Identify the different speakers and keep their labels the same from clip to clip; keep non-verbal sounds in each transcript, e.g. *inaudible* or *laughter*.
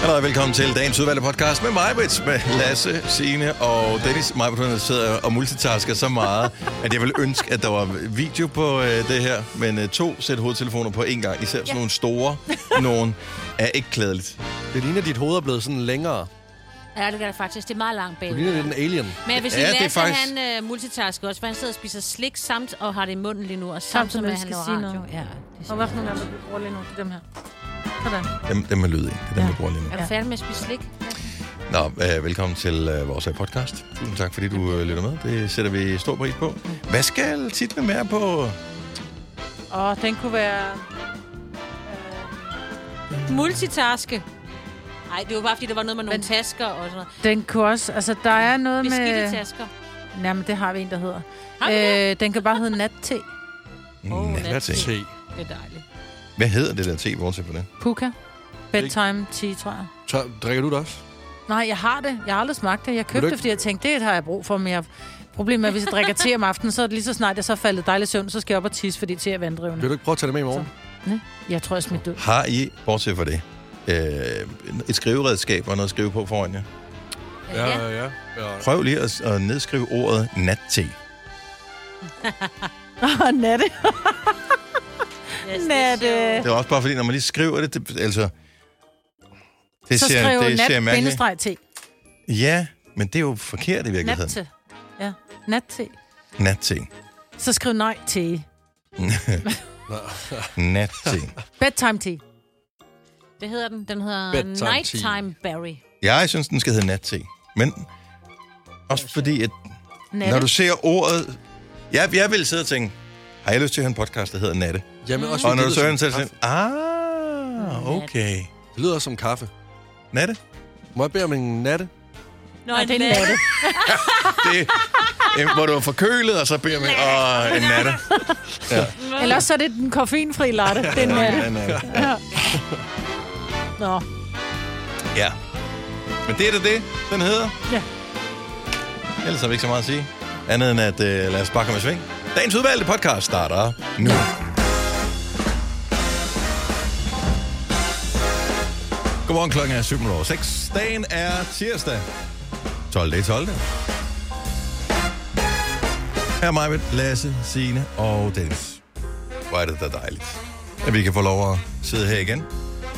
Speaker 1: Godmorgen og velkommen til dagens udvalgte podcast med mig, Brits, med Lasse, Signe og Dennis. Mig, der sidder og multitasker så meget, at jeg vil ønske, at der var video på øh, det her. Men øh, to sæt hovedtelefoner på én gang, især sådan nogle store, nogen, er ikke klædeligt.
Speaker 2: Det ligner, dit hoved er blevet sådan længere.
Speaker 3: Ja, det gør det faktisk. Det er meget langt
Speaker 2: Det
Speaker 3: bagud.
Speaker 2: ligner lidt en alien.
Speaker 3: Men jeg
Speaker 1: Ja,
Speaker 3: vil sige,
Speaker 1: det er
Speaker 3: Lasse,
Speaker 1: faktisk-
Speaker 3: han uh, multitasker også, for han sidder og spiser slik samt og har det i munden lige nu, og samt
Speaker 4: Samt som
Speaker 3: med, at
Speaker 4: jeg
Speaker 3: han
Speaker 4: skal
Speaker 3: laver
Speaker 4: sige
Speaker 3: radio.
Speaker 4: noget.
Speaker 3: Ja.
Speaker 4: Og hvad for nogle af dem, vi bruger lige nu? Dem her. Sådan.
Speaker 1: Dem, dem er lyd i. Det er dem, vi bruger lige nu.
Speaker 3: Er du færdig med at spise slik?
Speaker 1: Nå, øh, velkommen til øh, vores øh, podcast. Tusind tak, fordi du øh, lytter med. Det sætter vi stor pris på. Hvad skal titlen være på?
Speaker 4: Og den kunne være...
Speaker 3: Øh, Multitaske. Nej, det var bare, fordi der var noget med nogle tasker og sådan noget.
Speaker 4: Den kunne også... Altså, der er noget
Speaker 3: Beskidte
Speaker 4: med...
Speaker 3: tasker.
Speaker 4: Nej, men det har vi en, der hedder.
Speaker 3: Har vi
Speaker 4: Øh, den kan bare hedde natte
Speaker 3: Åh,
Speaker 1: Natte.
Speaker 3: natte.
Speaker 2: Se.
Speaker 3: Det er dejligt.
Speaker 1: Hvad hedder det der te, bortset fra det?
Speaker 4: Puka. Bedtime tea, tror jeg.
Speaker 2: Så, drikker du det også?
Speaker 4: Nej, jeg har det. Jeg har aldrig smagt det. Jeg
Speaker 2: Vil du
Speaker 4: købte
Speaker 2: ikke-
Speaker 4: det, fordi jeg tænkte, det har jeg brug for, men jeg... Problemet er, at hvis jeg drikker te om aftenen, så er det lige så snart, jeg så er faldet dejlig søvn, så skal jeg op og tisse, fordi te er vanddrivende.
Speaker 2: Vil du ikke prøve at tage det med i morgen?
Speaker 4: Jeg tror, jeg smidt det ud.
Speaker 1: Har I, bortset fra det, øh, et skriveredskab og noget at skrive på foran jer?
Speaker 3: Ja. ja.
Speaker 2: ja. ja.
Speaker 1: Prøv lige at, at nedskrive ordet natte.
Speaker 4: Åh, *laughs* natte.
Speaker 3: Yes,
Speaker 4: Natte.
Speaker 1: Det er også bare fordi, når man lige skriver det, det altså... Det
Speaker 4: Så skriver
Speaker 1: det ser
Speaker 4: nat,
Speaker 1: mærkeligt.
Speaker 4: bindestreg te.
Speaker 1: Ja, men det er jo forkert i virkeligheden.
Speaker 4: Natte. Ja, natte.
Speaker 1: Natte.
Speaker 4: Så skriv nej te.
Speaker 1: *laughs* Natte.
Speaker 4: Bedtime tea.
Speaker 3: Det hedder den. Den hedder
Speaker 2: Bedtime tea.
Speaker 3: Nighttime Berry.
Speaker 1: Jeg synes, den skal hedde natte. Men også fordi, at
Speaker 4: Natte.
Speaker 1: når du ser ordet... Jeg, jeg vil sidde og tænke, har jeg lyst til at høre en podcast, der hedder Natte?
Speaker 2: *laughs* Jamen, også
Speaker 1: Og når
Speaker 2: det
Speaker 1: du
Speaker 2: lyder
Speaker 1: søger
Speaker 2: som
Speaker 1: den til, så
Speaker 2: kaffe.
Speaker 1: tænker ah, okay.
Speaker 2: Det lyder også som kaffe.
Speaker 1: Natte?
Speaker 2: Må jeg bede om en
Speaker 1: *laughs*
Speaker 2: natte?
Speaker 3: Nå,
Speaker 4: Nej, det er natte.
Speaker 1: Det, øh, hvor du er forkølet, og så beder man, åh, en
Speaker 4: *laughs*
Speaker 1: natte.
Speaker 4: Eller også så er det den koffeinfri latte. Det er natte.
Speaker 1: En natte.
Speaker 4: Nå.
Speaker 1: Ja. Men det er da det, den hedder.
Speaker 4: Ja.
Speaker 1: Ellers har vi ikke så meget at sige. Andet end at øh, lad os bare komme i sving. Dagens udvalgte podcast starter nu. Godmorgen, klokken er 7.06. Dagen er tirsdag. 12. i 12. Her er mig med Lasse, Signe og Dennis. Hvor er det da dejligt, at vi kan få lov at sidde her igen.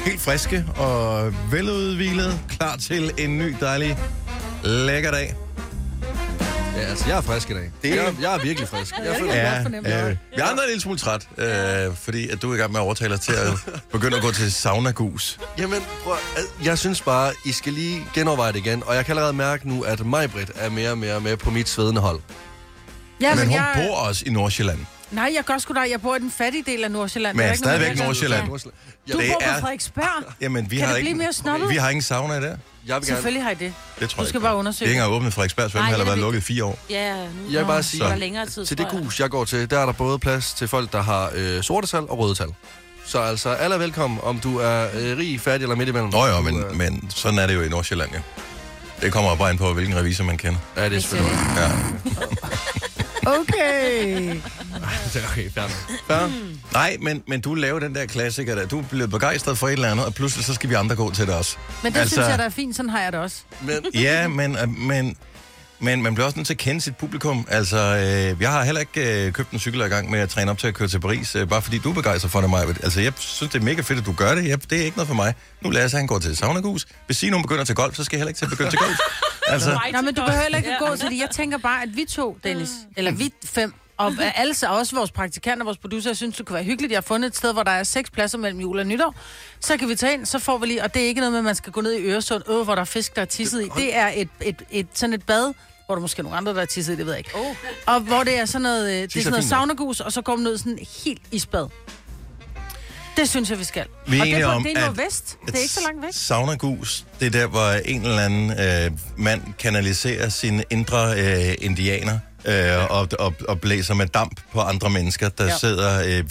Speaker 1: Helt friske og veludvilede, klar til en ny dejlig, lækker dag.
Speaker 2: Ja, altså, jeg er frisk i dag.
Speaker 1: Det-
Speaker 2: Det... Jeg, jeg er virkelig frisk. Jeg føler,
Speaker 4: jeg godt fornemme,
Speaker 1: øh,
Speaker 4: ja.
Speaker 1: vi andre er en lille smule træt, øh, fordi at du er i gang med at overtale os til at begynde at gå til sauna-gus.
Speaker 2: Jamen, prøv, at- jeg synes bare, I skal lige genoverveje det igen. Og jeg kan allerede mærke nu, at Majbrit er mere og mere med på mit svedende hold.
Speaker 4: Ja,
Speaker 1: Men
Speaker 4: men
Speaker 1: hun
Speaker 4: jeg,
Speaker 1: bor også i Nordsjælland.
Speaker 4: nej, jeg gør sgu da. Jeg bor i den fattige del af Nordsjælland.
Speaker 1: Men
Speaker 4: Der er ikke nogen
Speaker 1: stadigvæk
Speaker 4: Nordsjælland.
Speaker 1: Nordsjælland.
Speaker 2: Jeg,
Speaker 4: Du
Speaker 1: Det
Speaker 4: bor på
Speaker 1: er-
Speaker 4: Frederiksberg.
Speaker 1: Jamen, vi
Speaker 4: Kan
Speaker 1: har
Speaker 4: det
Speaker 1: ikke,
Speaker 4: blive mere snobbet?
Speaker 1: Vi har ingen sauna der.
Speaker 2: jeg vil gerne...
Speaker 4: Selvfølgelig har I det.
Speaker 1: Det tror
Speaker 4: Du
Speaker 1: jeg
Speaker 4: skal
Speaker 1: ikke.
Speaker 4: bare
Speaker 1: Det er ikke
Speaker 4: undersøge.
Speaker 1: engang åbnet for ekspert, for
Speaker 3: Nej,
Speaker 1: den har da
Speaker 3: det er
Speaker 1: været
Speaker 3: det
Speaker 1: lukket i fire år.
Speaker 3: Ja, nu
Speaker 2: Jeg vil bare sige,
Speaker 3: det var længere tid,
Speaker 2: Til det
Speaker 3: tror jeg.
Speaker 2: gus, jeg går til, der er der både plads til folk, der har øh, sorte tal og røde tal. Så altså, alle er velkommen, om du er øh, rig, fattig eller midt imellem.
Speaker 1: Nå jo,
Speaker 2: Du øh, er-
Speaker 1: men, men sådan er det jo i Nordsjælland, ja. Det kommer bare ind på, hvilken revisor man kender.
Speaker 2: Ja, det er selvfølgelig.
Speaker 1: Ja.
Speaker 4: Okay.
Speaker 2: *laughs* okay, fair nok.
Speaker 1: Ja. Mm. Nej, men, men du laver den der klassiker der. Du er blevet begejstret for et eller andet, og pludselig så skal vi andre gå til det også.
Speaker 4: Men det altså... synes jeg, der er fint. Sådan har jeg det også.
Speaker 2: Men
Speaker 3: *laughs*
Speaker 1: Ja, men, øh, men, men man bliver også nødt til at kende sit publikum. Altså, øh, jeg har heller ikke øh, købt en cykel og er i gang med at træne op til at køre til Paris, øh, bare fordi du er begejstret for det, Maja. Altså, jeg synes, det er mega fedt, at du gør det. Jeg, det er ikke noget for mig. Nu lader jeg han går til saunagus. Hvis Signe hun begynder at tage golf, så skal jeg heller ikke til at begynde til
Speaker 4: *laughs*
Speaker 1: golf. *laughs* Altså,
Speaker 4: Nå, men du behøver heller ikke at gå til det. Jeg tænker bare, at vi to, Dennis, eller vi fem, og alle, og også vores praktikanter, vores producer, jeg synes, det kunne være hyggeligt. Jeg har fundet et sted, hvor der er seks pladser mellem jul og nytår. Så kan vi tage ind, så får vi lige... Og det er ikke noget med, at man skal gå ned i Øresund, øh, hvor der er fisk, der er tisset i. Det er et, et, et, sådan et bad, hvor der måske er nogle andre, der er tisset i, det ved jeg ikke. Og hvor det er sådan noget, øh, det er sådan noget
Speaker 2: fint nok.
Speaker 4: saunagus, og så går man ud sådan helt isbad. Det synes jeg, vi skal.
Speaker 1: Vi er
Speaker 4: og det
Speaker 1: enige
Speaker 4: er, på-
Speaker 1: om,
Speaker 4: det
Speaker 1: at-
Speaker 4: er nordvest. Det er ikke så langt væk.
Speaker 1: Sauna Gus, det er der, hvor en eller anden øh, mand kanaliserer sine indre øh, indianer øh, og, og, og blæser med damp på andre mennesker, der ja.
Speaker 4: Ja.
Speaker 1: sidder øh,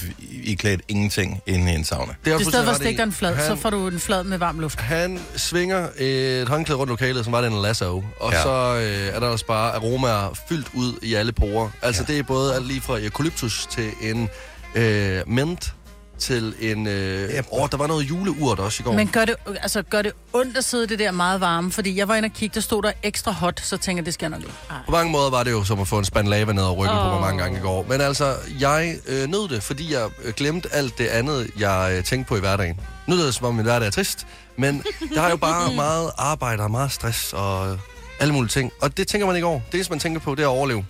Speaker 1: i klædt ingenting inde i en sauna.
Speaker 2: det er
Speaker 4: Det er stedet, hvor stikker en flad,
Speaker 2: han,
Speaker 4: så får du en flad med varm luft.
Speaker 2: Han svinger et håndklæde rundt i lokalet, som var det en lasso. Og
Speaker 1: Ja.
Speaker 2: ja. så øh, er der også bare aromaer fyldt ud i alle porer. Altså, ja. det er både alt lige fra eukalyptus til en øh, mint til en... Øh, yep. Åh, der var noget juleurt også i går.
Speaker 4: Men gør det, altså, gør det ondt at sidde i det der meget varme? Fordi jeg var inde og kigge, der stod der ekstra hot, så tænker jeg, det skal jeg nok ikke.
Speaker 2: På mange måder var det jo som at få en spand lava ned over ryggen oh. på mig
Speaker 3: Åh.
Speaker 2: mange gange i går. Men altså, jeg øh, nød det, fordi jeg øh, glemte alt det andet, jeg øh, tænkte på i hverdagen. Nu lyder det, som om min hverdag er trist, men der er jo bare meget arbejde og meget stress og øh, alle mulige ting. Og det tænker man ikke over. Det eneste, man tænker på, det er at overleve.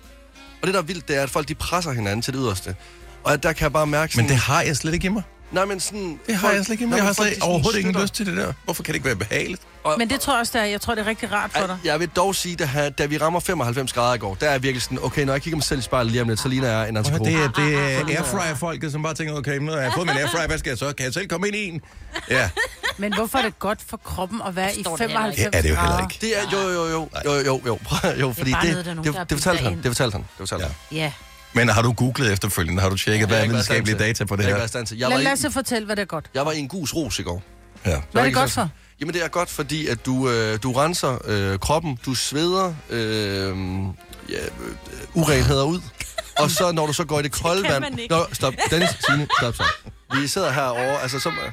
Speaker 2: Og det, der er vildt, det er, at folk de presser hinanden til det yderste. Og at der kan jeg bare mærke sådan...
Speaker 1: Men det har jeg slet ikke i mig.
Speaker 2: nej, men sådan,
Speaker 1: Det har
Speaker 2: folk-
Speaker 1: jeg slet ikke
Speaker 2: nej,
Speaker 1: i mig.
Speaker 2: men
Speaker 1: Jeg har
Speaker 2: folk, de
Speaker 1: slet
Speaker 2: sådan
Speaker 1: overhovedet ingen
Speaker 2: støtter-
Speaker 1: lyst til det der. Hvorfor kan det ikke være behageligt?
Speaker 4: Men det tror jeg også, det er. Jeg tror, det er rigtig rart for dig.
Speaker 2: Jeg vil dog sige, at da, da vi rammer 95 grader i går, der er jeg virkelig sådan, okay, når jeg kigger mig selv i spejlet lige om lidt, så ligner jeg en
Speaker 1: Prøv
Speaker 2: antropolog.
Speaker 1: at høre, Det er,
Speaker 3: Ah,
Speaker 1: det er airfryer-folket, som bare tænker, okay, nu har jeg fået min airfryer, hvad skal jeg så? Kan jeg selv komme ind i en? Ja,
Speaker 4: Men hvorfor er det godt for kroppen at være i
Speaker 3: Forstår det heller ikke.
Speaker 4: 95
Speaker 1: det er det jo heller
Speaker 4: grader?
Speaker 1: ikke.
Speaker 2: Det er, jo, jo, jo, jo, jo, jo, prøv- jo fordi
Speaker 3: bare
Speaker 2: det,
Speaker 3: noget, der er
Speaker 2: det,
Speaker 3: nogen,
Speaker 2: det,
Speaker 3: der er
Speaker 2: det, fortalte
Speaker 3: bildt
Speaker 2: han,
Speaker 3: ind.
Speaker 2: det fortalte han, det fortalte han.
Speaker 1: Ja.
Speaker 3: Ja.
Speaker 1: Men har du googlet efterfølgende? Har du tjekket, hvad er videnskabelige data på det
Speaker 2: Jeg har
Speaker 1: her?
Speaker 2: ikke været i stand til. Jeg var,
Speaker 4: Lad
Speaker 2: i,
Speaker 4: Lasse fortælle, hvad det er godt.
Speaker 2: jeg var i en gus ros i går.
Speaker 1: Ja.
Speaker 4: Hvad er det
Speaker 2: ikke
Speaker 4: godt
Speaker 2: så-
Speaker 4: for?
Speaker 2: Jamen, det er godt, fordi at du, øh, du renser øh, kroppen, du sveder øh, ja, øh, urenheder ud, og så når du så går
Speaker 4: *laughs*
Speaker 2: i det kolde
Speaker 3: kan
Speaker 2: vand...
Speaker 3: man ikke.
Speaker 2: Nå, stop, Dennis, Signe, stop så. Vi sidder herovre, altså som, øh,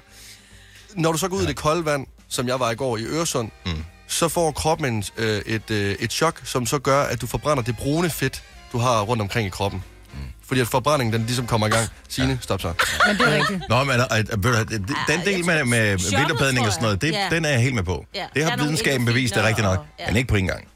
Speaker 2: Når du så går ud i det kolde vand, som jeg var i går i Øresund, mm. så får kroppen en, øh, et, øh, et chok, som så gør, at du forbrænder det brune fedt, du har rundt omkring i kroppen. Mm. Fordi at forbrændingen, den ligesom kommer i gang. Signe, stop så.
Speaker 4: Men det er rigtigt.
Speaker 1: Nå, men øh, øh, ved du, øh, det- den del med, med
Speaker 3: Chokket,
Speaker 1: vinterpadning og sådan noget,
Speaker 3: tror
Speaker 1: det,
Speaker 3: jeg. Ja.
Speaker 1: den er jeg helt med på.
Speaker 3: Ja.
Speaker 1: Det
Speaker 3: Der
Speaker 1: har
Speaker 3: er nogle
Speaker 1: videnskaben bevist, det er
Speaker 3: endorfiner
Speaker 1: rigtigt nok.
Speaker 3: og- ja.
Speaker 1: Men ikke på en gang.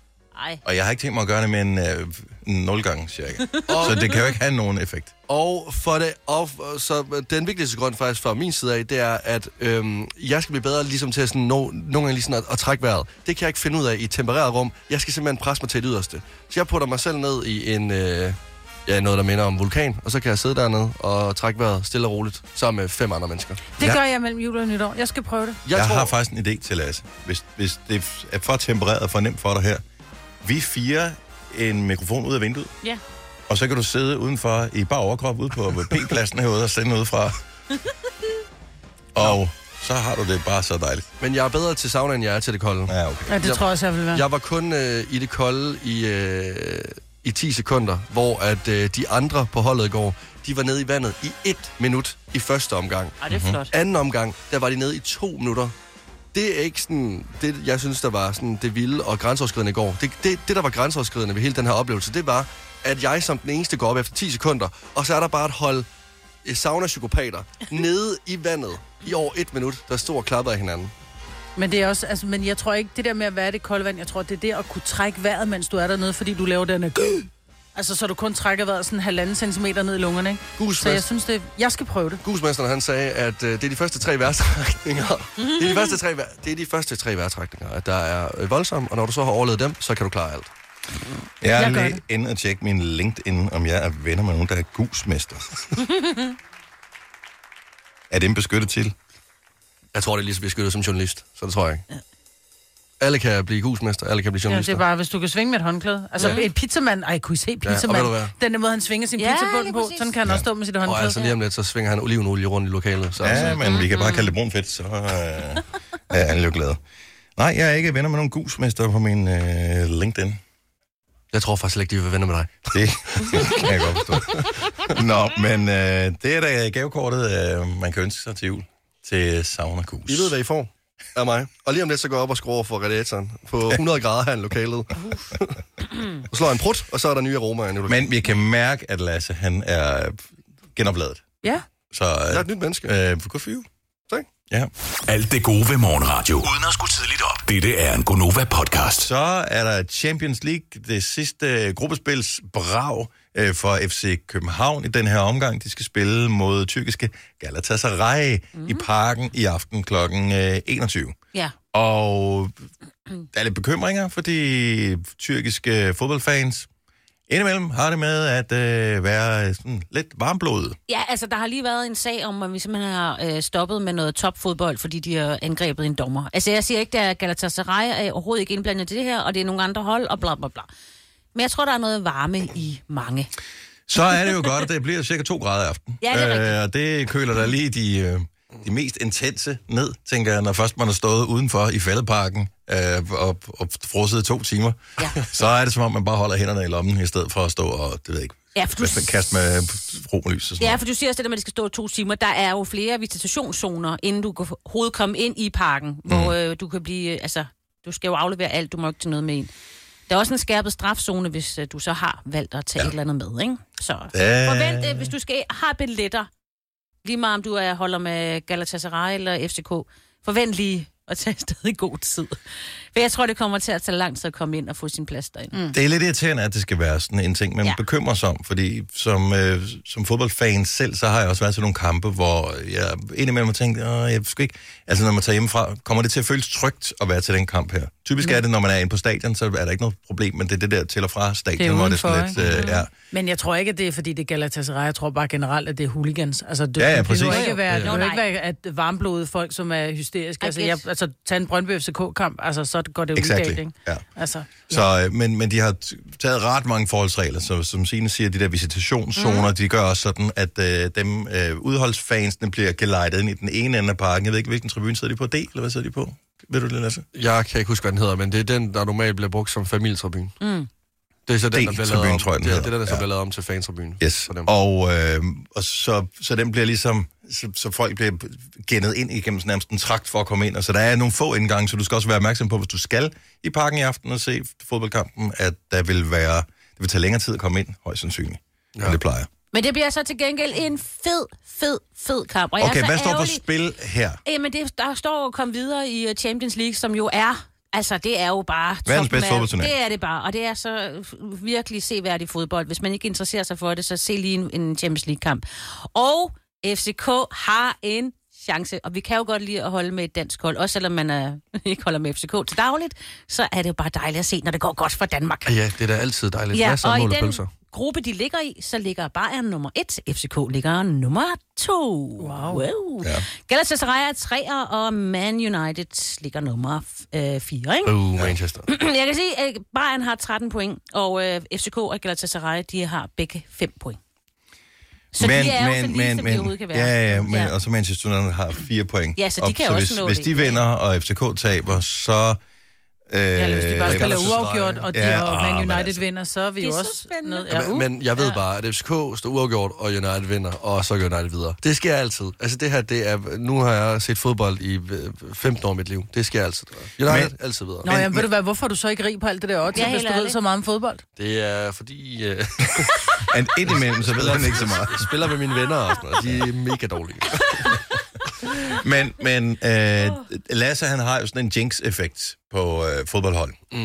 Speaker 3: Ej.
Speaker 1: Og jeg har ikke tænkt mig at gøre det med en øh, nul gang,
Speaker 3: *laughs*
Speaker 1: cirka. Så det kan jo ikke have nogen effekt.
Speaker 2: Og for det, og f- så øh, den vigtigste grund faktisk fra min side af, det er, at øhm, jeg skal blive bedre ligesom til at sådan, nå, nogle gange lige sådan at, at, trække vejret. Det kan jeg ikke finde ud af i et tempereret rum. Jeg skal simpelthen presse mig til det yderste. Så jeg putter mig selv ned i en, øh, ja, noget, der minder om vulkan, og så kan jeg sidde dernede og trække vejret stille og roligt, sammen med fem andre mennesker.
Speaker 4: Det
Speaker 1: Ja.
Speaker 4: gør jeg mellem jul og nytår. Jeg skal prøve det.
Speaker 1: Jeg, jeg har faktisk en idé til, Lasse. Hvis, hvis det er for tempereret og for nemt for dig her. Vi firer en mikrofon ud af vinduet,
Speaker 3: Ja.
Speaker 1: og så kan du sidde udenfor i bare overkrop ude
Speaker 4: *laughs*
Speaker 1: på P-pladsen herude og sende ud fra. Og så har du det bare så dejligt.
Speaker 2: Men jeg er bedre til sauna, end jeg er til det kolde.
Speaker 1: Ja, okay.
Speaker 4: Ja, det
Speaker 2: Jeg-
Speaker 4: tror jeg også, jeg vil være.
Speaker 2: Jeg var kun øh, i det kolde i, øh, i 10 sekunder, hvor at øh, de andre på holdet i går, de var nede i vandet i et minut i første omgang. Mhm.
Speaker 3: Ej, det er flot.
Speaker 2: Anden omgang, der var de nede i to minutter. Det er ikke sådan, det jeg synes, der var sådan det vilde og grænseoverskridende i går. Det, det, det, der var grænseoverskridende ved hele den her oplevelse, det var, at jeg som den eneste går op efter 10 sekunder, og så er der bare et hold øh,
Speaker 4: *laughs*
Speaker 2: sauna-psykopater nede i vandet i over et minut, der stod og klappede af hinanden.
Speaker 4: Men, det er også, altså, men jeg tror ikke, det der med at være i det kolde vand, jeg tror, det er det at kunne trække vejret, mens du er dernede, fordi du laver den her... Altså, så du kun trækker vejret sådan halvanden centimeter ned i lungerne, ikke? Så jeg
Speaker 2: Gusfest.
Speaker 4: synes, det, jeg skal prøve det.
Speaker 2: Gusmesteren han sagde, at øh, det er de første tre værtrækninger.
Speaker 4: *laughs*
Speaker 2: Det er de første tre, vær- det er de første tre værtrækninger, at der er øh, voldsomme, og når du så har overlevet dem, så kan du klare alt.
Speaker 1: Jeg er
Speaker 4: Jeg gør
Speaker 1: lige inde og tjekke min LinkedIn, om jeg er venner med nogen, der er gusmester. *laughs* er det en beskyttet til?
Speaker 2: Jeg tror, det er lige så beskyttet som journalist, så det tror jeg ikke. Alle kan blive gusmester, alle kan blive
Speaker 4: Ja,
Speaker 2: journalister.
Speaker 4: det er bare, hvis du kan svinge med et håndklæde. Altså,
Speaker 2: Ja.
Speaker 4: ja. et pizzamand... Ej, kunne I se
Speaker 2: og ved
Speaker 4: pizzamand?
Speaker 2: du hvad?
Speaker 4: den der måde, han svinger sin
Speaker 3: Ja,
Speaker 4: ja, pizzabund
Speaker 3: lige
Speaker 4: på,
Speaker 3: præcis.
Speaker 4: sådan kan han også stå med sit
Speaker 2: Og
Speaker 4: håndklæde.
Speaker 2: altså lige om lidt, så svinger han olivenolie rundt i lokalet. Så,
Speaker 1: Ja,
Speaker 2: så-
Speaker 1: men vi kan
Speaker 4: Mm.
Speaker 1: bare kalde det brun fedt, så øh, er alle jo glade. Nej, jeg er ikke venner med nogen gusmester på min øh, LinkedIn.
Speaker 2: Jeg tror faktisk ikke, de vil være venner med dig.
Speaker 1: Det kan jeg godt forstå. *laughs* Nå, men øh, det er da gavekortet, øh, man kan ønske sig til jul til Sauna Gus.
Speaker 2: I ved, hvad I får af mig. Og lige om lidt, så går jeg op og skruer over for radiatoren på 100 grader her i lokalet. *laughs* og slår en prut, og så er der nye aromaer i lokalet.
Speaker 1: Men vi kan mærke, at Lasse, han er genopladet.
Speaker 4: Ja.
Speaker 1: Så
Speaker 2: jeg er et nyt menneske.
Speaker 1: øh, øh, good for you.
Speaker 2: Tak.
Speaker 1: Ja.
Speaker 5: Alt det gode ved morgenradio. Uden at skulle tidligt op. Dette er en Gonova-podcast.
Speaker 1: Så er der Champions League, det sidste øh, gruppespils brag øh, for FC København i den her omgang. De skal spille mod tyrkiske Galatasaray mm.
Speaker 2: Mhm.
Speaker 1: i parken i aften øh, kl. 21.
Speaker 3: *laughs* Ja.
Speaker 1: Og der er lidt bekymringer for de tyrkiske fodboldfans. Indimellem har det med at øh, være sådan lidt varmblodet.
Speaker 3: Ja, altså der har lige været en sag om, at vi simpelthen har øh, stoppet med noget topfodbold, fordi de har angrebet en dommer. Altså jeg siger ikke, at Galatasaray er overhovedet ikke indblandet i det her, og det er nogle andre hold, og bla bla bla. Men jeg tror, der er noget varme i mange.
Speaker 1: Så er det jo godt, at det bliver cirka 2 grader i aften. Øh,
Speaker 3: Ja, det er rigtigt.
Speaker 1: og det køler da lige de, øh, de mest intense ned, tænker jeg, når først man har stået udenfor i fældeparken øh, og, og frosset i to timer.
Speaker 3: Ja.
Speaker 1: *laughs* Så er det som om, man bare holder hænderne i lommen, i stedet for at stå og det ved jeg ikke,
Speaker 3: Ja, for du,
Speaker 1: Hvis man kaster med romerlys og sådan
Speaker 3: ja,
Speaker 1: noget.
Speaker 3: for du siger også det der med, at det skal stå to timer. Der er jo flere visitationszoner, inden du kan overhovedet komme ind i parken,
Speaker 1: Mhm.
Speaker 3: mm. hvor øh, du kan blive... øh, Altså, du skal jo aflevere alt, du må ikke til noget med en. Der er også en skærpet strafzone, hvis øh, du så har valgt at tage ja. et eller andet med, ikke? Så
Speaker 1: Ja.
Speaker 3: forvent, øh, hvis du skal have billetter, lige meget om du er holder med Galatasaray eller FCK, forvent lige at tage afsted i god tid. For jeg tror, det kommer til at tage lang tid at komme ind og få sin plads derinde. Mm.
Speaker 1: Det er lidt irriterende, at det skal være sådan en ting, man ja.
Speaker 3: Ja.
Speaker 1: bekymrer sig om, fordi som, øh, som fodboldfan selv, så har jeg også været til nogle kampe, hvor jeg indimellem har tænkt, Åh, jeg skal ikke... Altså, når man tager hjemmefra, kommer det til at føles trygt at være til den kamp her? Typisk er det, når man er inde på stadion, så er der ikke noget problem, men det er det der til og fra stadion, hvor det er sådan
Speaker 4: udenfor,
Speaker 1: lidt... Øh, ja.
Speaker 4: Men jeg tror ikke, at det er, fordi det er Galatasaray. Jeg tror bare generelt, at det er hooligans. Altså, det,
Speaker 1: Ja, ja,
Speaker 4: det
Speaker 1: præcis.
Speaker 4: må ikke være,
Speaker 3: Nå,
Speaker 4: det må
Speaker 3: nej.
Speaker 4: ikke være at varmblodede folk, som er hysteriske.
Speaker 3: I
Speaker 4: Altså, jeg,
Speaker 3: guess.
Speaker 4: altså tag en Brøndby FCK-kamp, altså, så går det jo
Speaker 1: Exactly,
Speaker 4: exactly. ikke?
Speaker 1: ja.
Speaker 4: Altså,
Speaker 1: Så, øh, men, men de har t- taget ret mange forholdsregler, så som Signe siger, de der visitationszoner, mm. de gør også sådan, at øh, dem øh, udholdsfansene bliver gelejtet ind i den ene ende af parken. Jeg ved ikke, hvilken tribune sidder de på? D, eller hvad sidder de på? Ved du det, Lasse?
Speaker 2: Jeg kan ikke huske, hvad den hedder, men det er den, der normalt bliver brugt som familietribune. Mm. Det er så den, der bliver lavet
Speaker 1: D-tribune,
Speaker 2: om.
Speaker 1: tror jeg, den
Speaker 2: det, er, det
Speaker 1: hedder.
Speaker 2: er den, der så
Speaker 1: Ja.
Speaker 2: bliver lavet om til fantribune.
Speaker 1: Yes.
Speaker 2: For dem.
Speaker 1: Og, øh, og så, så den bliver ligesom, så, så folk bliver gennet ind igennem sådan nærmest en trakt for at komme ind. Og så der er nogle få indgange, så du skal også være opmærksom på, hvis du skal i parken i aften og se fodboldkampen, at der vil være, det vil tage længere tid at komme ind, højst sandsynligt. Ja.
Speaker 2: Ja.
Speaker 1: End det plejer.
Speaker 3: Men det bliver så til gengæld en fed, fed, fed kamp. Og jeg er
Speaker 1: Okay,
Speaker 3: så
Speaker 1: hvad står på
Speaker 3: ærgerlig-
Speaker 1: spil her?
Speaker 3: Jamen, Øh, det, der står jo at komme videre i øh, Champions League, som jo er... Altså, det er jo bare...
Speaker 1: Verdens bedste
Speaker 3: toppen af-
Speaker 1: fodboldturnering.
Speaker 3: Det er det bare, og det er så øh, virkelig seværdig fodbold. Hvis man ikke interesserer sig for det, så se lige en, en Champions League-kamp. Og FCK har en chance, og vi kan jo godt lide at holde med et dansk hold, også selvom man er, *laughs* ikke holder med FCK til dagligt, så er det jo bare dejligt at se, når det går godt for Danmark.
Speaker 2: Ah, Ja, det er da altid dejligt.
Speaker 3: Ja,
Speaker 2: Masser af
Speaker 3: og i
Speaker 2: mål og
Speaker 3: den
Speaker 2: pølser.
Speaker 3: gruppe, de ligger i, så ligger Bayern nummer 1, FCK ligger nummer 2. Wow. wow. Ja. Galatasaray er 3'er, og Man United ligger nummer
Speaker 4: Øh,
Speaker 3: 4. Ikke?
Speaker 2: Uh, Manchester.
Speaker 3: *clears throat* Jeg kan sige, at Bayern har 13 point, og øh, FCK og Galatasaray, de har begge 5 point. Så men, de er jo så lige, som de overhovedet kan være.
Speaker 1: Ja, ja, men ja. og så Manchester United har fire point.
Speaker 3: Ja, så de
Speaker 1: Og
Speaker 3: kan også
Speaker 1: hvis,
Speaker 3: nå
Speaker 1: Hvis
Speaker 3: det.
Speaker 1: de vinder, og FCK taber, så... Øh, ja,
Speaker 4: eller hvis de bare spiller uafgjort, og, de,
Speaker 1: Ja,
Speaker 4: og
Speaker 1: ah, men
Speaker 4: Man United
Speaker 1: altså.
Speaker 4: altså. vinder, så er vi
Speaker 3: Det
Speaker 4: jo
Speaker 3: er så
Speaker 4: også uh.
Speaker 3: spændende.
Speaker 4: nede.
Speaker 2: Men, men jeg ved bare, at FCK står uafgjort, og United vinder, og så går United videre. Det sker altid. Altså det her, det er... Nu har jeg set fodbold i øh, 15 år af mit liv. Det sker altid. United,
Speaker 1: Men-
Speaker 2: men, altid videre.
Speaker 4: Nå,
Speaker 1: men-
Speaker 4: jamen, ved du hvad, hvorfor er du så ikke rig på alt det der odds,
Speaker 3: Ja,
Speaker 4: ja, hvis
Speaker 3: helt
Speaker 4: du ved
Speaker 3: ærligt.
Speaker 4: så meget om fodbold?
Speaker 2: Det er fordi... Øh,
Speaker 1: *laughs* And indimellem, så ved han ikke så meget.
Speaker 2: jeg spiller med mine
Speaker 1: *laughs*
Speaker 2: venner og sådan noget. De er mega dårlige.
Speaker 1: Men, men øh, Lasse, han har jo sådan en jinx-effekt på øh, fodboldhold.
Speaker 2: Mm.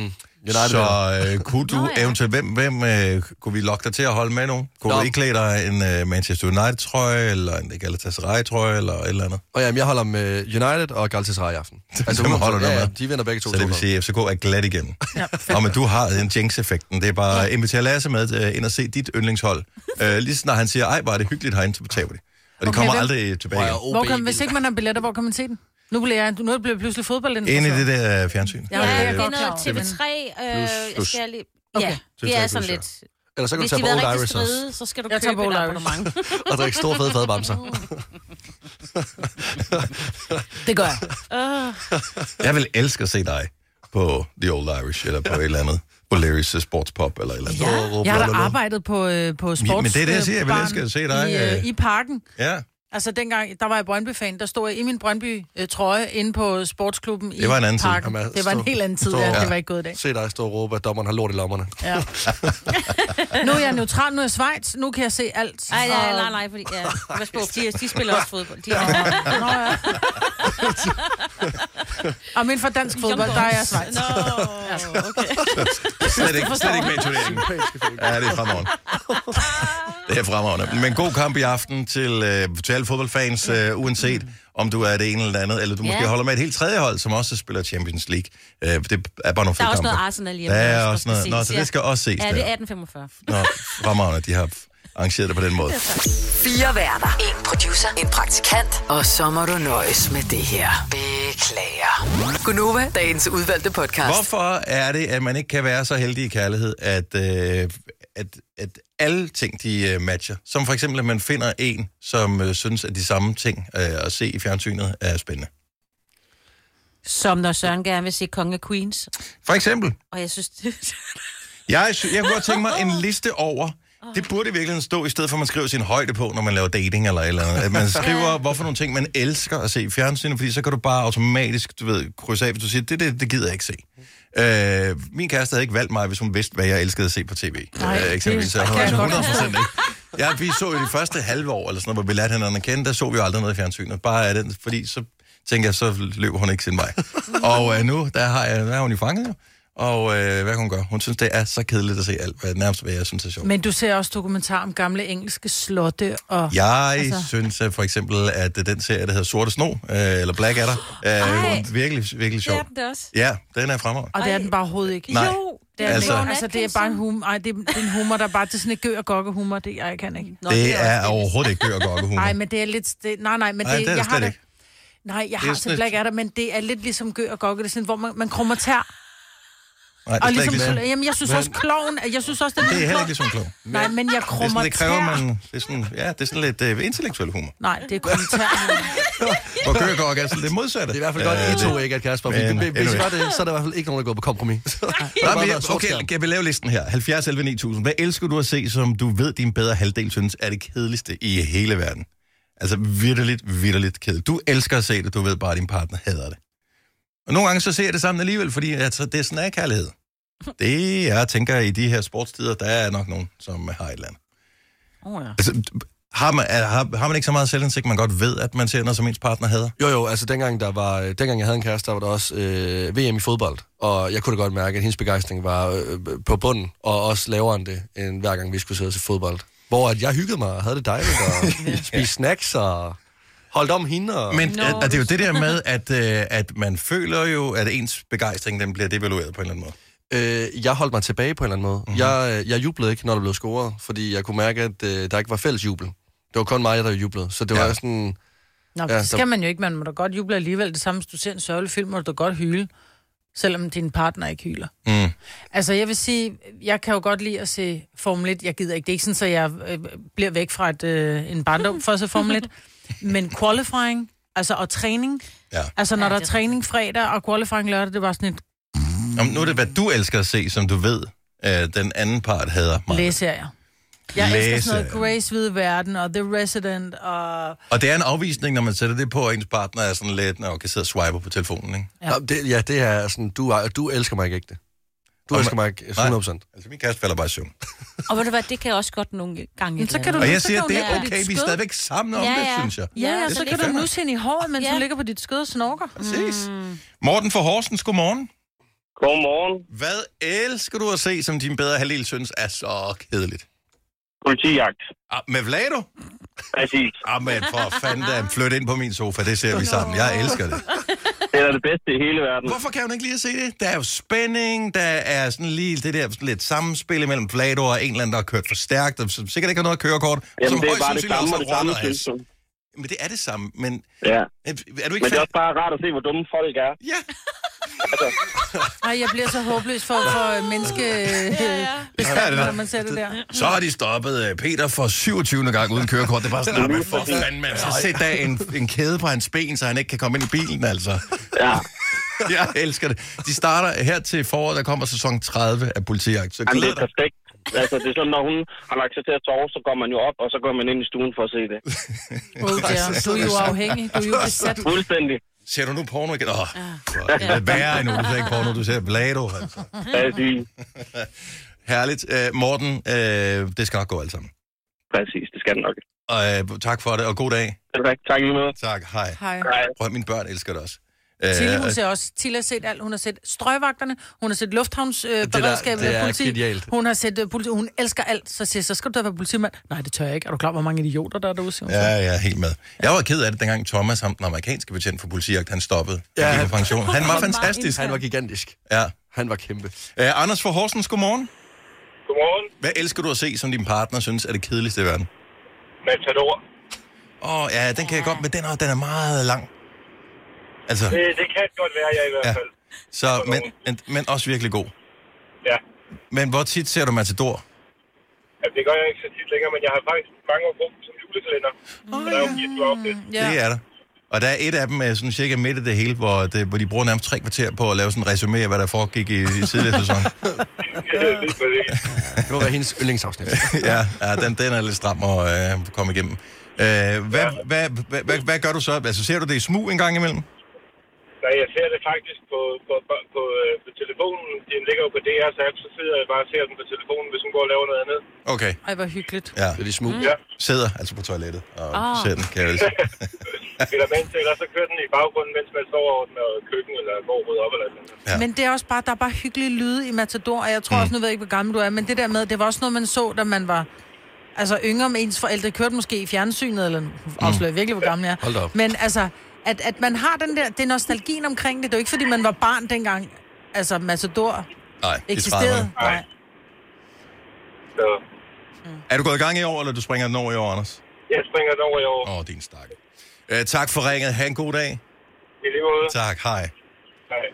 Speaker 2: United
Speaker 1: så
Speaker 2: vinder.
Speaker 1: øh, kunne du
Speaker 3: Nå, ja.
Speaker 1: eventuelt... Hvem, hvem øh, kunne vi lokke dig til at holde med nu? Kunne
Speaker 2: Nå.
Speaker 1: du ikke klæde dig en øh, Manchester United-trøje, eller en Galatasaray-trøje, eller et eller andet?
Speaker 2: Og jamen, jeg holder med United og Galatasaray i
Speaker 1: *laughs*
Speaker 2: aften. Altså,
Speaker 1: Hvem holder du
Speaker 2: ja, ja,
Speaker 1: med?
Speaker 2: de vinder begge to.
Speaker 1: Så det vil
Speaker 2: 2-0.
Speaker 1: sige, at FCK er glat igennem. Ja, og men du har en jinx-effekten. Det er bare at invitere Lasse med øh, ind og se dit
Speaker 4: *laughs*
Speaker 1: yndlingshold. Øh, lige så snart han siger, ej, hvor er det hyggeligt herinde, så taber de. Og de okay,
Speaker 4: Okay,
Speaker 1: kommer
Speaker 4: hvem-
Speaker 1: aldrig tilbage
Speaker 2: Prøv at
Speaker 1: igen.
Speaker 2: OB
Speaker 4: Hvor kan, hvis ikke man har billetter, hvor kan man se den? Nu bliver jeg, nu bliver jeg pludselig fodboldinteresseret.
Speaker 1: Ind i det der øh, fjernsyn.
Speaker 4: Ja,
Speaker 3: Ja,
Speaker 4: det er
Speaker 3: jeg
Speaker 4: jeg
Speaker 3: er
Speaker 4: godt klar over.
Speaker 3: TV3. Øh, jeg
Speaker 1: plus.
Speaker 3: skal lige...
Speaker 4: Okay.
Speaker 3: Ja,
Speaker 1: TV3
Speaker 3: det er
Speaker 1: plus,
Speaker 3: sådan
Speaker 1: ja.
Speaker 3: lidt.
Speaker 2: Eller så kan du
Speaker 3: Hvis
Speaker 2: tage
Speaker 3: de
Speaker 2: på
Speaker 3: har
Speaker 2: Old
Speaker 3: været rigtig
Speaker 2: Irish også,
Speaker 3: stride, så skal du
Speaker 4: Jeg tager
Speaker 3: købe
Speaker 4: på
Speaker 3: et
Speaker 4: Old Irish.
Speaker 3: abonnement.
Speaker 1: *laughs*
Speaker 2: og drikke store fede
Speaker 3: *laughs*
Speaker 2: fadbamser.
Speaker 4: Det gør jeg.
Speaker 3: Øh.
Speaker 1: Jeg vil elske at se dig på The Old Irish, eller på et eller andet. På Larry's Sportspop, eller et eller andet.
Speaker 2: Ja.
Speaker 4: Jeg har da arbejdet på, øh, på sports...
Speaker 1: men det er det, jeg siger. Jeg vil
Speaker 4: øh,
Speaker 1: elske at se dig,
Speaker 4: I, øh,
Speaker 1: øh.
Speaker 4: I parken.
Speaker 1: Ja,
Speaker 4: Altså dengang, der var jeg Brøndby-fan, der stod jeg i min Brøndby-trøje inde på sportsklubben i
Speaker 1: Det var en anden tid.
Speaker 4: parken.
Speaker 2: Jamen, altså,
Speaker 4: Det var en
Speaker 2: stå-
Speaker 4: helt anden tid,
Speaker 2: stå-
Speaker 4: ja.
Speaker 2: Ja.
Speaker 4: Det var ikke gået i dag.
Speaker 2: Se dig stå og råbe, at dommeren har lort i lommerne.
Speaker 4: Ja. nu er jeg neutral, nu er jeg Schweiz, nu kan jeg se alt.
Speaker 3: Ej, nej,
Speaker 4: Og-
Speaker 3: nej, nej, fordi, ja, pas på, de, de spiller også fodbold. De er
Speaker 4: Nå, ja. Og men for dansk fodbold, der er jeg Schweiz.
Speaker 3: Nå, okay.
Speaker 1: slet ikke, slet ikke med i turneringen. Ja, det er *laughs* fremragende. Det er fremragende. Men god kamp i aften til, øh, til alle fodboldfans, øh, uanset om du er det ene eller det andet, eller du måske
Speaker 3: Ja.
Speaker 1: holder med et helt tredje hold, som også spiller Champions League. Øh, det er bare nogle
Speaker 3: Der er
Speaker 1: fede
Speaker 3: også noget
Speaker 1: kampe.
Speaker 3: Arsenal hjemme.
Speaker 1: Der er
Speaker 3: der
Speaker 1: også
Speaker 3: skal
Speaker 1: noget. Nå,
Speaker 3: ses,
Speaker 1: så det skal også ses
Speaker 3: Ja,
Speaker 1: der.
Speaker 3: det er 1845.
Speaker 1: Nå, fremragende, de har arrangeret det på den måde.
Speaker 6: Fire værter. En producer. En praktikant. Og så må du nøjes med det her. Beklager. Gunova, dagens udvalgte podcast.
Speaker 1: Hvorfor er det, at man ikke kan være så heldig i kærlighed, at, øh, at, at alle ting, de øh, matcher? Som for eksempel, at man finder en, som øh, synes, at de samme ting øh, at se i fjernsynet er spændende.
Speaker 3: Som når Søren gerne vil se Konge af Queens.
Speaker 1: For eksempel,
Speaker 3: Og jeg synes, det, *laughs*
Speaker 5: *laughs*
Speaker 1: jeg, sy- jeg kunne godt tænke mig en liste over
Speaker 5: Ah.
Speaker 1: Det burde i virkeligheden stå, i stedet for at man skriver sin højde på, når man laver dating eller et eller andet.
Speaker 5: *laughs*
Speaker 1: At man skriver, hvorfor nogle ting, man elsker at se i fjernsynet, fordi så kan du bare automatisk, du ved, krydse af, hvis du siger, det, det, det gider jeg ikke se. Øh, min kæreste havde ikke valgt mig, hvis hun vidste, hvad jeg elskede at se på tv.
Speaker 5: Nej,
Speaker 1: øh, eksempelvis,
Speaker 5: det-
Speaker 1: så havde hun
Speaker 5: det
Speaker 1: altså
Speaker 5: kan jeg
Speaker 1: 100
Speaker 5: godt
Speaker 1: procent ikke. Ja, vi så jo de første halve år, eller sådan noget, hvor vi lærte hinanden at kende, der så vi jo aldrig noget i fjernsynet. Bare af den, fordi så tænker jeg, så løber hun ikke sin
Speaker 5: *laughs*
Speaker 1: vej. Og øh, nu, der, har jeg, der er hun i fanget, jo. Og øh, hvad kan hun gøre? Hun synes, det er så kedeligt at se alt, hvad, nærmest hvad jeg synes er sjovt.
Speaker 4: Men du ser også dokumentar om gamle engelske slotte og...
Speaker 1: Jeg altså. synes at for eksempel, at øh, den serie, der hedder Sorte Sno, øh, eller Black Adder, er
Speaker 4: Ej.
Speaker 1: øh, virkelig, virkelig sjov.
Speaker 4: Det er den da også.
Speaker 1: Ja, den er fremover.
Speaker 4: Og det er den bare overhovedet ikke.
Speaker 1: Nej.
Speaker 4: Det er altså,
Speaker 1: Altså-
Speaker 4: altså, det er bare en humor. Ej, det er, det er en humor, der bare det er sådan et gø og gokke humor. Det jeg kan ikke.
Speaker 1: Nå, det er overhovedet ikke gør og gokke humor.
Speaker 4: Nej, men det er lidt... Det, nej, nej, men
Speaker 1: Nej,
Speaker 4: det,
Speaker 1: det er det
Speaker 4: jeg har
Speaker 1: slet
Speaker 4: det,
Speaker 1: ikke.
Speaker 4: Nej, jeg
Speaker 1: Det er
Speaker 4: har
Speaker 1: sådan
Speaker 4: til Black Adder, men det er lidt ligesom gø og gokke. Det er sådan, hvor man, man krummer tær.
Speaker 1: Nej, det er
Speaker 4: og
Speaker 1: slet
Speaker 4: ligesom,
Speaker 1: ikke ligesom.
Speaker 4: jamen, jeg synes
Speaker 1: Men-
Speaker 4: også, kloven... Jeg synes også, det er,
Speaker 1: Det er heller ikke
Speaker 4: ligesom...
Speaker 1: ligesom klog.
Speaker 4: Nej, men jeg
Speaker 1: Det, er
Speaker 4: krummer
Speaker 1: sådan, det kræver
Speaker 4: tær.
Speaker 1: man, det er sådan, ja, det er sådan lidt øh, intellektuel humor.
Speaker 4: Nej, det er kommentar.
Speaker 1: *laughs* Hvor gør og gokke er sådan lidt modsatte. Øh, Det er i hvert
Speaker 2: fald godt, I to ikke er kærester, fordi
Speaker 1: Men,
Speaker 2: hvis- hvis I
Speaker 1: anyway.
Speaker 2: var det, så er der i hvert fald ikke nogen, der går på kompromis. Så er det bare
Speaker 1: Nej, men
Speaker 2: været
Speaker 1: jeg,
Speaker 2: sort
Speaker 1: okay,
Speaker 2: skærm.
Speaker 1: kan vi lave listen her? 70 11 9000. Hvad elsker du at se, som du ved, din bedre halvdel synes er det kedeligste i hele verden? Altså vidderligt, vidderligt kedeligt. Du elsker at se det, du ved bare, at din partner hader det. Og nogle gange så ser jeg det sammen alligevel, fordi altså, det er sådan er kærlighed. Det, jeg tænker, i de her sportstider, der er nok nogen, som har et eller andet.
Speaker 3: Oh, ja.
Speaker 1: Altså, har man, er, har, har man ikke så meget selvindsigt, man godt ved, at man ser noget, som ens partner hader?
Speaker 2: Jo, jo, altså dengang, der var, øh, dengang jeg havde en kæreste, der var der også øh, VM i fodbold. Og jeg kunne da godt mærke, at hendes begejstring var øh, på bunden, og også lavere end det, end hver gang vi skulle sidde og se fodbold. Hvor
Speaker 1: *laughs*
Speaker 2: at jeg hyggede mig og havde det dejligt, og *laughs* spiste snacks og holdt om hende. Og...
Speaker 1: Men no. er, er det jo det der med, at, øh, at man føler jo, at ens begejstring den bliver devalueret på en eller anden måde? Mhm.
Speaker 2: Øh, jeg holdt mig tilbage på en eller anden måde. Mm-hmm. Jeg, øh, jeg jublede ikke, når der blev scoret, fordi jeg kunne mærke, at øh, der ikke var fælles jubel. Det var kun mig, der jublede. Så det ja. var sådan...
Speaker 4: Nå,
Speaker 2: Ja,
Speaker 4: ja,
Speaker 2: så-
Speaker 4: skal man jo ikke. Man må da godt juble alligevel. Det samme, hvis du ser en sørgelig film, må du da godt hyle. Selvom din partner ikke hyler.
Speaker 1: Mm.
Speaker 4: Altså, jeg vil sige, jeg kan jo godt lide at se Formel 1. Jeg gider ikke. Det er ikke sådan, så jeg øh, bliver væk fra et, øh, en barndom for at se Formel *laughs* 1. Men qualifying, altså, og træning.
Speaker 1: Ja.
Speaker 4: Altså, når ja, der er træning fredag og qualifying lørdag, det er bare sådan et Altså-
Speaker 1: Om nu er det, hvad du elsker at se, som du ved, øh, den anden part hader mig.
Speaker 4: læserier. Jeg elsker sådan
Speaker 1: Læserier.
Speaker 4: noget Grace Hvide Verden og The Resident og...
Speaker 1: Og det er en afvisning, når man sætter det på, og ens partner er sådan lidt, når kan sidde og swipe på telefonen, ikke?
Speaker 4: Ja.
Speaker 2: Nå, det, ja, det er sådan, du, er- du elsker mig ikke, ikke det? Du
Speaker 1: Og
Speaker 2: elsker
Speaker 1: man-
Speaker 2: mig ikke
Speaker 1: Nej.
Speaker 2: 100%.
Speaker 1: Altså, min kæreste falder bare i søvn.
Speaker 3: Og ved du hvad, det kan jeg også godt nogle gange.
Speaker 4: Men så kan du,
Speaker 1: Og jeg
Speaker 4: så
Speaker 1: siger,
Speaker 4: kan du
Speaker 1: det
Speaker 4: ligge
Speaker 1: er
Speaker 4: på dit
Speaker 1: okay, vi er
Speaker 4: skød.
Speaker 1: stadigvæk sammen om ja,
Speaker 3: Ja,
Speaker 1: ja. det,
Speaker 3: ja.
Speaker 1: synes jeg.
Speaker 4: Ja, ja,
Speaker 1: Det
Speaker 4: så
Speaker 1: er
Speaker 4: kan
Speaker 1: fair
Speaker 4: du
Speaker 1: nok.
Speaker 4: nusse hende i håret, mens
Speaker 3: Ja.
Speaker 4: hun ligger på dit skød og snorker. Mm.
Speaker 1: Præcis. Morten fra Horsens, godmorgen.
Speaker 7: Godmorgen.
Speaker 1: Hvad elsker du at se, som din bedre halvdel synes er så kedeligt?
Speaker 7: Politijagt.
Speaker 1: Ah, med Vlado?
Speaker 7: Præcis.
Speaker 1: Ah, men for fanden da, flyt ind på min sofa, det ser vi sammen. Jeg elsker det.
Speaker 7: Det er det bedste i hele verden.
Speaker 1: Hvorfor kan hun ikke lige at se det? Der er jo spænding, der er sådan lige det der sådan lidt samspil imellem Vlado og en eller anden, der har kørt for stærkt, og som sikkert ikke har noget kørekort. og som
Speaker 7: Jamen, det er
Speaker 1: højst
Speaker 7: bare det
Speaker 1: sandsynligt
Speaker 7: samme
Speaker 1: også
Speaker 7: og det
Speaker 1: har
Speaker 7: samme,
Speaker 1: rotter,
Speaker 7: synes
Speaker 1: altså. Men det er det samme, men
Speaker 7: Ja.
Speaker 1: er- er du ikke
Speaker 7: Men det er
Speaker 1: fan?
Speaker 7: også bare rart at se, hvor dumme folk er. Altså.
Speaker 1: Ja,
Speaker 4: Ej, jeg bliver så håbløs for, for menneske ja, *laughs* ja.
Speaker 1: Ja, det er-
Speaker 4: når man ser det der.
Speaker 1: så har de stoppet øh, Peter for 27. gang uden kørekort. Det er bare sådan, "Ah, men for fanden, man. Så sæt da
Speaker 2: *laughs*
Speaker 1: en, en kæde på hans ben, så han ikke kan komme ind i bilen, altså.
Speaker 7: Ja.
Speaker 1: *laughs* Jeg elsker det. De starter her til foråret, der kommer sæson 30 af politijagt. Så
Speaker 7: Jamen, det
Speaker 1: glæder
Speaker 7: er
Speaker 1: dig.
Speaker 7: perfekt. Altså, det er sådan, når hun har lagt sig til at sove, så går man jo op, og så går man ind i stuen for at se det.
Speaker 4: Oh, *laughs* dear. Du er jo afhængig, du er jo
Speaker 7: *laughs*
Speaker 4: besat.
Speaker 7: Fuldstændig.
Speaker 1: Ser du nu porno igen? Åh, oh, det er værre endnu, du ser ikke porno, du ser Vlado, altså.
Speaker 7: Præcis.
Speaker 1: *laughs* Herligt. Øh, Morten, øh, det skal nok gå alt sammen.
Speaker 7: Præcis, det skal den nok.
Speaker 1: Og, øh, tak for det, og god dag.
Speaker 7: Er du rigtig? Tak lige med.
Speaker 1: Tak, hej.
Speaker 4: Hej.
Speaker 7: Hej.
Speaker 1: Prøv, mine børn elsker det også.
Speaker 4: Tilly,
Speaker 1: Øh,
Speaker 4: hun ser også. Tilly har set alt. Hun har set strøgvagterne, hun har set
Speaker 2: Det der-
Speaker 4: lufthavnsberedskabet
Speaker 2: det
Speaker 4: øh,
Speaker 2: er
Speaker 4: og politi.
Speaker 2: genialt.
Speaker 4: Hun har set uh, politi. Hun elsker alt. Så siger jeg, så skal du da være politimand. Nej, det tør jeg ikke. Er du klar, hvor mange idioter der er derude? Siger hun.
Speaker 1: ja, ja, helt med. Jeg var ked af det, dengang Thomas, ham, den amerikanske betjent for politijagt, han stoppede.
Speaker 2: Ja.
Speaker 1: Ja. Han gik på pension. Han var
Speaker 3: Han var
Speaker 1: fantastisk.
Speaker 2: Han var gigantisk.
Speaker 1: Ja.
Speaker 2: Han var kæmpe.
Speaker 1: Øh, Anders fra Horsens, godmorgen.
Speaker 7: Godmorgen.
Speaker 1: Hvad elsker du at se, som din partner synes er det kedeligste i verden?
Speaker 7: Matador.
Speaker 1: Åh, oh, ja, den kan jeg godt, men den er, den er meget lang. Altså,
Speaker 7: Det, Øh, det kan godt være, jeg i hvert
Speaker 1: ja. Så, men, men, men også virkelig god.
Speaker 7: Ja.
Speaker 1: Men hvor tit ser du Matador?
Speaker 7: Jamen, det gør jeg ikke så tit længere, men jeg har faktisk mange år brugt som julekalender. Oh, der er jo 24 afsnit.
Speaker 1: Ja. Det er der. Og der er et af dem, øh, sådan cirka midt i det hele, hvor, det, hvor de bruger nærmest tre kvarter på at lave sådan en resume af, hvad der foregik i, i tidligere sæson.
Speaker 2: Det var være hendes yndlingsafsnit.
Speaker 1: *laughs* ja, ja den, den er lidt stram at øh, komme igennem. Øh, hvad, hvad, hvad, hvad, hvad, hvad gør du så? Altså, ser du det i smug en gang imellem?
Speaker 8: Nej, jeg ser det faktisk på, på, på, på, øh, på telefonen. Den ligger jo på DR, så jeg så sidder jeg bare og ser den på telefonen, hvis hun går og laver noget andet.
Speaker 1: Okay,
Speaker 4: Ej, hvor hyggeligt. Mm.
Speaker 1: ja.
Speaker 2: Det er de smug.
Speaker 8: Ja.
Speaker 1: Sidder altså på toilettet og
Speaker 4: Ah.
Speaker 1: oh. ser den, kan jeg vel sige.
Speaker 8: Eller mens, eller så kører den i baggrunden, mens man står over med køkken, eller går rydder op, eller sådan noget.
Speaker 1: Ja.
Speaker 4: Ja. Men det er også bare, der er bare hyggelige lyde i Matador, og jeg tror mm. også, nu ved jeg ikke, hvor gammel du er, men det der med, det var også noget, man så, da man var altså yngre med ens forældre, kørte måske i fjernsynet, eller nu afslører jeg virkelig, hvor gammel jeg er.
Speaker 2: Hold da op.
Speaker 4: Men altså, at, at man har den der, det er nostalgien omkring det, det er jo ikke, fordi man var barn dengang, altså Matador
Speaker 1: Nej, det
Speaker 4: eksisterede.
Speaker 1: er
Speaker 4: Nej.
Speaker 8: Så
Speaker 1: Mm. Er du gået i gang i år, eller du springer den over i år, Anders?
Speaker 8: jeg springer den over i år.
Speaker 1: Åh, oh, din stakke. Øh, tak for ringet. Ha' en god dag.
Speaker 8: I lige måde.
Speaker 1: Tak, hej.
Speaker 8: Hej.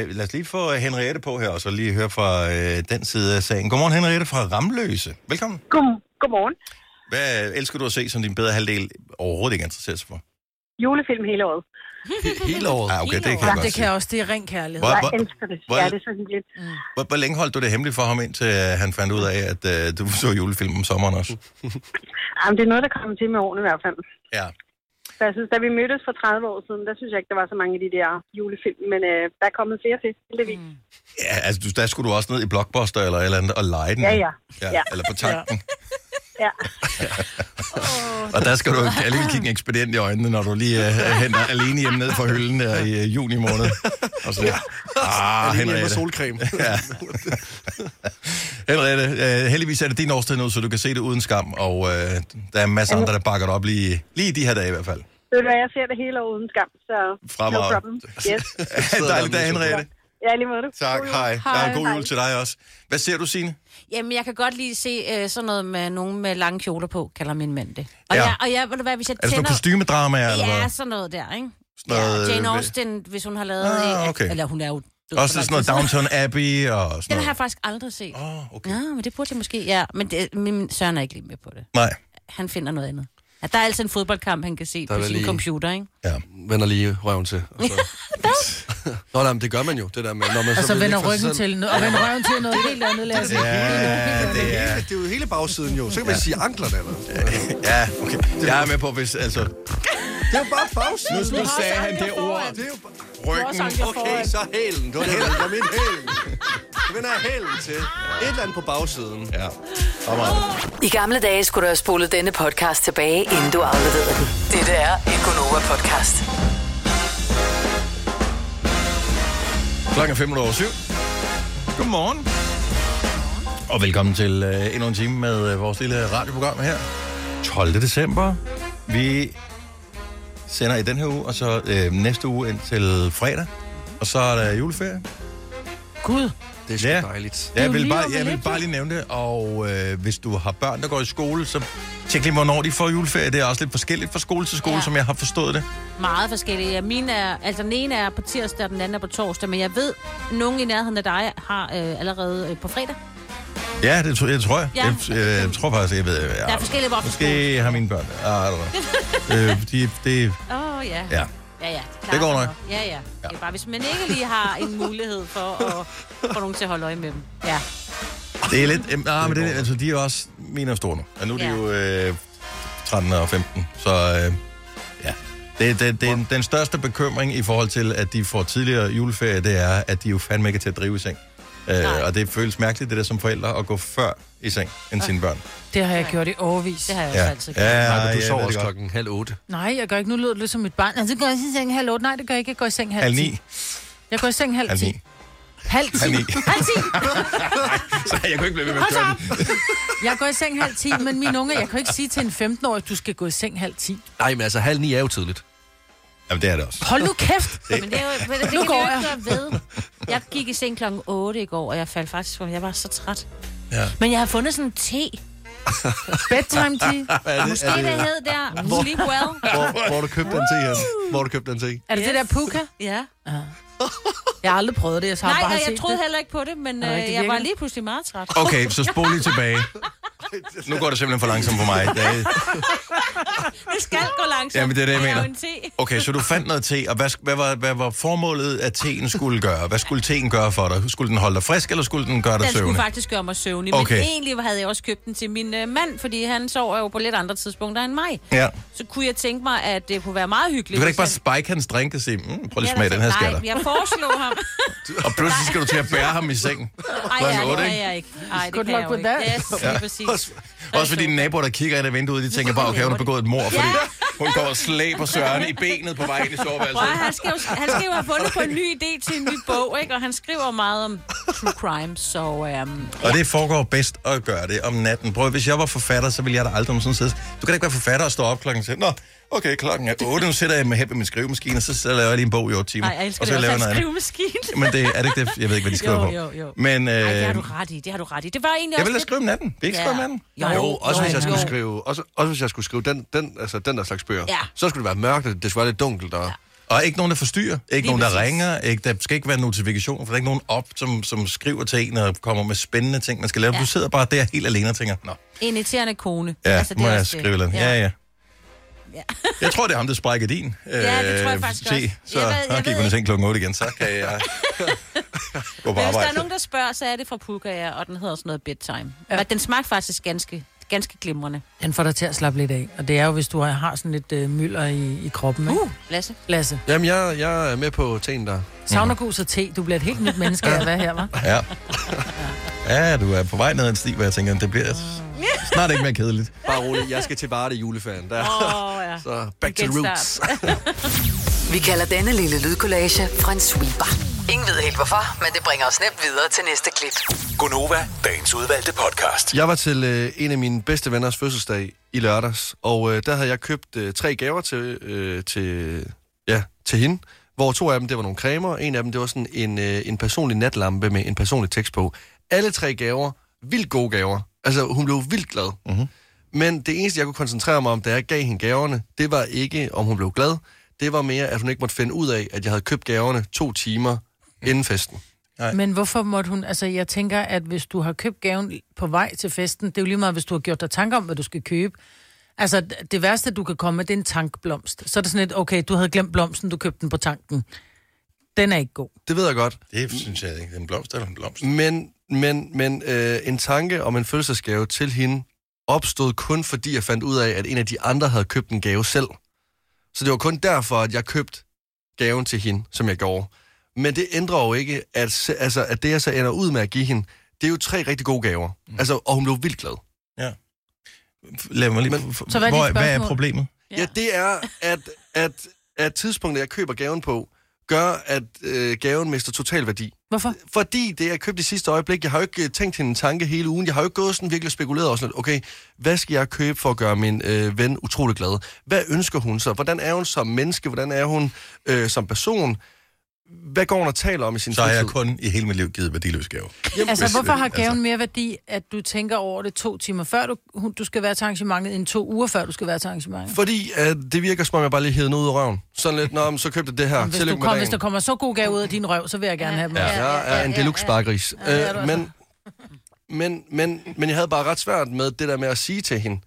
Speaker 1: Øh, lad os lige få Henriette på her, og så lige høre fra øh, den side af sagen. Godmorgen, Henriette fra Ramløse. Velkommen.
Speaker 9: God, godmorgen.
Speaker 1: Hvad elsker du at se, som din bedre halvdel overhovedet ikke interesserer sig for?
Speaker 9: Julefilm hele året.
Speaker 2: Hele året.
Speaker 1: Ah, okay, det kan
Speaker 4: Ja,
Speaker 1: jeg godt
Speaker 4: det
Speaker 1: se.
Speaker 4: kan jeg også, det er ren kærlighed. Mm.
Speaker 1: Hvor,
Speaker 9: Jeg
Speaker 1: hvor,
Speaker 9: elsker det.
Speaker 1: hvor-
Speaker 9: Ja, det er sådan lidt.
Speaker 1: hvor, hvor længe holdt du det hemmeligt for ham, indtil øh, han fandt ud af, at øh, du så julefilm om sommeren
Speaker 4: *laughs*
Speaker 1: også?
Speaker 9: Jamen, det er noget, der kommer til med årene i hvert fald.
Speaker 1: Ja.
Speaker 9: Så jeg synes, da vi mødtes for 30 år siden, der synes jeg ikke, der var så mange af de der julefilm, men øh, der er kommet flere til, heldigvis. Mm.
Speaker 1: ja altså, du- der skulle du også ned i Blockbuster eller et eller andet og lege den.
Speaker 9: Ja, ja.
Speaker 1: ja.
Speaker 9: Ja.
Speaker 1: Eller på tanken.
Speaker 9: Ja.
Speaker 1: *laughs* Og der skal du alligevel kigge en ekspedient i øjnene, når du lige uh, henter alene hjem ned fra hylden der i uh, juni måned. Og så, ja. Ah,
Speaker 2: Alene hjemme med
Speaker 1: Henriette.
Speaker 2: solcreme.
Speaker 1: *laughs* Ja. Henriette, uh, heldigvis er det din årstid nu, så du kan se det uden skam, og uh, der er masser af andre, der bakker dig op lige, lige i de her dage i hvert fald.
Speaker 9: Ved du hvad, jeg ser det hele året uden skam, så no
Speaker 1: Fremragende.
Speaker 9: problem. Yes.
Speaker 1: Ha' en *laughs* dejlig dag, Henriette.
Speaker 9: Ja, i lige måde.
Speaker 1: Tak,
Speaker 9: God jul.
Speaker 1: hej. Ja, og god
Speaker 9: Hej.
Speaker 1: jul til dig også. Hvad ser du, Signe?
Speaker 3: Jamen, jeg kan godt lige se øh, sådan noget med nogen med lange kjoler på, kalder min mand det. Og,
Speaker 1: Ja.
Speaker 3: ja. jeg, og jeg, ved du hvad, hvis jeg
Speaker 1: Er det sådan
Speaker 3: tænder...
Speaker 1: nogle kostymedramaer, eller
Speaker 3: Ja,
Speaker 1: hvad?
Speaker 3: sådan noget der, ikke?
Speaker 1: Sådan noget,
Speaker 3: ja, Jane
Speaker 1: øh,
Speaker 3: Austen, hvis hun har lavet...
Speaker 1: Ah,
Speaker 3: øh,
Speaker 1: okay.
Speaker 3: Eller hun er jo... død
Speaker 1: Også
Speaker 3: for lang
Speaker 1: sådan noget
Speaker 3: tid siden.
Speaker 1: Downton Abbey og sådan
Speaker 3: Den har
Speaker 1: noget.
Speaker 3: jeg faktisk aldrig set. Oh.
Speaker 1: Åh, okay.
Speaker 3: Ja, men det burde jeg måske... Ja, men det, min søn er ikke lige med på det.
Speaker 1: Nej.
Speaker 3: Han finder noget andet. Ja, der er altid en fodboldkamp, han kan se
Speaker 2: er
Speaker 3: på
Speaker 2: vel
Speaker 3: sin
Speaker 2: lige-
Speaker 3: computer, ikke?
Speaker 2: Vender lige røven til. Og så... Nå, nej, men det gør man jo, det der med. Når man vil
Speaker 4: Og så Altså, vender
Speaker 2: ligge for sig
Speaker 4: ryggen
Speaker 2: selv.
Speaker 4: til, og vender røven til noget helt andet. Lad os sige.
Speaker 1: Ja, det er...
Speaker 2: Hele, det er jo hele bagsiden jo. Så kan man sige anklerne eller
Speaker 1: Ja, okay. Jeg er med på, hvis... Altså,
Speaker 2: Det er jo bare bagsiden.
Speaker 1: nu, nu sagde han det ord.
Speaker 2: Det er jo bare...
Speaker 1: Ryggen.
Speaker 2: Okay, så hælen. Det var hælen. Det var min hælen. Så vender jeg hælen til. Et eller andet på bagsiden.
Speaker 1: Ja. Kom on.
Speaker 6: I gamle dage skulle du have spolet denne podcast tilbage, inden du afleverede den. Dette er en Gunova-podcast.
Speaker 1: Klokken er fem minutter over syv. Godmorgen. Og velkommen til øh, endnu en time med øh, vores lille radioprogram her. 12. december. Vi sender i den her uge, og så øh, næste uge indtil fredag. Og så er der juleferie.
Speaker 4: Gud,
Speaker 2: Det er sgu
Speaker 1: Ja.
Speaker 2: dejligt.
Speaker 1: Ja,
Speaker 4: er
Speaker 1: jeg
Speaker 4: jo
Speaker 1: vil,
Speaker 4: lige
Speaker 1: bare,
Speaker 4: om
Speaker 1: jeg vil
Speaker 4: lidt,
Speaker 1: bare lige nævne det, og øh, hvis du har børn, der går i skole, så tjek lige, hvornår de får juleferie. Det er også lidt forskelligt fra skole til skole, ja.
Speaker 3: Ja.
Speaker 1: som jeg har forstået det.
Speaker 3: *laughs* Meget forskellige. Ja, Mine er, altså den ene er på tirsdag, og den anden er på torsdag, men jeg ved, nogen i nærheden af dig har øh, allerede øh, på fredag. *laughs*
Speaker 1: Ja, det tror jeg. Tror jeg.
Speaker 3: Ja.
Speaker 1: Jeg, øh, jeg tror faktisk, jeg ved... Jeg,
Speaker 3: Der er forskellige voksen-
Speaker 1: Måske har mine børn... Ah,
Speaker 3: *laughs*
Speaker 1: eller, øh, de, de,
Speaker 3: Åh, oh, ja.
Speaker 1: ja.
Speaker 3: Ja, ja.
Speaker 1: Det går
Speaker 3: klarer sig
Speaker 1: nok.
Speaker 3: Ja, ja. Det er bare, hvis man ikke lige har en mulighed for
Speaker 1: *laughs*
Speaker 3: at få nogen til at holde øje med dem. Ja.
Speaker 1: Det er lidt... Øh, nej, men det, er- altså, de er også mine er store nu. Og nu er de
Speaker 3: Ja.
Speaker 1: jo øh, 13 og 15, så... Øh, ja. Det, det, det, den, den største bekymring i forhold til, at de får tidligere juleferie, det er, at de jo fandme ikke er til at drive i seng. Øh, og det føles mærkeligt, det der som forældre, at gå før i seng end sine børn.
Speaker 4: det har jeg gjort i overvis.
Speaker 3: Det har jeg også
Speaker 1: Ja,
Speaker 4: altså.
Speaker 3: altid gjort.
Speaker 1: ja,
Speaker 2: Nej, men
Speaker 1: ja,
Speaker 2: du
Speaker 1: jeg
Speaker 2: sover
Speaker 1: ved det
Speaker 2: også
Speaker 1: godt.
Speaker 2: klokken halv otte.
Speaker 4: Nej, jeg gør ikke. Nu lyder det lidt som mit barn. Altså, går jeg i seng halv otte? Nej, det gør jeg ikke. Jeg går i seng halv
Speaker 1: Halv
Speaker 4: ti.
Speaker 1: ni, *laughs*
Speaker 4: Jeg går i seng halv
Speaker 1: halv
Speaker 4: ti.
Speaker 1: ni.
Speaker 4: Halv ti.
Speaker 1: Halv ni.
Speaker 3: Halv ti!
Speaker 1: Så jeg kunne ikke blive ved med at
Speaker 4: Hold så
Speaker 1: køre den.
Speaker 4: op. Jeg går i seng halv ti, men mine unge, jeg kan jo ikke sige til en 15-årig, du skal gå i seng halv ti.
Speaker 2: Nej, men altså halv ni er jo tidligt.
Speaker 1: Jamen, det er det også.
Speaker 4: Hold nu kæft!
Speaker 3: Men det, er jo, men det *laughs* kan
Speaker 4: Nu
Speaker 3: vi
Speaker 4: går
Speaker 3: jo ikke gøre ved. Jeg gik i seng klokken 8 i går, og jeg faldt faktisk for, jeg var så træt.
Speaker 1: Ja.
Speaker 3: Men jeg har fundet sådan en te.
Speaker 2: *laughs*
Speaker 4: Bedtime tea.
Speaker 3: Måske det hed der, sleep well.
Speaker 2: Hvor, hvor har du købt den til,
Speaker 3: Uh.
Speaker 2: Jan? Hvor har du købt den til?
Speaker 4: Er det det der puka?
Speaker 3: Ja.
Speaker 4: Jeg har aldrig prøvet det, jeg har
Speaker 3: Nej,
Speaker 4: bare
Speaker 3: og
Speaker 4: set
Speaker 3: jeg troede
Speaker 4: det.
Speaker 3: heller ikke på det, men øh,
Speaker 4: Nej, det
Speaker 3: jeg
Speaker 4: virker.
Speaker 3: var lige pludselig meget træt.
Speaker 1: Okay, så spol lige tilbage. Nu går det simpelthen for langsomt for mig. Det er,
Speaker 3: *laughs* Det skal gå langsomt.
Speaker 1: Jamen, det er det, jeg
Speaker 3: er jo
Speaker 1: mener.
Speaker 3: en te.
Speaker 1: Okay, så du fandt noget te, og hvad, hvad, var, hvad var formålet, at teen skulle gøre? Hvad skulle teen gøre for dig? Skulle den holde dig frisk, eller skulle den gøre dig
Speaker 3: Den skulle
Speaker 1: søvnig?
Speaker 3: faktisk gøre mig søvnig, okay.
Speaker 1: Okay.
Speaker 3: men egentlig havde jeg også købt den til min øh, mand, fordi han sover jo på lidt andre tidspunkter end mig.
Speaker 1: Ja.
Speaker 3: Så kunne jeg tænke mig, at det kunne være meget
Speaker 1: Du
Speaker 3: hyggeligt.
Speaker 1: kan da ikke bare
Speaker 3: hvis
Speaker 1: spike hans drink og sige, mm, prøv lige
Speaker 3: han-
Speaker 1: at smage den her
Speaker 3: altså, Nej,
Speaker 1: skatter.
Speaker 3: jeg foreslog ham.
Speaker 1: *laughs* Og pludselig skal du til at bære ham i
Speaker 3: *laughs*
Speaker 1: sengen.
Speaker 3: Ej,
Speaker 1: Klokken
Speaker 3: ja, det
Speaker 1: otte,
Speaker 3: kan
Speaker 1: ikke?
Speaker 3: jeg ikke. Ej, det
Speaker 4: Good
Speaker 3: kan jeg
Speaker 4: luck
Speaker 3: jo
Speaker 4: with
Speaker 3: ikke.
Speaker 4: that.
Speaker 3: Yes, lige præcis.
Speaker 1: *laughs* Også, også fordi dine naboer, der kigger ind ad vinduet, de tænker bare, okay, hun har begået et mor, fordi hun går og slæber Søren i benet på vej
Speaker 3: *laughs*
Speaker 1: ind i
Speaker 3: Prøv, at-
Speaker 1: soveværelset.
Speaker 3: han, skal jo, han skal jo have fundet på en ny idé til en ny bog, ikke? og han skriver meget om true crime, så øhm,
Speaker 1: Og det foregår bedst at gøre det om natten. Prøv, hvis jeg var forfatter, så ville jeg da aldrig om sådan sidde. Du kan da ikke være forfatter og stå op klokken til. Nå, okay, klokken er 8, nu sætter jeg mig her på min skrivemaskine, og så, så laver jeg lige en bog i 8 timer.
Speaker 3: nej, jeg elsker
Speaker 1: og så
Speaker 3: det også,
Speaker 1: laver
Speaker 3: han
Speaker 1: jeg noget andet.
Speaker 3: skriver maskine.
Speaker 1: Men det, er det ikke det? Jeg ved ikke, hvad de skriver
Speaker 3: Jo,
Speaker 1: på.
Speaker 3: jo, jo.
Speaker 1: Men øh,
Speaker 3: Ej, det har du ret i, det har du ret i. Det var egentlig
Speaker 1: jeg
Speaker 3: også
Speaker 1: vil da
Speaker 3: lidt-
Speaker 1: skrive om natten. Vi ikke
Speaker 3: Ja.
Speaker 1: skrive om natten.
Speaker 3: Jo,
Speaker 2: Jo, også
Speaker 3: jo,
Speaker 2: hvis jeg
Speaker 3: jo.
Speaker 2: skulle skrive, også, også hvis jeg skulle skrive den, den, altså, den der slags bøger.
Speaker 3: Ja.
Speaker 2: Så skulle det være mørkt, og det skulle være lidt dunkelt. Og...
Speaker 1: Og ikke nogen, der forstyrrer. Ikke
Speaker 3: Lige
Speaker 1: nogen, der
Speaker 3: præcis.
Speaker 1: ringer. Ikke, der skal ikke være notifikationer, for der er ikke nogen op, som, som skriver til en og kommer med spændende ting, man skal lave.
Speaker 3: Ja.
Speaker 1: Ja. Du sidder bare der helt alene og tænker, nå,
Speaker 3: En irriterende kone. Altså,
Speaker 1: ja,
Speaker 3: det
Speaker 1: må
Speaker 3: er
Speaker 1: jeg
Speaker 3: også det.
Speaker 1: skrive eller andet. Ja, ja. ja.
Speaker 3: Ja.
Speaker 1: Jeg tror, det er ham, der sprækker din. øh,
Speaker 3: Ja, det tror jeg faktisk også.
Speaker 1: Så
Speaker 3: Jeg
Speaker 1: jeg
Speaker 3: ved- jeg ved
Speaker 1: gik hun i
Speaker 3: ikke.
Speaker 1: seng klokken 8 igen, så kan
Speaker 3: *laughs*
Speaker 1: jeg gå på
Speaker 3: Men hvis der er
Speaker 1: arbejde.
Speaker 3: nogen, der spørger, så er det fra Pukka, og den hedder sådan noget bedtime. Ja. Men den smagte faktisk ganske, ganske glimrende.
Speaker 4: Den får dig til at slappe lidt af. Og det er jo, hvis du har, har sådan lidt øh, mylder i, i kroppen. Uh. Ikke?
Speaker 3: Lasse?
Speaker 4: Lasse,
Speaker 2: Jamen, jeg, jeg er med på teen der.
Speaker 4: saunagos og te. Du bliver et helt nyt menneske af at være her,
Speaker 2: *laughs*
Speaker 4: hva'?
Speaker 1: Ja. ja, du er på vej ned ad en sti, hvor jeg tænker, det bliver snart ikke mere kedeligt.
Speaker 2: Bare rolig, jeg skal til Varde juleferien. Der.
Speaker 3: Åh, oh, ja.
Speaker 2: Så *laughs* back to
Speaker 3: En genstart.
Speaker 2: roots.
Speaker 6: *laughs* Vi kalder denne lille lydkollage Frans sweeper. Ingen ved helt hvorfor, men det bringer os nemt videre til næste klip.
Speaker 5: Gonova, dagens udvalgte podcast.
Speaker 2: Jeg var til øh, en af mine bedste venners fødselsdag i lørdags, og øh, der havde jeg købt øh, tre gaver til, øh, til, ja, til hende, hvor to af dem det var nogle cremer, og en af dem det var sådan en, øh, en personlig natlampe med en personlig tekst på. Alle tre gaver, vildt gode gaver. Altså, hun blev vildt glad. Mm-hmm. Men det eneste, jeg kunne koncentrere mig om, da jeg gav hende gaverne, det var ikke, om hun blev glad. Det var mere, at hun ikke måtte finde ud af, at jeg havde købt gaverne to timer inden festen.
Speaker 4: Men hvorfor måtte hun... Altså, jeg tænker, at hvis du har købt gaven på vej til festen, det er jo lige meget, hvis du har gjort dig tanker om, hvad du skal købe. Altså, det værste, du kan komme med, det er en tankblomst. Så er det sådan lidt, okay, du havde glemt blomsten, du købte den på tanken. Den er ikke god.
Speaker 2: Det ved jeg godt.
Speaker 1: Det synes jeg ikke. Det er en blomst eller en blomst.
Speaker 2: Men, men, men øh, en tanke om en fødselsdagsgave til hende opstod kun fordi, jeg fandt ud af, at en af de andre havde købt en gave selv. Så det var kun derfor, at jeg købte gaven til hende, som jeg gjorde. Men det ændrer jo ikke, at, se- altså, at det, jeg så ender ud med at give hende, det er jo tre rigtig gode gaver. Mm. Altså, og hun blev vildt glad.
Speaker 1: Lad mig lige...
Speaker 2: Men-
Speaker 4: Så hvad er dit
Speaker 1: hvor, hvad er
Speaker 4: spørgsmål?
Speaker 1: problemet?
Speaker 2: Ja, ja det er, at, at, at tidspunktet, jeg køber gaven på, gør, at øh, gaven mister total værdi.
Speaker 4: Hvorfor?
Speaker 2: Fordi det er købt i sidste øjeblik. Jeg har jo ikke øh, tænkt hende en tanke hele ugen. Jeg har jo ikke gået sådan virkelig og spekuleret over sådan lidt, okay, hvad skal jeg købe for at gøre min øh, ven utrolig glad? Hvad ønsker hun så? Hvordan er hun som menneske? Hvordan er hun øh, som person? Hvad går hun og taler om i sin
Speaker 1: Så har jeg
Speaker 2: fritid?
Speaker 1: kun i hele mit liv givet værdiløs gave.
Speaker 4: Altså,
Speaker 1: hvis-
Speaker 4: hvorfor har
Speaker 1: altså-
Speaker 4: gaven mere værdi, at du tænker over det to timer før du, hun- du skal være til arrangementet, end to uger før du skal være til arrangementet?
Speaker 2: Fordi at det virker som om, jeg bare lige hedder noget ud af røven. Sådan lidt, nå, men så købte jeg det her.
Speaker 4: Hvis,
Speaker 2: Tillykke
Speaker 4: du
Speaker 2: med
Speaker 4: kom,
Speaker 2: dagen."
Speaker 4: hvis der kommer så god gave ud af din røv, så vil jeg gerne have dem.
Speaker 3: Ja.
Speaker 4: Ja.
Speaker 2: Jeg er en deluxe sparkris.
Speaker 4: det er du
Speaker 2: Øh,
Speaker 4: altså.
Speaker 2: men, men, men, men jeg havde bare ret svært med det der med at sige til hende,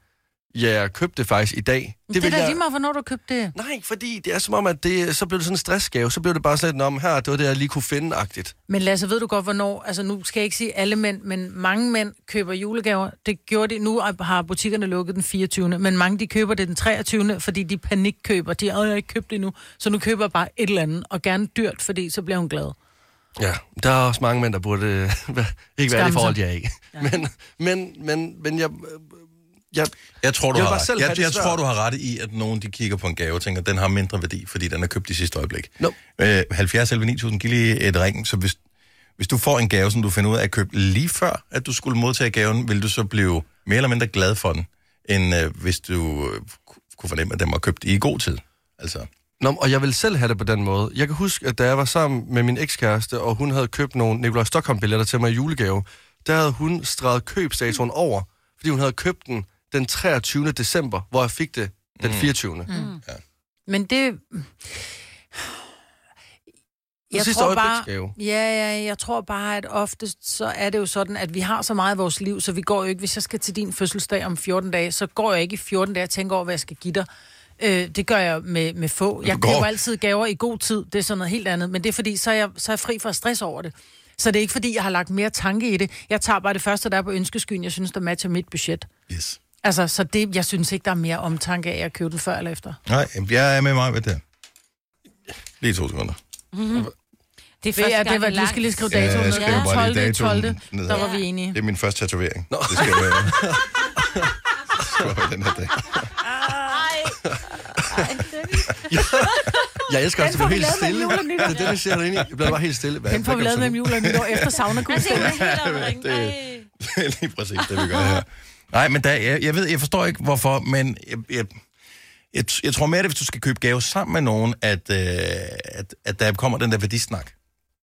Speaker 2: ja, jeg købte det faktisk i dag.
Speaker 4: Det, det er
Speaker 2: vil
Speaker 4: da
Speaker 2: jeg...
Speaker 4: lige meget, hvornår du købte det.
Speaker 2: Nej, fordi det er som om, at det, så blev det sådan en stressgave. Så blev det bare sådan lidt, om her, det var det, jeg lige kunne finde-agtigt.
Speaker 4: Men Lasse, ved du godt, hvornår, altså nu skal jeg ikke sige alle mænd, men mange mænd køber julegaver. Det gjorde de, nu har butikkerne lukket den 24. Men mange de køber det den 23. fordi de panikkøber. De har "Åh, jeg har ikke købt det endnu, så nu køber jeg bare et eller andet, og gerne dyrt, fordi så bliver hun glad.
Speaker 2: Ja, der er også mange mænd, der burde øh, *laughs* være- ikke være i
Speaker 4: Skamme
Speaker 2: det forhold,
Speaker 4: sig.
Speaker 2: jeg er i. Men, men, men, men jeg, øh, jeg,
Speaker 1: Jeg tror, du
Speaker 2: Jeg vil
Speaker 1: har,
Speaker 2: bare selv
Speaker 1: jeg,
Speaker 2: have
Speaker 1: jeg,
Speaker 2: det svært.
Speaker 1: tror, du har ret i, at nogen de kigger på en gave og tænker, den har mindre værdi, fordi den er købt i sidste øjeblik.
Speaker 2: Nå.
Speaker 1: Øh, 70 11 9000 giv lige et ring, så hvis, hvis du får en gave, som du finder ud af at købe lige før, at du skulle modtage gaven, vil du så blive mere eller mindre glad for den, end øh, hvis du øh, ku- kunne fornemme, at den var købt i god tid. Altså,
Speaker 2: Nå, og jeg ville selv have det på den måde. Jeg kan huske, at da jeg var sammen med min ekskæreste, og hun havde købt nogle Nikolaj Stockholm-billetter til mig i julegave, der havde hun streget købsdatoen over, fordi hun havde købt den den 23. december, hvor jeg fik det Mm.
Speaker 4: Mm.
Speaker 2: den 24. Mm.
Speaker 4: Men det...
Speaker 2: Den sidste
Speaker 4: bare,
Speaker 2: øjebliksgave.
Speaker 4: ja, ja, jeg tror bare, at oftest så er det jo sådan, at vi har så meget i vores liv, så vi går jo ikke, hvis jeg skal til din fødselsdag om 14 dage, så går jeg ikke i 14 dage og tænker over, hvad jeg skal give dig. Øh, det gør jeg med, med få. Jeg
Speaker 10: går-
Speaker 4: køber altid gaver i god tid, det er sådan noget helt andet, men det er fordi, så er jeg, så er jeg fri fra stress over det. Så det er ikke fordi, jeg har lagt mere tanke i det. Jeg tager bare det første, der er på ønskeskyen, jeg synes, der matcher mit budget.
Speaker 1: Yes.
Speaker 4: Altså, så det, jeg synes ikke, der er mere omtanke af at købe den før eller efter.
Speaker 1: Nej, jeg er med mig ved det. Lige to sekunder.
Speaker 4: Mm-hmm.
Speaker 3: Det er
Speaker 4: første
Speaker 3: første
Speaker 4: gang
Speaker 3: gang
Speaker 4: det var,
Speaker 3: i lang
Speaker 4: du skal lige skrive
Speaker 1: Ja,
Speaker 4: datoen
Speaker 1: jeg
Speaker 4: ned.
Speaker 1: skriver bare lige datoen
Speaker 4: 12. 12.
Speaker 1: ned.
Speaker 4: Der var vi enige.
Speaker 1: Det er min første tatovering. Nå. Det skal jeg være. Skal være den her dag. *laughs*
Speaker 2: Jeg elsker også, at
Speaker 4: Den
Speaker 2: du
Speaker 4: får
Speaker 2: er
Speaker 4: vi
Speaker 2: helt
Speaker 4: lavet mellem
Speaker 2: stille.
Speaker 4: jul
Speaker 2: *laughs*
Speaker 4: og
Speaker 2: Det
Speaker 4: nytår.
Speaker 2: er det, jeg ser derinde. i. Jeg bliver bare helt stille. Hvad-
Speaker 4: Den får
Speaker 2: hvad gør
Speaker 4: vi lavet
Speaker 2: du så
Speaker 4: mellem
Speaker 2: nu?
Speaker 4: jul og nytår
Speaker 2: *laughs*
Speaker 4: efter sauna kunne stemme.
Speaker 1: det, *laughs* det er lige præcis det, vi gør her. Nej, men der, jeg, jeg ved, jeg forstår ikke, hvorfor, men jeg, jeg, jeg, jeg tror mere, det er, hvis du skal købe gave sammen med nogen, at, øh, at, at der kommer den der værdisnak.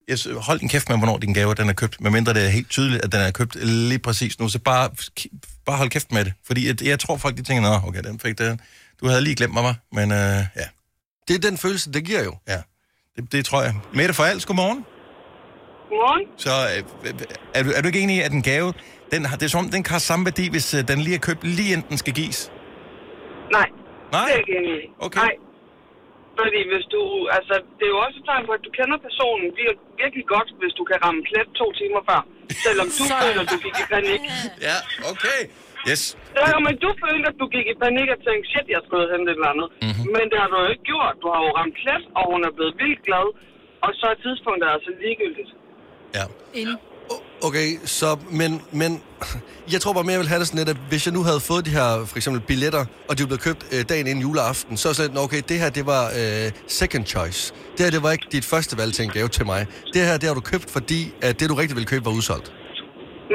Speaker 1: Jeg, sy- hold din kæft med, hvornår din gave den er købt, medmindre det er helt tydeligt, at den er købt lige præcis nu. Så bare, k- bare hold kæft med det. Fordi jeg, jeg tror folk, de tænker, nå, okay, den fik den. Du havde lige glemt mig, hva?" men øh, ja.
Speaker 2: Det er den følelse, det giver jo.
Speaker 1: Ja, det, det tror jeg. Mette for alt, godmorgen.
Speaker 9: Godmorgen.
Speaker 1: Så øh, øh, er, du, er du ikke enig i, at en gave, den har, det er som om, den har samme værdi, hvis øh, den lige er købt, lige inden den skal gives?
Speaker 11: Nej.
Speaker 1: Nej?
Speaker 11: Det er jeg ikke enig i.
Speaker 1: Okay.
Speaker 11: Nej. Fordi hvis du, altså, det er jo også et tegn på, at du kender personen vir- virkelig godt, hvis du kan ramme plet to timer før. Selvom du
Speaker 1: Sådan.
Speaker 11: føler, at du gik i panik.
Speaker 1: Ja, okay. Yes.
Speaker 11: Ja, men du følte, at du gik i panik og tænkte, shit, jeg skulle hente et eller andet.
Speaker 1: Mhm.
Speaker 11: Mm-hmm. Men det har du jo ikke gjort. Du har jo ramt plet, og hun er blevet vildt glad. Og så er tidspunktet altså ligegyldigt.
Speaker 2: Okay, så, men, men jeg tror bare mere, jeg ville have det sådan lidt, at hvis jeg nu havde fået de her, for eksempel billetter, og de blev købt øh, dagen inden juleaften, så er jeg sådan lidt, "Nå, okay, det her, det var øh, second choice. Det her, det var ikke dit første valg til en gave til mig. Det her, det har du købt, fordi at det, du rigtig ville købe, var udsolgt.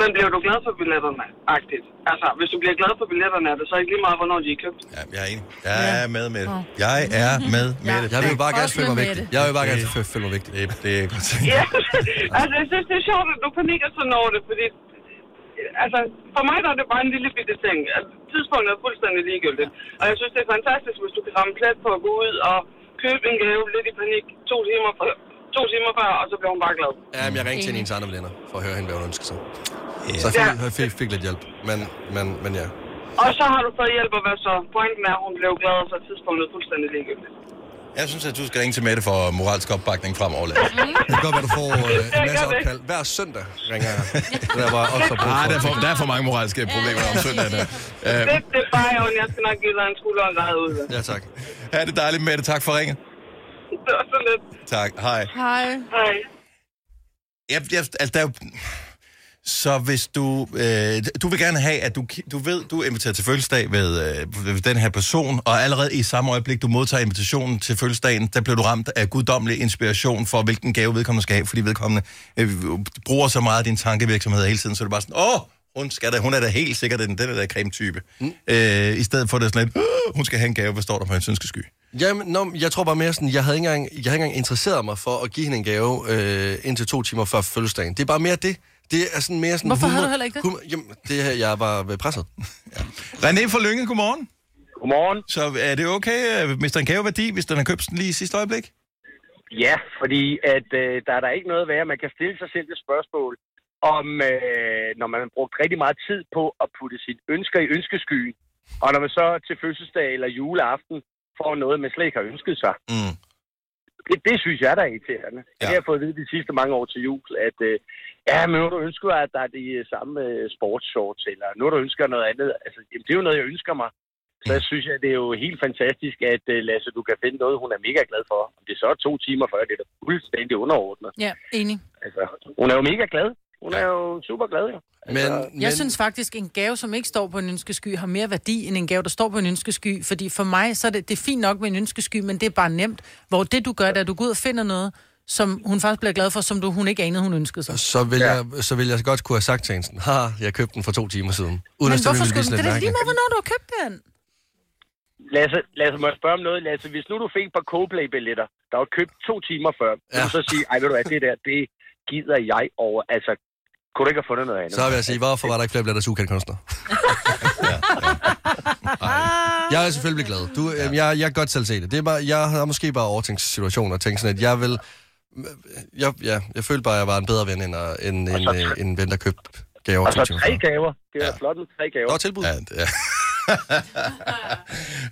Speaker 11: Men bliver du glad for billetterne? Agtigt. Altså, hvis du bliver glad for billetterne, er det så ikke lige meget, hvornår de er købt?
Speaker 1: Ja, jeg er enig. Jeg er med med det. Jeg er med med det.
Speaker 2: Jeg vil jo bare gerne føle mig vigtig. Jeg vil bare gerne fø- føle mig vigtig.
Speaker 1: Det, det er godt.
Speaker 11: Ja, *laughs* altså jeg synes, det er sjovt, at du panikker sådan over det, fordi altså, for mig der er det bare en lille bitte ting. Altså, tidspunktet er fuldstændig ligegyldigt. Og jeg synes, det er fantastisk, hvis du kan ramme plet på at gå ud og købe en gave lidt i panik to timer før, to timer før og så bliver hun bare glad.
Speaker 2: Ja, men jeg ringte til en af ens andre veninder, for at høre hende, hvad hun ønskede sig. Så jeg fik, jeg fik, fik lidt hjælp, men, men, men ja.
Speaker 11: Og så har du fået hjælp, og hvad så? Pointen er, at hun blev glad, og så er tidspunktet fuldstændig ligegyldigt.
Speaker 1: Jeg synes, at du skal ringe til Mette for moralsk opbakning fremover. Lasse.
Speaker 2: Det kan godt være, du får øh,
Speaker 11: gør
Speaker 2: en masse
Speaker 11: *laughs* det.
Speaker 2: opkald. Hver søndag ringer jeg. Det er bare også
Speaker 1: Nej, der er for, der er for mange moralske problemer om søndagen.
Speaker 11: Ja.
Speaker 1: Uh,
Speaker 11: Det, det er bare, og jeg skal nok give dig en skulder og græde ud.
Speaker 2: Ja, tak.
Speaker 1: er det dejligt, Mette. Tak for ringen.
Speaker 11: *laughs* Det var så lidt.
Speaker 1: Tak. Hej.
Speaker 4: Hej.
Speaker 11: Hej.
Speaker 1: Jeg, jeg, altså, der er jo... Så hvis du... Øh, du vil gerne have, at du, ki- du ved, du er inviteret til fødselsdag ved, øh, ved den her person, og allerede i samme øjeblik, du modtager invitationen til fødselsdagen, der bliver du ramt af guddommelig inspiration for, hvilken gave vedkommende skal have, fordi vedkommende øh, bruger så meget af din tankevirksomhed hele tiden, så er du bare sådan, åh, hun, skal da, hun er da helt sikkert den, den er der creme-type. Mm. Øh, I stedet for det er sådan lidt, "Øh, hun skal have en gave, hvad står der på hendes ønskesky?
Speaker 2: Jamen, nå, men jeg tror bare mere sådan, jeg havde ikke engang, jeg havde ikke engang interesseret mig for at give hende en gave øh, indtil to timer før fødselsdagen. Det er bare mere det. Det er sådan mere sådan...
Speaker 4: Hvorfor havde du heller ikke det?
Speaker 2: Humor, jamen, det her, jeg var øh, presset.
Speaker 1: René fra Lønge, godmorgen.
Speaker 12: Godmorgen.
Speaker 1: Så er det okay, øh, hvis der er en gaveværdi, hvis den er købt sådan lige i sidste øjeblik?
Speaker 12: Ja, fordi at, øh, der er der ikke noget værre. Man kan stille sig selv et spørgsmål om, øh, når man har brugt rigtig meget tid på at putte sine ønsker i ønskeskyen, og når man så til fødselsdag eller juleaften får noget, man slet ikke har ønsket sig.
Speaker 1: Mm.
Speaker 12: Det, det synes jeg, der er irriterende. Ja. Det har jeg fået at vide de sidste mange år til jul, at øh, ja, men nu har du ønsket dig, at der er de øh, samme øh, sportsshorts, eller nu har du ønsket dig noget andet. Altså, jamen, det er jo noget, jeg ønsker mig. Så jeg synes, at det er jo helt fantastisk, at øh, Lasse, du kan finde noget, hun er mega glad for. Om det så er to timer før, det er da fuldstændig underordnet.
Speaker 4: Ja, enig.
Speaker 12: Altså, hun er jo mega glad. Hun er jo super glad, jo. Altså,
Speaker 4: Men, jeg synes faktisk, en gave, som ikke står på en ønskesky, har mere værdi end en gave, der står på en ønskesky. Fordi for mig, så er det, det er fint nok med en ønskesky, men det er bare nemt. Hvor det, du gør, det er, at du går ud og finder noget, som hun faktisk bliver glad for, som du, hun ikke anede, hun ønskede sig.
Speaker 2: Så vil, ja. jeg, så vil jeg godt kunne have sagt til hende sådan, haha, jeg købte den for to timer siden.
Speaker 4: Men
Speaker 2: Uden at
Speaker 4: hvorfor
Speaker 2: stemme,
Speaker 4: skulle den? Det er da lige meget, hvornår du har købt den.
Speaker 12: Lasse, Lasse, må jeg spørge om noget? Lasse, hvis nu du fik et par Coldplay-billetter, der var købt to timer før, ja. så sige, ej, ved du hvad, det der, det gider jeg over. Altså, kunne du ikke have fundet noget andet?
Speaker 2: Så vil jeg sige, hvorfor var der ikke flere blandt ukendte
Speaker 12: *laughs*
Speaker 2: kunstnere? ja, ja. Ej. Jeg er selvfølgelig glad. Du, øh, jeg, jeg kan godt selv se det. det er bare, jeg har måske bare overtænkt situationen og tænkt sådan, at jeg vil... Jeg, ja, jeg følte bare, at jeg var en bedre ven, end, øh, end en, øh, en ven, der købte gaver.
Speaker 12: Og så
Speaker 2: til
Speaker 12: tre
Speaker 2: mig.
Speaker 12: gaver. Det er ja. flot med tre gaver.
Speaker 2: Nå, tilbud.
Speaker 1: Ja, ja.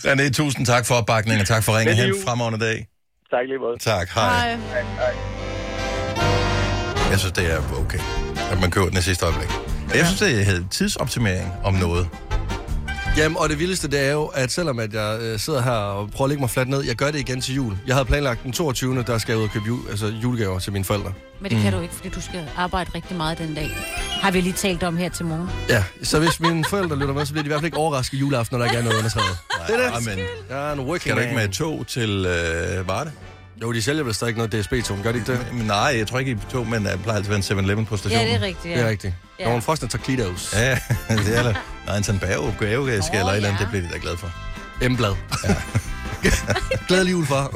Speaker 1: *laughs* René, tusind tak for opbakningen, og tak for ringen
Speaker 12: Veldig
Speaker 1: hen
Speaker 12: jul.
Speaker 1: fremragende dag.
Speaker 12: Tak lige måde.
Speaker 1: Tak, hej. Jeg synes, det er okay, at man køber den i sidste øjeblik. Og Jeg synes, det hedder tidsoptimering om noget.
Speaker 2: Jamen, og det vildeste, det er jo, at selvom at jeg øh, sidder her og prøver at lægge mig fladt ned, jeg gør det igen til jul. Jeg havde planlagt den 22. der skal jeg ud og købe jul, altså julegaver til mine forældre.
Speaker 3: Men det kan
Speaker 1: Mm.
Speaker 3: du ikke, fordi du skal arbejde rigtig meget den dag. Har vi lige talt om her til morgen.
Speaker 2: Ja, så hvis mine forældre lytter med, så bliver de i hvert fald ikke overrasket juleaften, når der ikke er noget under træet. Det er det.
Speaker 1: men
Speaker 2: Jeg er en working
Speaker 1: skal du ikke
Speaker 2: man.
Speaker 1: med et tog til øh, Varde?
Speaker 2: Jo, de sælger vel stadig noget DSB-tog, gør de ikke det?
Speaker 1: Men, nej, jeg tror ikke i tog, men der plejer altid at være en 7-Eleven på stationen.
Speaker 3: Ja, det er rigtigt, ja.
Speaker 2: Det er rigtigt.
Speaker 3: Ja.
Speaker 2: Ja. Nogle frosne taquitos.
Speaker 1: Ja, *laughs* det er der. Nej, en sådan bageopgave skal eller et eller andet, det bliver de da glad for.
Speaker 2: Emblad. Ja. *laughs* Glædelig jul, far.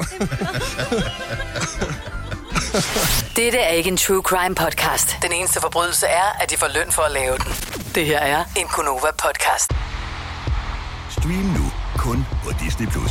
Speaker 6: Dette er ikke en true crime podcast. Den eneste forbrydelse er, at de får løn for at lave den. Det her er en Gunova podcast.
Speaker 10: Stream nu kun på Disney+. Plus.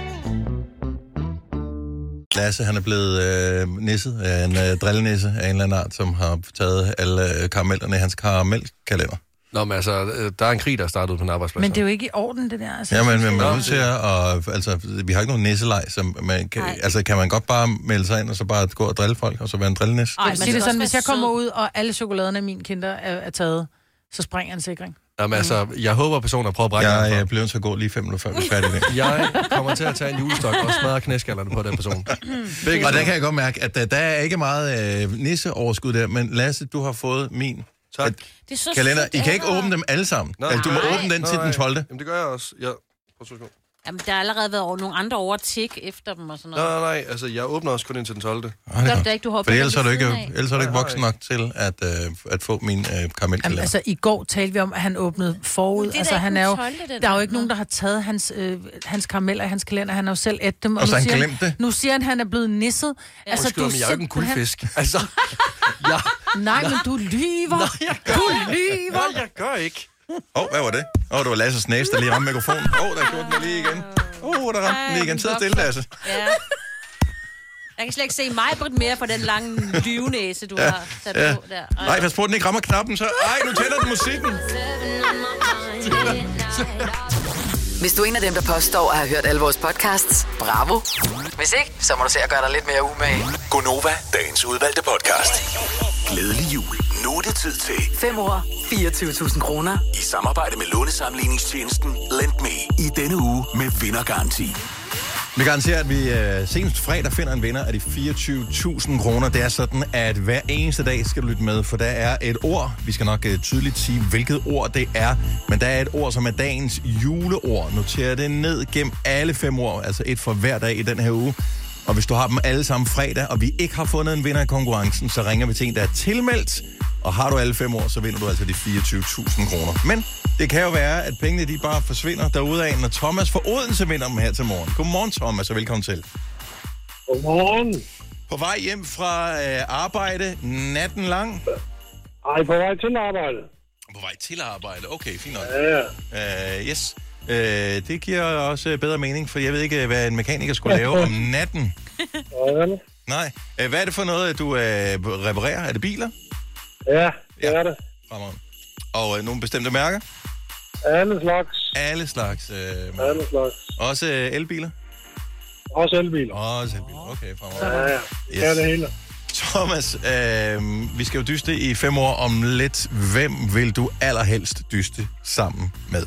Speaker 1: *laughs* Lasse, han er blevet øh, nisset af en øh, drillenisse af en eller anden art, som har taget alle øh, karamellerne i hans karamelkalender.
Speaker 2: Nå, men altså, øh, der er en krig, der er startet på en arbejdsplads.
Speaker 4: Men det er jo ikke i orden, det der. Altså,
Speaker 1: Ja, men, men man
Speaker 4: Nå.
Speaker 1: er nødt til at, og, altså, vi har ikke nogen nisselej, som man kan, altså, kan man godt bare melde sig ind, og så bare gå og drille folk, og så være en drillenisse?
Speaker 4: Ej, man siger det sådan, hvis jeg kommer ud, og alle chokoladerne i min kinder er, er taget, så springer en sikring.
Speaker 2: Jamen altså, jeg håber, personer prøver at brække
Speaker 1: Jeg er blevet så god lige fem minutter før vi er færdige med.
Speaker 2: Jeg kommer til at tage en julestok og smadre knæskallerne på den person.
Speaker 4: Mm.
Speaker 2: Begge
Speaker 1: og der
Speaker 2: sider.
Speaker 1: kan jeg godt mærke, at der, der er ikke meget øh, nisseoverskud der, men Lasse, du har fået min tak.
Speaker 3: Det er så
Speaker 1: kalender.
Speaker 3: sødt,
Speaker 1: I kan
Speaker 3: det
Speaker 1: ikke
Speaker 3: er.
Speaker 1: åbne dem alle sammen. altså, du må
Speaker 3: Nej.
Speaker 1: åbne den til
Speaker 2: Nej.
Speaker 1: den 12.
Speaker 2: Jamen, det gør jeg også. Jeg... Prøv at slukke.
Speaker 3: Jamen, der har allerede været over nogle andre over at tjekke efter dem og sådan
Speaker 2: Nej,
Speaker 3: noget.
Speaker 2: nej, nej. Altså, jeg åbner også kun ind til den 12.
Speaker 3: Gør du det ikke, du hopper
Speaker 1: For ellers
Speaker 3: lidt
Speaker 1: er du
Speaker 3: ved
Speaker 1: ikke,
Speaker 3: siden af?
Speaker 1: ellers er du ikke voksen nok til at, øh, at få min øh,
Speaker 4: Jamen,
Speaker 1: karamelkalender.
Speaker 4: altså, i går talte vi om, at han åbnede forud.
Speaker 3: Men det er
Speaker 4: Altså,
Speaker 3: da
Speaker 4: han
Speaker 3: ikke
Speaker 4: er jo,
Speaker 3: den 12., den
Speaker 4: der er jo ikke nogen, der har taget hans, øh, hans karameller i hans kalender. Han har jo selv et dem.
Speaker 1: Og så
Speaker 4: nu
Speaker 1: han
Speaker 4: siger
Speaker 1: glemt det?
Speaker 4: Nu siger han, at han er blevet nisset.
Speaker 2: Ja. Altså, Undskyld,
Speaker 4: er
Speaker 2: men jeg er jo ikke en
Speaker 4: simpelthen-
Speaker 2: guldfisk. *laughs* Altså, jeg...
Speaker 4: *laughs* Nej, men du lyver. Du lyver.
Speaker 2: Nej, jeg gør ikke.
Speaker 1: Åh, oh, hvad var det? Åh, oh, det var Lasses næse, der lige ramte mikrofonen. Åh, oh, der gjorde den lige igen. Åh, oh, der ramte den lige igen. Sid stille, Lasse.
Speaker 3: Ja. Jeg kan slet ikke se mig, Britt, mere for den
Speaker 1: *laughs*
Speaker 3: lange lyvenæse, du
Speaker 1: Ja,
Speaker 3: har sat
Speaker 1: ja.
Speaker 3: på der. Ej.
Speaker 1: Nej, pas på, den ikke rammer knappen, så... Ej, nu tænder den musikken.
Speaker 6: Hvis du er en af dem, der påstår at have hørt alle vores podcasts, bravo. Hvis ikke, så må du se at gøre dig lidt mere umage.
Speaker 5: Gonova, dagens udvalgte podcast. Glædelig jul. Nu er det tid til
Speaker 6: 5 år, 24.000 kroner.
Speaker 5: i samarbejde med lånesamligningstjenesten LendMe. I denne uge med vindergaranti.
Speaker 1: Vi garanterer, at vi øh, senest fredag finder en vinder af de 24.000 kroner. Det er sådan, at hver eneste dag skal du lytte med, for der er et ord. Vi skal nok øh, tydeligt sige, hvilket ord det er. Men der er et ord, som er dagens juleord. Noter det ned gennem alle fem år, altså et for hver dag i den her uge. Og hvis du har dem alle sammen fredag, og vi ikke har fundet en vinder i konkurrencen, så ringer vi til en, der er tilmeldt. Og har du alle fem år, så vinder du altså de 24.000 kroner. Men det kan jo være, at pengene de bare forsvinder derudaf, når Thomas fra Odense vinder dem her til morgen. Godmorgen, Thomas, og velkommen til.
Speaker 13: Godmorgen.
Speaker 1: På vej hjem fra øh, arbejde natten lang?
Speaker 13: Nej, på vej til arbejde.
Speaker 1: På vej til arbejde, okay, fint nok.
Speaker 13: Ja,
Speaker 1: ja. Øh, yes. Øh, det giver også øh, bedre mening, for jeg ved ikke, øh, hvad en mekaniker skulle lave
Speaker 13: *laughs*
Speaker 1: om natten. Nej. Øh, hvad er det for noget, du øh, reparerer? Er det biler?
Speaker 13: Ja, det ja. er det.
Speaker 1: Fremragende. Og øh, nogle bestemte mærker?
Speaker 13: Alle slags.
Speaker 1: Alle slags. Øh, mærker.
Speaker 13: Alle slags.
Speaker 1: Også øh, elbiler?
Speaker 13: Også elbiler.
Speaker 1: Også elbiler, okay. Fremragende.
Speaker 13: Ja, ja. Yes. Ja, det hele.
Speaker 1: Thomas, øh, vi skal jo dyste i fem år om lidt. Hvem vil du allerhelst dyste sammen med?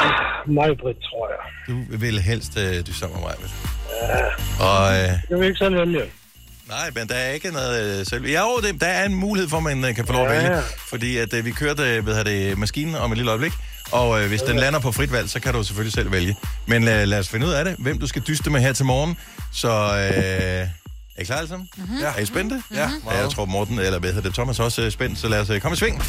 Speaker 13: Ah, Mig, Britt, tror jeg.
Speaker 1: Du vil helst øh, dyste sammen med mig. Ja. Og øh,
Speaker 13: Det kan vi ikke selv vælge.
Speaker 1: Nej, men der er ikke noget øh, selv. Ja, jo, det, der er en mulighed for, at man øh, kan få lov at
Speaker 13: Ja.
Speaker 1: vælge. Fordi at, øh, vi kørte øh, hvad hedder det, maskinen om et lille øjeblik, og øh, hvis den lander på frit valg, så kan du selvfølgelig selv vælge. Men øh, lad os finde ud af det, hvem du skal dyste med her til morgen. Så øh, er I klar alle sammen? Mm-hmm. Ja. Er I spændte? Ja, Jeg tror Morten, eller hvad hedder det, Thomas er også øh, spændt, så lad os øh, komme i sving.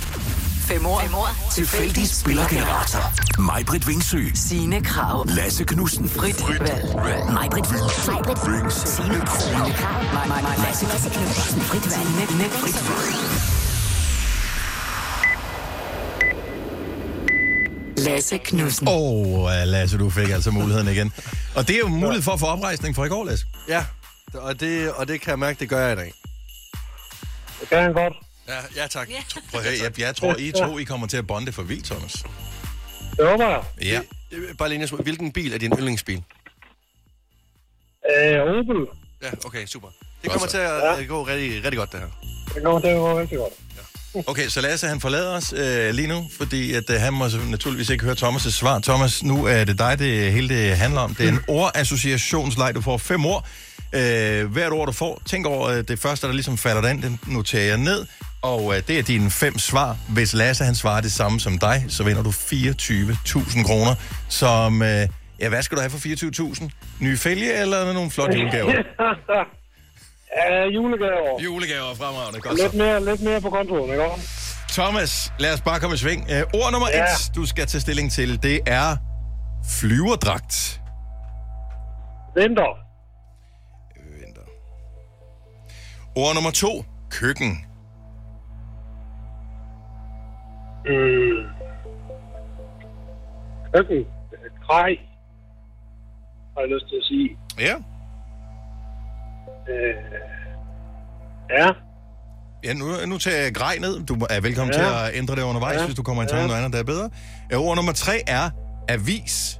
Speaker 6: Fem år. Fem år.
Speaker 5: Tilfældig spillergenerator. Majbrit Vingsø. Sine Krav. Lasse Knudsen. Frit Valg. Majbrit Vingsø. Signe Krav. Lasse Knudsen. Frit Valg. Frit
Speaker 1: Lasse Knudsen. Åh, oh, Lasse, du fik altså muligheden igen. Og det er jo mulighed for at få oprejsning fra i går, Lasse.
Speaker 2: Ja, og det, og det kan jeg mærke, det gør jeg i dag.
Speaker 13: Det kan han godt.
Speaker 2: Ja, ja tak. Ja.
Speaker 1: Prøv at høre, jeg, jeg tror, I to *laughs* I kommer til at bonde for vildt, Thomas.
Speaker 13: Det håber jeg.
Speaker 1: Ja.
Speaker 2: Bare lige en smule. Hvilken bil er din yndlingsbil?
Speaker 13: Øh, Opel.
Speaker 2: Ja, okay, super. Det kommer til at øh, gå rigtig, rigtig godt, det her.
Speaker 13: Det går, det går rigtig godt.
Speaker 1: Okay, så Lasse, han forlader os øh, lige nu, fordi at, øh, han må så naturligvis ikke høre Thomas' svar. Thomas, nu er det dig, det hele det handler om. Det er en ordassociationsleg, du får fem ord. Øh, hvert ord, du får, tænk over øh, det første, der ligesom falder dig ind, den noterer jeg ned. Og øh, det er dine fem svar. Hvis Lasse, han svarer det samme som dig, så vinder du 24.000 kroner, som... Øh, ja, hvad skal du have for 24.000? Nye fælge eller nogle flotte
Speaker 13: *laughs*
Speaker 1: julegaver?
Speaker 13: ja, julegaver.
Speaker 1: Julegaver fremragende,
Speaker 13: godt lidt mere, lidt mere på kontoen, ikke også?
Speaker 1: Thomas, lad os bare komme i sving. Øh, ord nummer ja.
Speaker 13: Ja.
Speaker 1: et, du skal tage stilling til, det er flyverdragt.
Speaker 13: Vinter.
Speaker 1: Ord nummer to, køkken.
Speaker 13: Mm. Køkken. Grej. Har jeg lyst til at sige.
Speaker 1: Ja.
Speaker 13: Øh, ja.
Speaker 1: Ja, nu, nu tager jeg grej ned. Du er velkommen
Speaker 13: Ja.
Speaker 1: ja. til at ændre det undervejs, ja.
Speaker 13: Ja.
Speaker 1: hvis du kommer i tanke om
Speaker 13: Ja.
Speaker 1: noget andet, der er bedre. Øh, ord nummer tre er avis.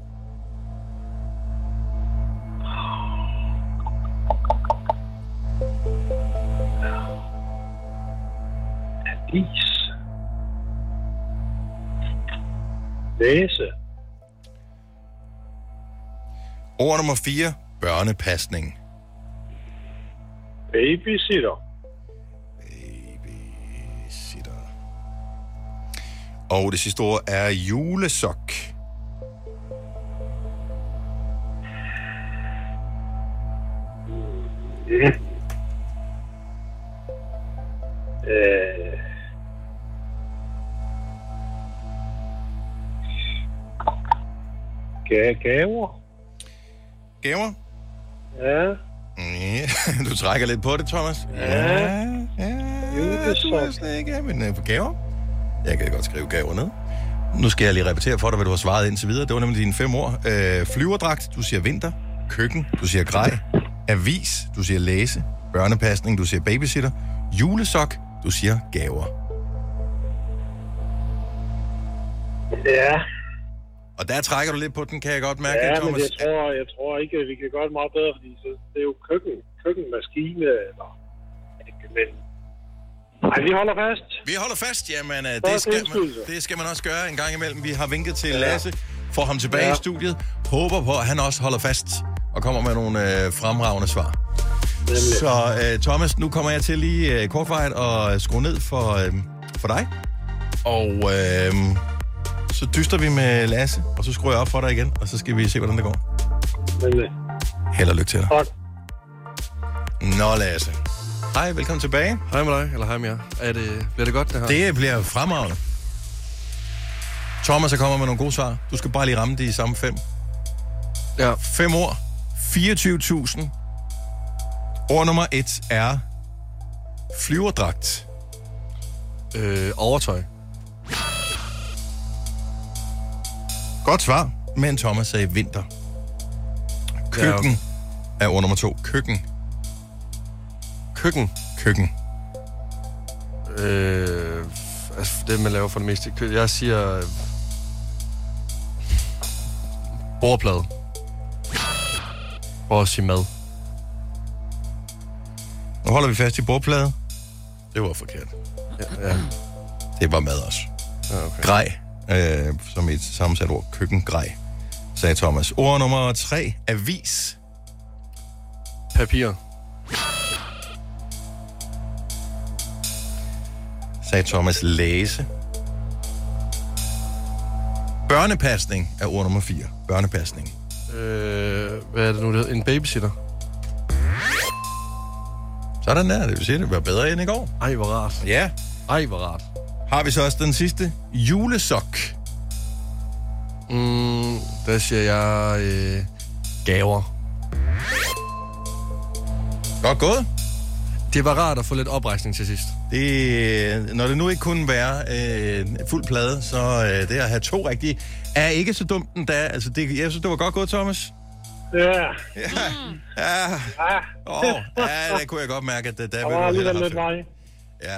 Speaker 13: Is. Læse.
Speaker 1: Ord nummer fire, børnepasning.
Speaker 13: Babysitter.
Speaker 1: Og det sidste ord er julesok.
Speaker 13: Mm. Øh. Ga- Gaver.
Speaker 1: Gaver?
Speaker 13: Ja.
Speaker 1: Ja, *laughs* du trækker lidt på det, Thomas.
Speaker 13: Ja.
Speaker 1: Ja, du er slet ikke af mine øh, gaver. Jeg kan godt skrive gaver ned. Nu skal jeg lige repetere for dig, hvad du har svaret indtil videre. Det var nemlig dine fem ord. Øh, flyverdragt, du siger vinter. Køkken, du siger grej. Avis, du siger læse. Børnepasning, du siger babysitter. Julesok, du siger gaver.
Speaker 13: Ja.
Speaker 1: Og der trækker du lidt på den, kan jeg godt mærke,
Speaker 13: Ja, men
Speaker 1: Thomas.
Speaker 13: jeg tror, jeg tror ikke, at vi kan gøre det meget bedre, fordi så, det er jo køkken, køkkenmaskine, eller... Men... Nej, vi holder fast.
Speaker 1: Vi holder fast, jamen øh,
Speaker 13: Bare
Speaker 1: det skal, man,
Speaker 13: tilskyndelse.
Speaker 1: det skal man også gøre en gang imellem. Vi har vinket til Lasse, får ham tilbage i studiet, håber på, at han også holder fast og kommer med nogle øh, fremragende svar. Så øh, Thomas, nu kommer jeg til lige øh, kortvejet og skrue ned for, øh, for dig. Og øh, så dyster vi med Lasse, og så skruer jeg op for dig igen, og så skal vi se, hvordan det går.
Speaker 13: Nemlig.
Speaker 1: Held og lykke til dig.
Speaker 13: Godt.
Speaker 1: Nå, Lasse. Hej, velkommen tilbage.
Speaker 2: Hej med dig, eller hej med jer. Er det, bliver det godt, det her?
Speaker 1: Det bliver fremragende. Thomas er kommet med nogle gode svar. Du skal bare lige ramme de samme fem.
Speaker 2: Ja.
Speaker 1: Fem ord. 24.000. Ord nummer et er flyverdragt.
Speaker 2: Øh, overtøj.
Speaker 1: Godt svar, men Thomas sagde vinter. Køkken er ord nummer to. Køkken.
Speaker 2: Køkken.
Speaker 1: Køkken.
Speaker 2: Øh, altså, det, man laver for det meste. i kø- Jeg siger... øh, Bordplade. Prøv at sige mad.
Speaker 1: Nu holder vi fast i bordplade. Det var forkert. Ja, ja. Det var mad også.
Speaker 2: Ah,
Speaker 1: Okay. Grej, øh, som et sammensat ord. Køkkengrej, sagde Thomas. Ord nummer tre, avis.
Speaker 2: Papir.
Speaker 1: Sagde Thomas læse. Børnepasning er ord nummer 4. Børnepasning.
Speaker 2: Øh, hvad er det nu, det hedder? En babysitter?
Speaker 1: Sådan der, det vil sige, det var bedre end i går.
Speaker 2: Ej, hvor rart.
Speaker 1: Ja.
Speaker 2: Ej, hvor rart.
Speaker 1: Har vi så også den sidste? Julesok.
Speaker 2: Mm, der siger jeg... Øh, gaver.
Speaker 1: Godt gået.
Speaker 2: Det var rart at få lidt oprejsning til sidst.
Speaker 1: Det, når det nu ikke kunne være øh, fuld plade, så øh, det at have to rigtige er ikke så dumt endda. Altså, det, jeg synes, det var godt gået, Thomas.
Speaker 13: Ja.
Speaker 1: Ja. Ah. Ja. Åh, ja, det kunne jeg godt mærke, at det, der
Speaker 13: Der
Speaker 1: ville
Speaker 13: var
Speaker 1: du hellere
Speaker 13: alligevel
Speaker 1: have
Speaker 13: lidt
Speaker 1: haft
Speaker 13: vej.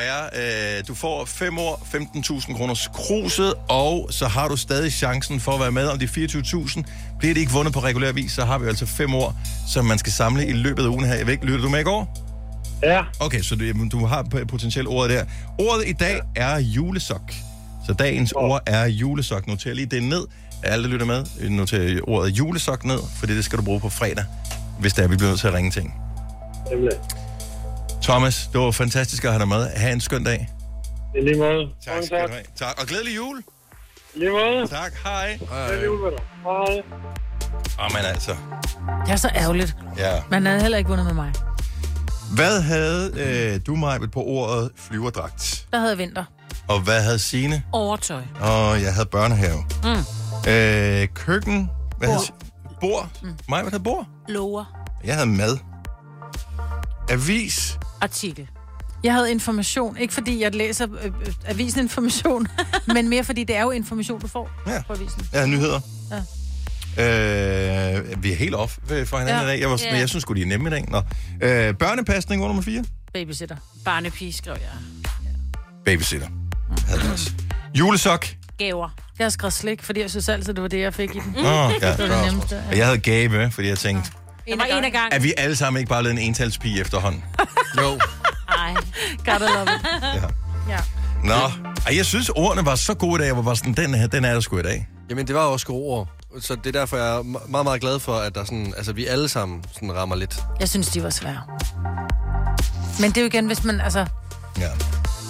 Speaker 1: Ja, desværre. Øh, du får 5 år, 15.000 kroners kruset, og så har du stadig chancen for at være med om de 24.000. Bliver det ikke vundet på regulær vis, så har vi altså 5 år, som man skal samle i løbet af ugen her. Jeg ved ikke, lytter du med i går?
Speaker 13: Ja.
Speaker 1: Okay, så du, du har p- potentielt ordet der. Ordet i dag er julesok. Så dagens ord er julesok. Noter lige det ned. Alle, der lytter med, øh, noter ordet julesok ned, for det skal du bruge på fredag, hvis der vi bliver nødt til at ringe ting.
Speaker 13: Nemlig.
Speaker 1: Thomas, det var fantastisk at have dig med. Ha' en skøn dag.
Speaker 13: I lige måde.
Speaker 1: Tak skal du have. Tak, og glædelig jul.
Speaker 13: I lige måde.
Speaker 1: Tak, hej.
Speaker 13: Glædelig jul med dig. Hej.
Speaker 1: Jamen altså,
Speaker 4: Det er så ærgerligt.
Speaker 1: ja.
Speaker 4: Man havde heller ikke vundet med mig.
Speaker 1: Hvad havde øh, du, Majbet, på ordet flyverdragt?
Speaker 4: Der havde jeg vinter.
Speaker 1: Og hvad havde Sine?
Speaker 4: Overtøj.
Speaker 1: Og jeg havde børnehave.
Speaker 4: Mm.
Speaker 1: Øh, køkken. Hvad bord. Havde, bord. Mm. Majbet havde bord.
Speaker 4: Lover.
Speaker 1: Jeg havde mad. Avis.
Speaker 4: Artikel. Jeg havde information. Ikke fordi jeg læser øh, øh, avisen information, *laughs* men mere fordi det er jo information, du får
Speaker 1: ja.
Speaker 4: på avisen.
Speaker 1: Jeg havde nyheder.
Speaker 4: Ja.
Speaker 1: Øh, vi er helt off øh, for hinanden
Speaker 4: Ja.
Speaker 1: i dag. Jeg, var sådan,
Speaker 4: Ja.
Speaker 1: jeg synes sgu, de er nemme i dag. Nå. Øh, børnepasning ord nummer 4.
Speaker 4: Babysitter.
Speaker 3: Barnepige, skrev jeg.
Speaker 1: Babysitter.
Speaker 4: Mm.
Speaker 1: Havde den også. Julesok.
Speaker 4: Gaver. Jeg har skrevet slik, fordi jeg synes altid, det var det, jeg fik i den.
Speaker 1: Nå, ja,
Speaker 4: det var
Speaker 1: bra.
Speaker 4: det nemmeste. Ja.
Speaker 1: Og jeg havde gave, fordi jeg tænkte,
Speaker 4: En af gangen.
Speaker 1: er vi alle sammen ikke bare blevet en entalspige efterhånden? Jo.
Speaker 4: Ej, gotta love it.
Speaker 1: Ja.
Speaker 4: ja.
Speaker 1: Nå, og jeg synes, ordene var så gode i dag, jeg var bare sådan, den her, den er der sgu i dag.
Speaker 2: Jamen, det var jo også gode ord. Så det er derfor, jeg er me- meget, meget glad for, at der sådan, altså, vi alle sammen sådan rammer lidt.
Speaker 4: Jeg synes, de var svære. Men det er jo igen, hvis man, altså...
Speaker 1: Ja.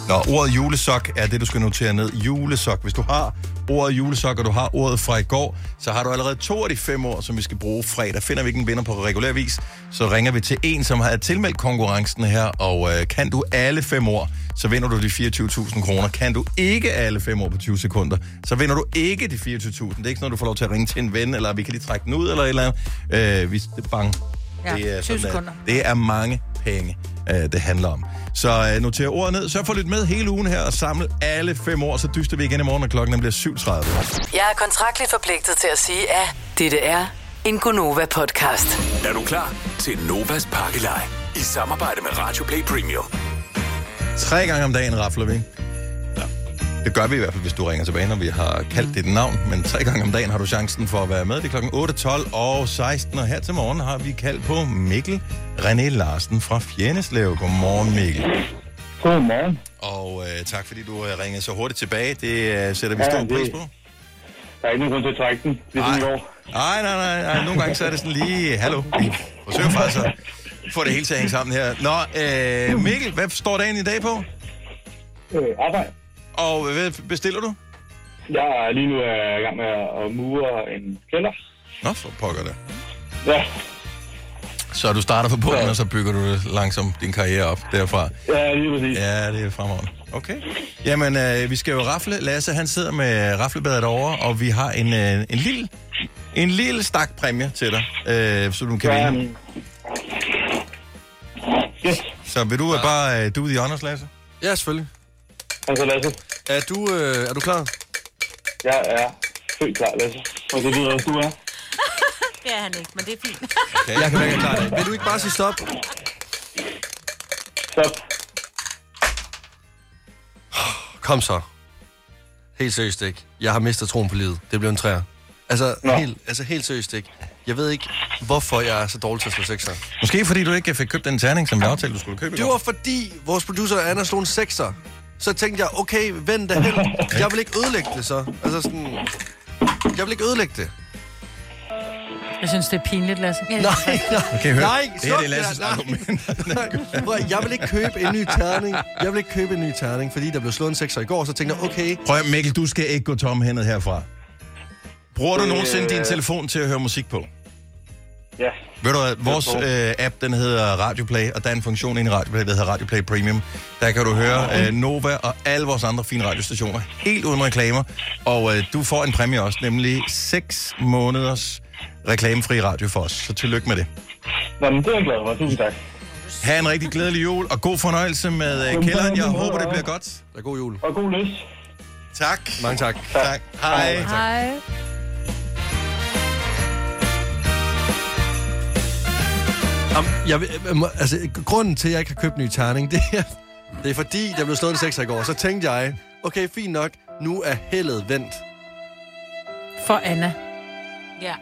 Speaker 1: Nå, ordet julesok er det, du skal notere ned. Julesok. Hvis du har ordet julesok, og du har ordet fra i går, så har du allerede to af de fem år, som vi skal bruge fredag. Finder vi ikke en vinder på regulær vis, så ringer vi til en, som har tilmeldt konkurrencen her, og øh, kan du alle fem år, så vinder du de 24.000 kroner. Kan du ikke alle fem år på 20 sekunder, så vinder du ikke de 24.000. Det er ikke sådan, du får lov til at ringe til en ven, eller vi kan lige trække den ud, eller et eller andet. Øh, vi, bang.
Speaker 4: Ja,
Speaker 1: det er
Speaker 4: 20
Speaker 1: sådan,
Speaker 4: sekunder.
Speaker 1: at- det er mange penge, øh, det handler om. Så øh, noter ordet ned. Sørg for at lytte med hele ugen her og samle alle fem år, så dyster vi igen i morgen, når klokken den bliver 7.30.
Speaker 6: Jeg er kontraktligt forpligtet til at sige, at dette er en Gonova-podcast.
Speaker 5: Er du klar til Novas pakkeleg? I samarbejde med Radio Play Premium.
Speaker 1: Tre gange om dagen rafler vi. Ja. Det gør vi i hvert fald, hvis du ringer tilbage, når vi har kaldt dit navn. Men tre gange om dagen har du chancen for at være med. Det er klokken 8, 12 og 16. Og her til morgen har vi kaldt på Mikkel René Larsen fra Fjenneslev. Godmorgen, Mikkel.
Speaker 14: Godmorgen.
Speaker 1: Og øh, tak, fordi du øh, ringede så hurtigt tilbage. Det øh, sætter vi
Speaker 14: Ja,
Speaker 1: stor
Speaker 14: det-
Speaker 1: pris på.
Speaker 14: Der er ikke nogen grund til at trække den, ligesom i går.
Speaker 1: Nej, nej, nej, nej. Nogle gange så er det sådan lige,
Speaker 14: *laughs*
Speaker 1: hallo. Vi forsøger faktisk at få det hele til at hænge sammen her. Nå, øh, Mikkel, hvad står dagen i dag på?
Speaker 14: Øh, arbejde.
Speaker 1: Og øh, hvad bestiller du?
Speaker 14: Jeg er lige nu øh, i gang med at mure en kælder.
Speaker 1: Nå, for pokker det.
Speaker 14: Ja,
Speaker 1: Så du starter på bunden, og så bygger du langsomt din karriere op derfra.
Speaker 14: ja lige præcis.
Speaker 1: Ja, det er fremragende. Okay. Jamen, øh, vi skal jo rafle. Lasse, han sidder med raflebadet derovre, og vi har en, øh, en lille en lille stak præmie til dig, øh, så du kan vinde. Yes. Så vil du ja. bare øh, do the honors, Lasse?
Speaker 2: Ja, selvfølgelig.
Speaker 1: Altså, Lasse.
Speaker 2: Er du, øh, er du klar?
Speaker 14: Jeg er født klar, Lasse. Og det ved jeg, du er.
Speaker 3: *laughs* Det er han ikke, men det er fint.
Speaker 2: Okay. Jeg kan være klar. Vil du ikke bare sige stop?
Speaker 14: Stop.
Speaker 2: Kom så. Helt seriøst, ikke? Jeg har mistet troen på livet. Det blev en træer. Altså, helt, altså helt seriøst, ikke? Jeg ved ikke, hvorfor jeg er så dårlig til at slå sekser.
Speaker 1: Måske fordi du ikke fik købt den terning, som vi aftalte, du skulle købe i
Speaker 2: Det
Speaker 1: går.
Speaker 2: var fordi vores producer Anders slog en sekser. Så tænkte jeg, okay,
Speaker 14: *laughs*
Speaker 2: vend da hen. Jeg vil ikke ødelægge det så. Altså sådan... Jeg vil ikke ødelægge det.
Speaker 4: Jeg synes, det er pinligt, Lasse. Nej,
Speaker 2: nej.
Speaker 1: Okay, hør.
Speaker 2: Nej,
Speaker 1: det
Speaker 2: sluk
Speaker 1: her det er Lasses
Speaker 2: der, *laughs* nej.
Speaker 1: argument.
Speaker 2: Nej, prøv at- jeg vil ikke købe en ny terning. Jeg vil ikke købe en ny terning, fordi der blev slået en sekser i går, så tænkte jeg, okay,
Speaker 1: Prøv at, Mikkel, du skal ikke gå tomhændet herfra. Bruger du
Speaker 2: Øh.
Speaker 1: nogensinde din telefon til at høre musik på?
Speaker 14: Ja.
Speaker 1: Ved du hvad, vores øh, app, den hedder Radioplay, og der er en funktion inde i Radioplay, der hedder Radioplay Premium. Der kan du høre øh, Nova og alle vores andre fine radiostationer, helt uden reklamer. Og øh, du får en præmie også, nemlig 6 måneders reklamefri radio for os. Så tillykke med det.
Speaker 14: Nå, men det er jeg glad for. Tusind tak.
Speaker 1: Ha' en rigtig glædelig jul, og god fornøjelse med øh, kælderen. Jeg håber, det bliver godt.
Speaker 2: Der er god jul.
Speaker 14: Og god lyst.
Speaker 1: Tak.
Speaker 2: Mange tak.
Speaker 1: Tak. Hej.
Speaker 4: Hej.
Speaker 2: Jamen, jeg, vil- øh, må- altså, grunden til, at jeg ikke har købt ny terning, *laughs* det er, det er fordi, der blev slået en sekser i går. Så tænkte jeg, okay, fint nok, nu er heldet vendt.
Speaker 4: For Anna.
Speaker 3: Ja.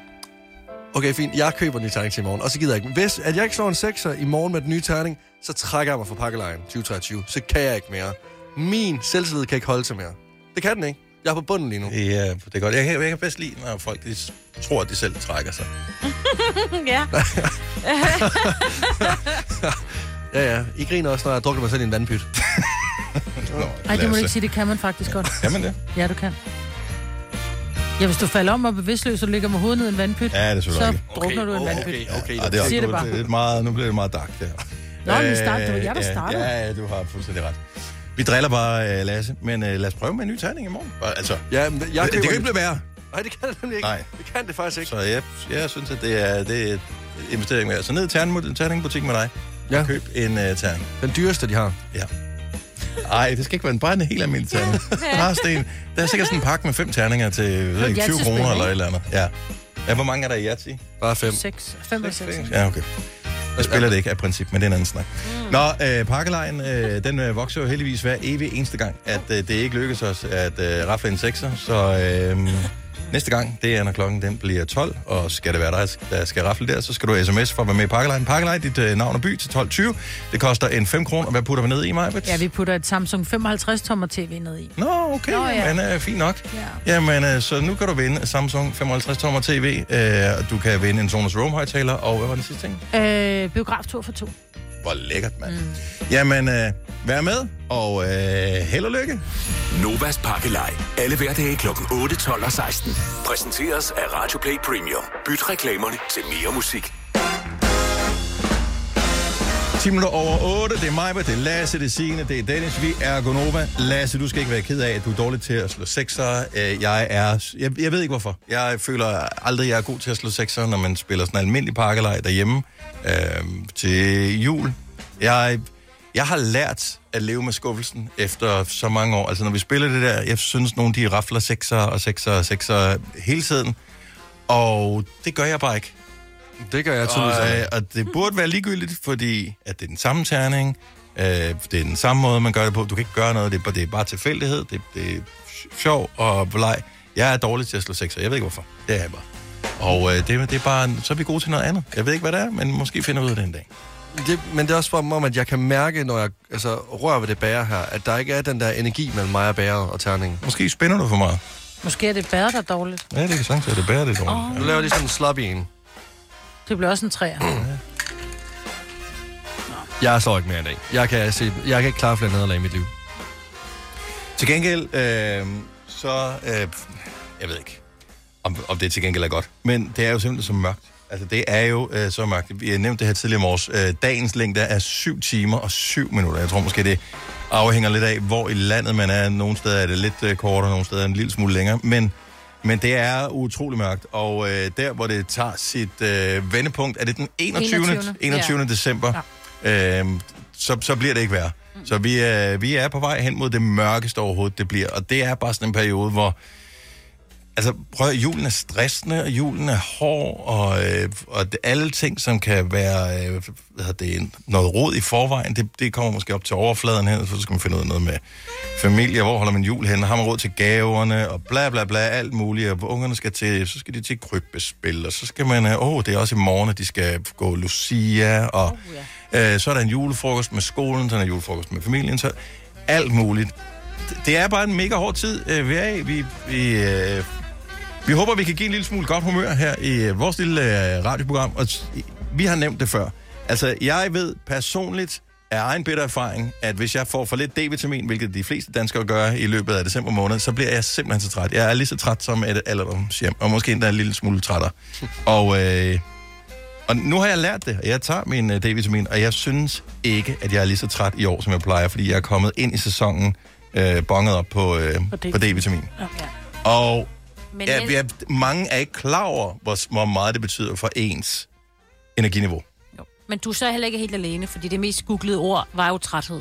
Speaker 2: Okay, fint, jeg køber en ny terning til i morgen, og så gider jeg ikke. Hvis at jeg ikke slår en sekser i morgen med den nye terning, så trækker jeg mig fra pakkelejen 2023. Så kan jeg ikke mere. Min selvtillid kan ikke holde til mere. Det kan den ikke. Jeg er på bunden lige nu.
Speaker 1: Ja, det er godt. Jeg kan, jeg kan bedst lide, når folk de s- tror, at de selv trækker sig.
Speaker 3: *laughs*
Speaker 1: *laughs*
Speaker 3: ja.
Speaker 2: *laughs* Ja, ja. I griner også, når jeg drukker mig selv i en vandpyt.
Speaker 4: Ej, det må du ikke sige, det kan man faktisk godt.
Speaker 1: Kan man det?
Speaker 4: Ja, du kan. Ja, hvis du falder om og er bevidstløs, og du ligger med hovedet ned i en vandpyt,
Speaker 1: Ja, det er
Speaker 4: så
Speaker 1: selvfølgelig rigtigt.
Speaker 4: drukner
Speaker 1: Okay,
Speaker 4: du i en
Speaker 1: okay,
Speaker 4: vandpyt.
Speaker 1: Okay, ja, det er også,
Speaker 4: Sig det bare.
Speaker 1: det er meget, nu bliver det meget dark, det her.
Speaker 4: Nå, men
Speaker 1: Øh,
Speaker 4: start, det var jer, der
Speaker 1: ja,
Speaker 4: startede.
Speaker 1: Ja, ja, du har fuldstændig ret. Vi driller bare, øh, Lasse, men øh, lad os prøve med en ny tegning i morgen. Bare, Altså,
Speaker 2: ja, men
Speaker 1: jeg det, det kan ikke blive værre.
Speaker 2: Nej, det kan det nemlig ikke.
Speaker 1: Nej.
Speaker 2: Det kan det faktisk ikke.
Speaker 1: Så jeg, jeg synes, at det er, det er et investering værd. Så ned i terning, terningbutikken med dig ja. og køb en uh, terning.
Speaker 2: Den dyreste, de har.
Speaker 1: Ja. Ej, det skal ikke være en, bare en helt almindelig terning. Bare sten. Der er sikkert sådan en pakke med fem terninger til jeg ved ikke, 20
Speaker 4: Yatzy-spil,
Speaker 1: kroner eller et
Speaker 4: ikke?
Speaker 1: eller andet. Ja. ja, hvor mange er der i Yatzy?
Speaker 2: Bare fem.
Speaker 4: Seks. Fem og seks.
Speaker 1: Ja, okay. Jeg spiller det ikke af princip, men det er en anden snak. Mm. Nå, øh, pakkelejen, øh, den øh, vokser jo heldigvis hver evig eneste gang, at øh, det ikke lykkes os at øh, rafle en sekser. Så øh, næste gang, det er, når klokken den bliver 12, og skal det være dig, der skal rafle der, så skal du sms for at være med i pakkelejen. Pakkelejen, dit øh, navn og by til 12.20. Det koster en 5 kroner, og hvad putter vi ned i, mig?
Speaker 4: Ja, vi putter et Samsung 55-tommer tv ned i.
Speaker 1: Nå, okay,
Speaker 4: Nå,
Speaker 1: Nå,
Speaker 4: ja.
Speaker 1: ja. men er fint nok. Ja. Jamen, øh, så nu kan du vinde Samsung 55-tommer TV, øh, og du kan vinde en Sonos Roam-højtaler, og hvad var den sidste ting?
Speaker 4: Øh, biograftur for to.
Speaker 1: Hvor lækkert, mand. Mm. Jamen, øh, vær med, og øh, held og lykke.
Speaker 5: Novas Pakkelej. Alle hverdage kl. 8, 12 og 16. Præsenteres af Radioplay Premium. Byt reklamerne til mere musik.
Speaker 1: 10 minutter over 8, det er mig, det er Lasse, det er Signe, det er Dennis, vi er Gonova. Lasse, du skal ikke være ked af, at du er dårlig til at slå sekser. Øh, Jeg er, jeg, jeg ved ikke hvorfor. Jeg føler aldrig, jeg er god til at slå sekser, når man spiller sådan en almindelig pakkelej derhjemme øh, til jul. Jeg, jeg har lært at leve med skuffelsen efter så mange år. Altså når vi spiller det der, jeg synes nogen, de rafler sekser og sekser og sekser hele tiden. Og det gør jeg bare ikke.
Speaker 2: Det gør jeg tydeligvis
Speaker 1: Og,
Speaker 2: heller
Speaker 1: øh, og det burde være ligegyldigt, fordi at det er den samme terning, øh, det er den samme måde, man gør det på. Du kan ikke gøre noget, det er, bare- det er bare tilfældighed, det, det er sj- sjov og leg. Jeg er dårlig til at slå sekser, jeg ved ikke hvorfor. Det er jeg bare. Og øh, det, det er bare, så er vi gode til noget andet. Jeg ved ikke, hvad det er, men måske finder vi ud af det en dag.
Speaker 2: Det, men det er også som om, at jeg kan mærke, når jeg altså, rører ved det bære her, at der ikke er den der energi mellem mig og bære og terningen.
Speaker 1: Måske spænder du for meget.
Speaker 4: Måske er det bader, der er dårligt.
Speaker 1: Ja, det kan sagtens være, det bærer det dårligt.
Speaker 2: Du laver lige sådan en slap i en.
Speaker 4: Det bliver også en træer.
Speaker 2: Jeg slår ikke mere i dag. Jeg kan, se, jeg kan ikke klare flere nederlag i mit liv.
Speaker 1: Til gengæld, øh, så... Øh, jeg ved ikke, om, om det til gengæld er godt. Men det er jo simpelthen så mørkt. Altså, det er jo øh, så mørkt. Vi har nævnt det her tidligere i morges. Øh, dagens længde er 7 timer og 7 minutter. Jeg tror måske, det afhænger lidt af, hvor i landet man er. Nogle steder er det lidt øh, kortere, nogle steder er det en lille smule længere. Men, men det er utrolig mørkt. Og øh, der, hvor det tager sit øh, vendepunkt, er det den 21. 21.
Speaker 4: 21..
Speaker 1: 21.
Speaker 4: Ja.
Speaker 1: december? øh, så, så bliver det ikke værre. Så vi, øh, vi er på vej hen mod det mørkeste overhovedet, det bliver. Og det er bare sådan en periode, hvor... Altså, prøv at høre, julen er stressende, og julen er hård, og, øh, og det, alle ting, som kan være øh, hvad hedder det, noget rod i forvejen, det, det kommer måske op til overfladen her, så skal man finde ud af noget med familie, hvor holder man jul henne, har man råd til gaverne, og bla bla bla, alt muligt, og hvor ungerne skal til, så skal de til krybbespil, og så skal man, øh, åh, det er også i morgen, at de skal gå Lucia, og oh, yeah. øh, så er der en julefrokost med skolen, så er der en julefrokost med familien, så alt muligt. Det- Det er bare en mega hård tid, øh, vi er i. Vi, vi øh, vi håber, vi kan give en lille smule godt humør her i øh, vores lille øh, radioprogram. Og s- vi har nævnt det før. Altså, jeg ved personligt af egen bitter erfaring, at hvis jeg får for lidt D-vitamin, hvilket de fleste danskere gør i løbet af december måned, så bliver jeg simpelthen så træt. Jeg er lige så træt som et alderdomshjem, og måske endda en lille smule trættere. Og, øh, og nu har jeg lært det, og jeg tager min øh, D-vitamin, og jeg synes ikke, at jeg er lige så træt i år, som jeg plejer, fordi jeg er kommet ind i sæsonen øh, bonget op på, øh, på D-vitamin.
Speaker 3: Okay.
Speaker 1: Og
Speaker 3: Men
Speaker 1: Men ja,
Speaker 3: men-
Speaker 1: ja, mange er ikke klar over, hvor, hvor meget det betyder for ens energiniveau.
Speaker 3: Men du er så heller ikke helt alene, fordi det mest googlede ord var jo træthed.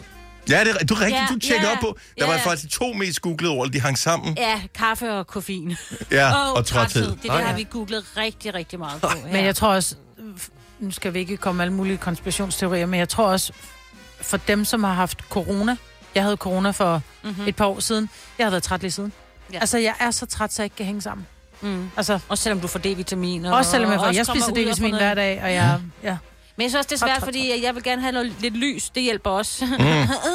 Speaker 1: Ja, det, er- du er rigtigt,
Speaker 3: Ja,
Speaker 1: du tjekker
Speaker 3: ja,
Speaker 1: op på. Der var
Speaker 3: ja.
Speaker 1: faktisk to mest googlede ord, de hang sammen.
Speaker 3: Ja, kaffe og koffein.
Speaker 1: Mm. Ja,
Speaker 3: *laughs*
Speaker 1: og træthed.
Speaker 3: Det
Speaker 1: Nå,
Speaker 3: der
Speaker 1: ja.
Speaker 3: har vi googlet rigtig, rigtig
Speaker 1: *laughs*
Speaker 3: meget på. Ja.
Speaker 4: Men jeg tror også, f- nu skal vi ikke komme med alle mulige konspirationsteorier, men jeg tror også, for dem, som har haft corona, jeg havde corona for
Speaker 3: Mhm.
Speaker 4: mm-hmm. et par år siden, jeg har været træt lige siden.
Speaker 3: Ja.
Speaker 4: Ja. Altså, jeg er så træt, så jeg ikke kan hænge sammen.
Speaker 3: Mm.
Speaker 4: Altså,
Speaker 3: også selvom du får D-vitamin.
Speaker 4: Også selvom jeg får,
Speaker 3: også
Speaker 4: jeg
Speaker 3: kommer
Speaker 4: spiser
Speaker 3: ud og får
Speaker 4: D-vitamin
Speaker 3: noget-
Speaker 4: hver dag, og jeg... Ja.
Speaker 3: Men jeg synes også, det er
Speaker 4: Og
Speaker 3: svært,
Speaker 4: træt,
Speaker 3: fordi jeg vil gerne have noget, lidt lys. Det hjælper også.
Speaker 4: Mm.
Speaker 3: Mm.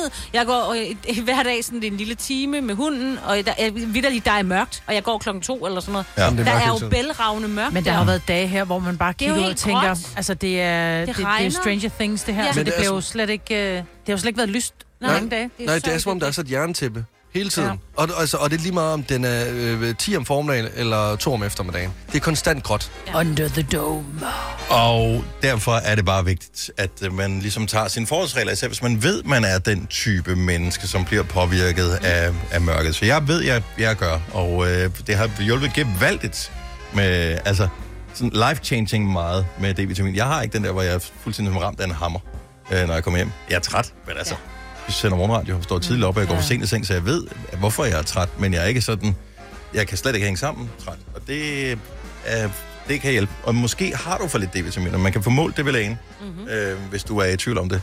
Speaker 3: *laughs* jeg går øh, hver dag sådan en lille time med hunden, og der, jeg, vidderligt, der er mørkt, og jeg går klokken to eller sådan noget.
Speaker 4: Ja, men det er
Speaker 3: der
Speaker 4: mørkt
Speaker 3: er
Speaker 4: hele
Speaker 3: jo
Speaker 4: tiden.
Speaker 3: bælragende mørkt.
Speaker 4: Men der har jo været dage her, hvor man bare
Speaker 3: Det er jo
Speaker 4: kigger ud og
Speaker 3: helt
Speaker 4: tænker,
Speaker 3: gråt.
Speaker 4: altså det er,
Speaker 3: Det
Speaker 4: det, det, det
Speaker 3: regner.
Speaker 4: er Stranger Things det her,
Speaker 3: Ja.
Speaker 4: ja. så
Speaker 2: Men
Speaker 4: det,
Speaker 2: det er
Speaker 4: det blev jo
Speaker 2: sådan-
Speaker 4: slet ikke, øh, det har jo slet ikke været lyst
Speaker 2: Nej.
Speaker 4: mange dage.
Speaker 2: Nej, det er som om, der er så et jerntæppe hele tiden.
Speaker 4: Ja.
Speaker 2: Ja. Og, og, altså, og det er lige meget, om den er øh, 10 om formiddagen eller 2 om eftermiddagen. Det er konstant gråt.
Speaker 4: Under the dome.
Speaker 1: Og derfor er det bare vigtigt, at øh, man ligesom tager sine forholdsregler, især hvis man ved, man er den type menneske, som bliver påvirket af, af mørket. Så jeg ved, jeg, jeg gør, og øh, det har hjulpet gevaldigt med, altså, sådan life-changing meget med D-vitamin. Jeg har ikke den der, hvor jeg er fuldstændig som ramt af en hammer, øh, når jeg kommer hjem. Jeg er træt, men altså, jeg sender morgenradio, jeg står tidligt op, og jeg går for sent i seng, så jeg ved, hvorfor jeg er træt, men jeg er ikke sådan, jeg kan slet ikke hænge sammen træt. Og det, øh, det kan hjælpe. Og måske har du for lidt D-vitamin, og man kan få målt det ved lægen,
Speaker 4: Mhm.
Speaker 1: mm-hmm. øh, hvis du er i tvivl om det.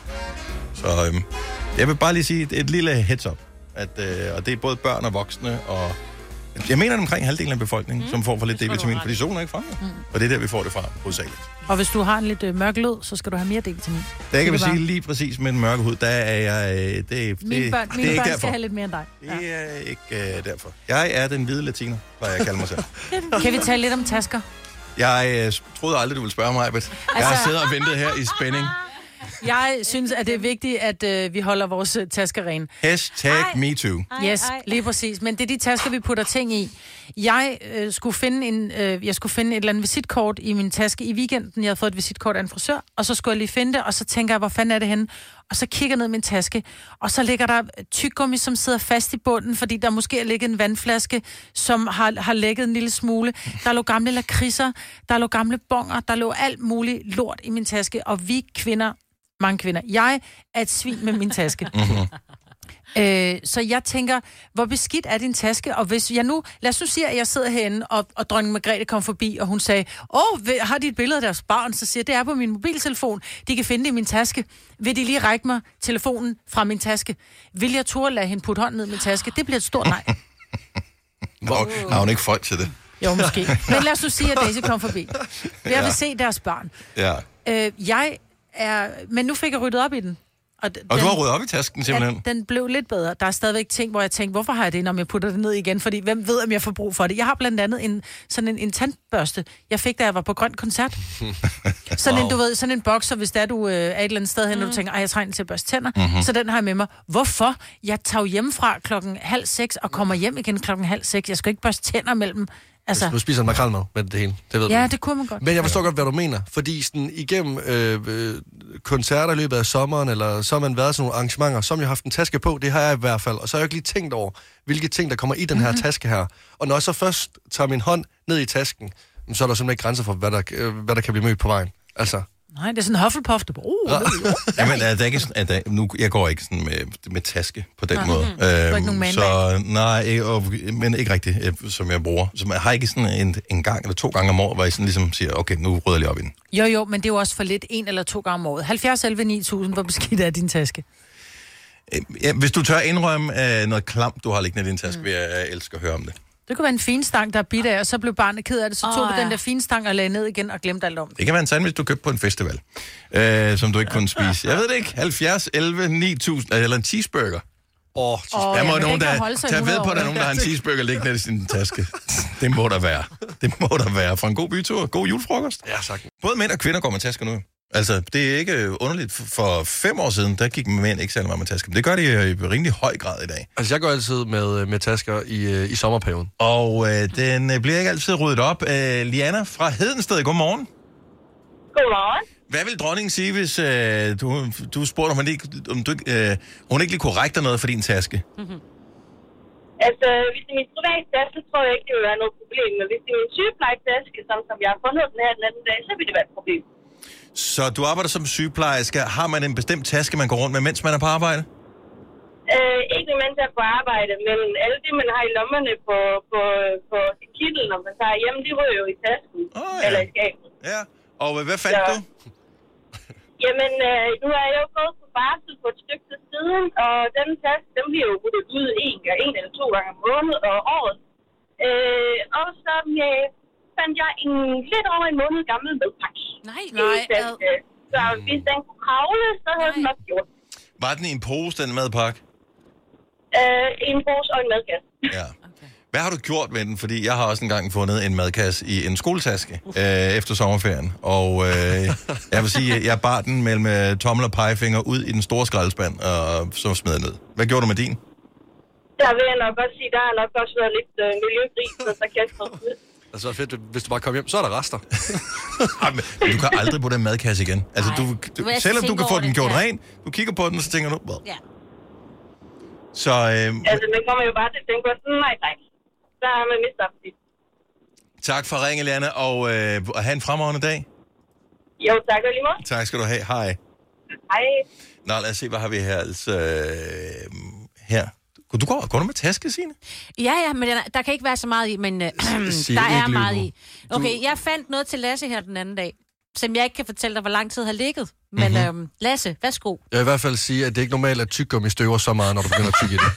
Speaker 1: Så øh, jeg vil bare lige sige et, et lille heads up. At, øh, og det er både børn og voksne, og jeg mener, at omkring halvdelen af befolkningen,
Speaker 4: Mhm.
Speaker 1: mm. som får for lidt D-vitamin, fordi solen er ikke fremme. Mm. Og det er der, vi får det fra, hovedsageligt.
Speaker 4: Og hvis du har en lidt øh, mørk lød, så skal du have mere D-vitamin.
Speaker 1: Der kan vi
Speaker 4: bare-
Speaker 1: sige lige præcis med den mørke hud, der er jeg... Øh, det, det,
Speaker 4: Mine børn,
Speaker 1: det,
Speaker 4: mine
Speaker 1: er ikke
Speaker 4: børn
Speaker 1: derfor.
Speaker 4: skal have lidt mere end dig.
Speaker 1: Det er ikke øh, derfor. Jeg er den hvide latiner, hvad jeg kalder mig selv.
Speaker 4: Kan vi tale lidt om tasker?
Speaker 1: Jeg øh, troede aldrig, du ville spørge mig, men altså... jeg har
Speaker 4: Altså-
Speaker 1: siddet og ventet her i spænding.
Speaker 4: Jeg synes, at det er vigtigt, at øh, vi holder vores øh, tasker rene.
Speaker 1: Hashtag MeToo.
Speaker 4: Yes, lige præcis. Men det er de tasker, vi putter ting i. Jeg, øh, skulle finde en, øh, jeg skulle finde et eller andet visitkort i min taske i weekenden. Jeg havde fået et visitkort af en frisør, og så skulle jeg lige finde det, og så tænker jeg, hvor fanden er det henne? Og så kigger jeg ned i min taske, og så ligger der tyggegummi, som sidder fast i bunden, fordi der måske har ligget en vandflaske, som har, har lækket en lille smule. Der lå gamle lakridser, der lå gamle bonger, der lå alt muligt lort i min taske, og vi kvinder, mange kvinder, jeg er et svin med min taske. Øh, så jeg tænker, hvor beskidt er din taske? Og hvis jeg nu, lad os nu sige, at jeg sidder herinde, og, og dronning Margrethe kom forbi, og hun sagde, åh, vil- har de et billede af deres barn? Så siger jeg, det er på min mobiltelefon. De kan finde det i min taske. Vil de lige række mig telefonen fra min taske? Vil jeg turde lade hende putte hånden ned i min taske? Det bliver et stort nej.
Speaker 1: Hvor, har hun ikke folk til det?
Speaker 4: Jo, måske. Men lad os nu sige, at Daisy kom forbi. Jeg
Speaker 1: Ja.
Speaker 4: vil se deres barn.
Speaker 1: Ja.
Speaker 4: Øh, jeg er... Men nu fik jeg ryddet op i den. Og, d-
Speaker 1: Og du
Speaker 4: den-
Speaker 1: har ryddet op i tasken, simpelthen.
Speaker 4: at den blev lidt bedre. Der er stadigvæk ting, hvor jeg tænker, hvorfor har jeg det, når jeg putter det ned igen? Fordi hvem ved, om jeg får brug for det? Jeg har blandt andet en, sådan en, en tandbørste, jeg fik, da jeg var på Grøn Koncert. Sådan en, du ved, sådan en boks, og hvis der du øh, er et eller andet sted hen, mm. og du tænker, at jeg trænger til at børste tænder,
Speaker 15: Mhm.
Speaker 4: mm-hmm. så den har jeg med mig. Hvorfor? Jeg tager jo hjemmefra klokken halv seks, og kommer hjem igen klokken halv seks. Jeg skal ikke børste tænder mellem. Altså,
Speaker 2: Du spiser en makrelmad med det hele. Det ved
Speaker 4: ja,
Speaker 2: man.
Speaker 4: det kunne man godt.
Speaker 2: Men jeg forstår godt, hvad du mener. Fordi sådan, igennem øh, øh, koncerter i løbet af sommeren, eller så har man været til nogle arrangementer, som jeg har haft en taske på, det har jeg i hvert fald. Og så har jeg ikke lige tænkt over, hvilke ting, der kommer i den her
Speaker 1: Mhm.
Speaker 2: taske her. Og når jeg så først tager min hånd ned i tasken, så er der simpelthen ikke grænser for, hvad der, øh, hvad der kan blive mødt på vejen. Altså,
Speaker 4: Nej, det er sådan en hufflepuff. Du, uh,
Speaker 1: Ra-
Speaker 2: *laughs*
Speaker 1: Jamen, er der ikke sådan, er der, nu, jeg går ikke sådan med, med taske på den
Speaker 4: Nej.
Speaker 1: måde. Øhm,
Speaker 4: Mhm. Du får ikke nogen
Speaker 1: så nej, ikke- og, men ikke rigtigt, øh, som jeg bruger. Så man har ikke sådan en, en gang eller to gange om året, hvor jeg sådan ligesom siger, okay, nu rydder jeg lige op i den.
Speaker 4: Jo, jo, men det er jo også for lidt en eller to gange om året. 70 11 9000, hvor beskidt er din taske?
Speaker 1: Ja, hvis du tør indrømme øh, noget klam, du har liggende i din taske, mm. vil jeg øh, elske at høre om det.
Speaker 4: Det kunne være en finstang, der er bidt af, og så blev barnet ked af det. Så
Speaker 3: Åh,
Speaker 4: tog oh, du
Speaker 3: ja.
Speaker 4: den der finstang og lagde ned igen og glemte alt om. det.
Speaker 1: Det kan være en sandwich, du købte på en festival, øh, som du ikke kunne spise. Jeg ved det ikke. 70, 11, 9000, øh, eller en cheeseburger. Åh, oh,
Speaker 4: cheeseburger.
Speaker 1: der
Speaker 4: Åh,
Speaker 1: må
Speaker 4: ja,
Speaker 1: ja,
Speaker 4: men
Speaker 1: nogen,
Speaker 4: den kan
Speaker 1: der,
Speaker 4: holde sig i
Speaker 1: der ved
Speaker 4: 100
Speaker 1: på, at der er
Speaker 4: år.
Speaker 1: nogen, der har en cheeseburger liggende i sin taske. Det må der være. Det må der være. For en god bytur. God julefrokost. Ja, tak. Både mænd og kvinder går med tasker nu. Altså, det er ikke øh, underligt. For fem år siden, der gik mænd ikke særlig meget med tasker. Men det gør de øh, i rimelig høj grad i dag.
Speaker 2: Altså, jeg går altid med, øh, med tasker i, øh, i sommerperioden.
Speaker 1: Og øh, den øh, bliver ikke altid ryddet op. Øh, Liana fra Hedensted, godmorgen.
Speaker 15: Godmorgen.
Speaker 1: Hvad vil dronningen sige, hvis øh, du, du spurgte, om, han ikke, om du, ikke, øh, hun ikke lige kunne række dig noget for din taske?
Speaker 15: Altså, hvis det er min private taske, tror jeg ikke, det vil være noget problem. Men hvis det er min sygeplejetaske, som, som jeg har fundet den her den anden dag, så vil det være et problem.
Speaker 1: Så du arbejder som sygeplejerske. Har man en bestemt taske, man går rundt med, mens man er på arbejde?
Speaker 15: Øh, ikke mens jeg er på arbejde, men alle det, man har i lommerne på, på, på sin kittel, når man tager hjem, de ryger jo i tasken.
Speaker 1: Oh,
Speaker 15: Eller i skabet.
Speaker 1: Ja. Og øh, hvad fandt
Speaker 15: Ja.
Speaker 1: ja. du?
Speaker 15: Jamen, øh, nu er jeg jo gået på barsel på et stykke tid siden, og den taske, den bliver jo ryddet ud en, gang- en eller to gange om måneden og året. Øh, og så øh, fandt jeg en lidt over en måned gammel madpakke.
Speaker 3: Nej,
Speaker 15: nej. øh, Så hvis den kunne kravle, så havde den nok gjort.
Speaker 1: Var den i en pose, den madpakke?
Speaker 15: Øh, en pose og en madkasse.
Speaker 1: Ja. Hvad har du gjort med den? Fordi jeg har også engang fundet en madkasse i en skoletaske øh, efter sommerferien. Og øh, jeg vil sige, jeg bar den mellem øh, tommel og pegefinger ud i den store skraldespand, og så smed jeg den ud. Hvad gjorde du med din?
Speaker 15: Der vil jeg nok også sige, der har nok også været lidt øh, miljøgris, og så kastet ud.
Speaker 2: Altså, fedt, hvis du bare kommer hjem, så er der rester.
Speaker 1: Jamen, du kan aldrig bruge den madkasse igen. Altså, du,
Speaker 3: Du
Speaker 1: du,
Speaker 3: må altså
Speaker 1: selvom du
Speaker 3: tænke
Speaker 1: kan få
Speaker 3: over
Speaker 1: den
Speaker 3: det,
Speaker 1: gjort
Speaker 3: ja.
Speaker 1: ren, du kigger på den, og så tænker du, "Hvad?"
Speaker 3: Ja.
Speaker 1: Så øh,
Speaker 15: Altså, den kommer jo bare til at tænke på, nej tak. Der har man mistet appetit.
Speaker 1: tak for ringen, Lana, og, øh, og have en fremragende dag.
Speaker 15: Jo, tak og lige måde.
Speaker 1: Tak skal du have. Hej.
Speaker 15: Hej.
Speaker 1: Nå, lad os se, hvad har vi her? Altså, øh, her. Du går, går du med taske, Signe?
Speaker 3: Ja, ja, men den er- der kan ikke være så meget i, men øh, *clears throat*
Speaker 1: sig
Speaker 3: der er
Speaker 1: ikke, Lego.
Speaker 3: meget i. Okay, jeg fandt noget til Lasse her den anden dag, som jeg ikke kan fortælle dig, hvor lang tid har ligget. Men mm-hmm. øhm, Lasse, værsgo.
Speaker 2: Jeg vil i hvert fald sige, at det er ikke normalt, at tyggegummi støver så meget, når du begynder at tygge i det.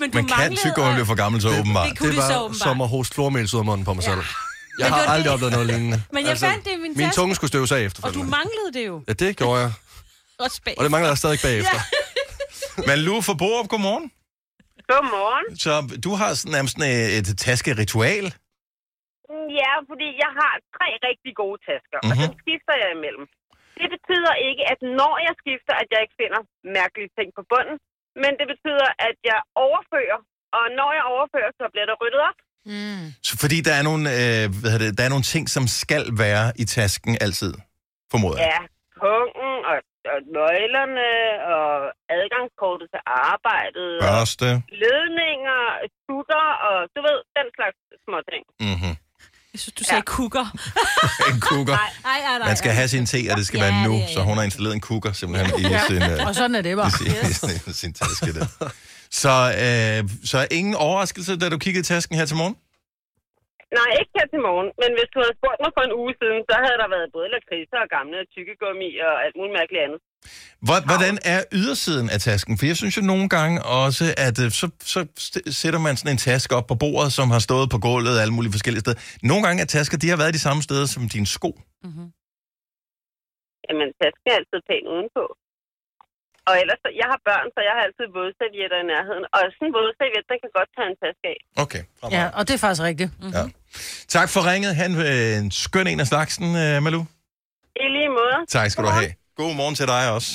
Speaker 3: Men du
Speaker 2: Man kan
Speaker 3: manglede-
Speaker 2: tyggegummi
Speaker 1: blive for gammel så åbenbart.
Speaker 3: det kunne de
Speaker 2: var
Speaker 3: så åbenbart.
Speaker 2: som at hoste flormels ud af munden på mig
Speaker 3: Ja.
Speaker 2: selv. Jeg
Speaker 3: Men
Speaker 2: har
Speaker 3: det var
Speaker 2: aldrig
Speaker 3: det-
Speaker 2: oplevet noget lignende. Altså,
Speaker 3: Men jeg fandt det i min
Speaker 2: Min
Speaker 3: taske.
Speaker 2: tunge skulle støves af
Speaker 3: Og du
Speaker 2: efterfølgende.
Speaker 3: manglede det jo.
Speaker 2: Ja, det gjorde jeg.
Speaker 3: Også bag.
Speaker 2: Og det mangler jeg stadig bagefter.
Speaker 1: Men Lue for Borup, godmorgen.
Speaker 15: Godmorgen.
Speaker 1: Så du har sådan, nærmest sådan øh, et, et taskeritual.
Speaker 15: Mm, Ja, fordi jeg har tre rigtig gode tasker, mm-hmm. og dem skifter jeg imellem. Det betyder ikke, at når jeg skifter, at jeg ikke finder mærkelige ting på bunden, men det betyder, at jeg overfører, og når jeg overfører, så bliver der ryddet op.
Speaker 4: Mm.
Speaker 1: Så fordi der er, nogle, øh, hvad hedder det, der er nogle ting, som skal være i tasken altid, formoder jeg.
Speaker 15: Ja, pungen og, og nøglerne og adgangskortet til arbejdet.
Speaker 1: Børste.
Speaker 15: Og ledninger, tutter og du ved, den slags små ting.
Speaker 1: Mm-hmm.
Speaker 3: Jeg synes, du sagde ja.
Speaker 15: *laughs*
Speaker 3: kukker.
Speaker 1: *laughs* En kukker.
Speaker 3: Nej, nej, nej.
Speaker 1: Man skal have sin te, og det skal være nu.
Speaker 3: det er-
Speaker 1: Så hun har installeret en kukker simpelthen i
Speaker 4: Ja.
Speaker 1: sin, øh,
Speaker 4: Og sådan er det bare.
Speaker 1: i sin, *laughs* i sin taske. Der. Så, øh, så ingen overraskelse, da du kiggede i tasken her til morgen?
Speaker 15: Nej, ikke her til morgen, men hvis du havde spurgt mig for en uge siden, så havde der været både lakridser og gamle tykkegummi og alt muligt mærkeligt andet.
Speaker 1: Hvor- Hvordan er ydersiden af tasken? For jeg synes jo nogle gange også, at øh, så, så st- sætter man sådan en taske op på bordet, som har stået på gulvet og alle mulige forskellige steder. Nogle gange er tasker, de har været de samme steder som dine sko.
Speaker 15: Jamen, tasken er altid pæn udenpå. Og ellers, så- jeg har børn, så jeg har altid vådservietter i nærheden. Og sådan en vådserviet, den kan godt tage en taske af.
Speaker 1: Okay.
Speaker 4: Ja, og det er faktisk rigtigt. Mm.
Speaker 1: Ja. Tak for ringet. Han øh, en skøn en af slagsen, øh, Malu.
Speaker 15: I lige måde.
Speaker 1: Tak skal du have. God morgen til dig også.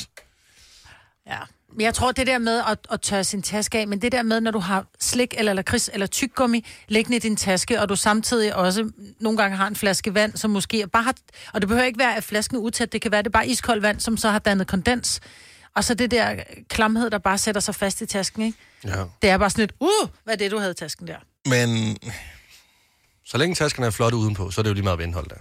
Speaker 4: Men jeg tror, det der med at, at tørre sin taske af, men det der med, når du har slik eller lakrids eller tyggegummi liggende i din taske, og du samtidig også nogle gange har en flaske vand, som måske er bare har, og det behøver ikke være, at flasken er utæt, det kan være, at det er bare iskoldt vand, som så har dannet kondens, og så det der klamhed, der bare sætter sig fast i tasken, ikke?
Speaker 2: Ja.
Speaker 4: Det er bare sådan lidt, uh, hvad er det, du havde i tasken der?
Speaker 1: Men...
Speaker 2: Så længe taskerne er flotte udenpå, så er det jo lige meget ved indhold der.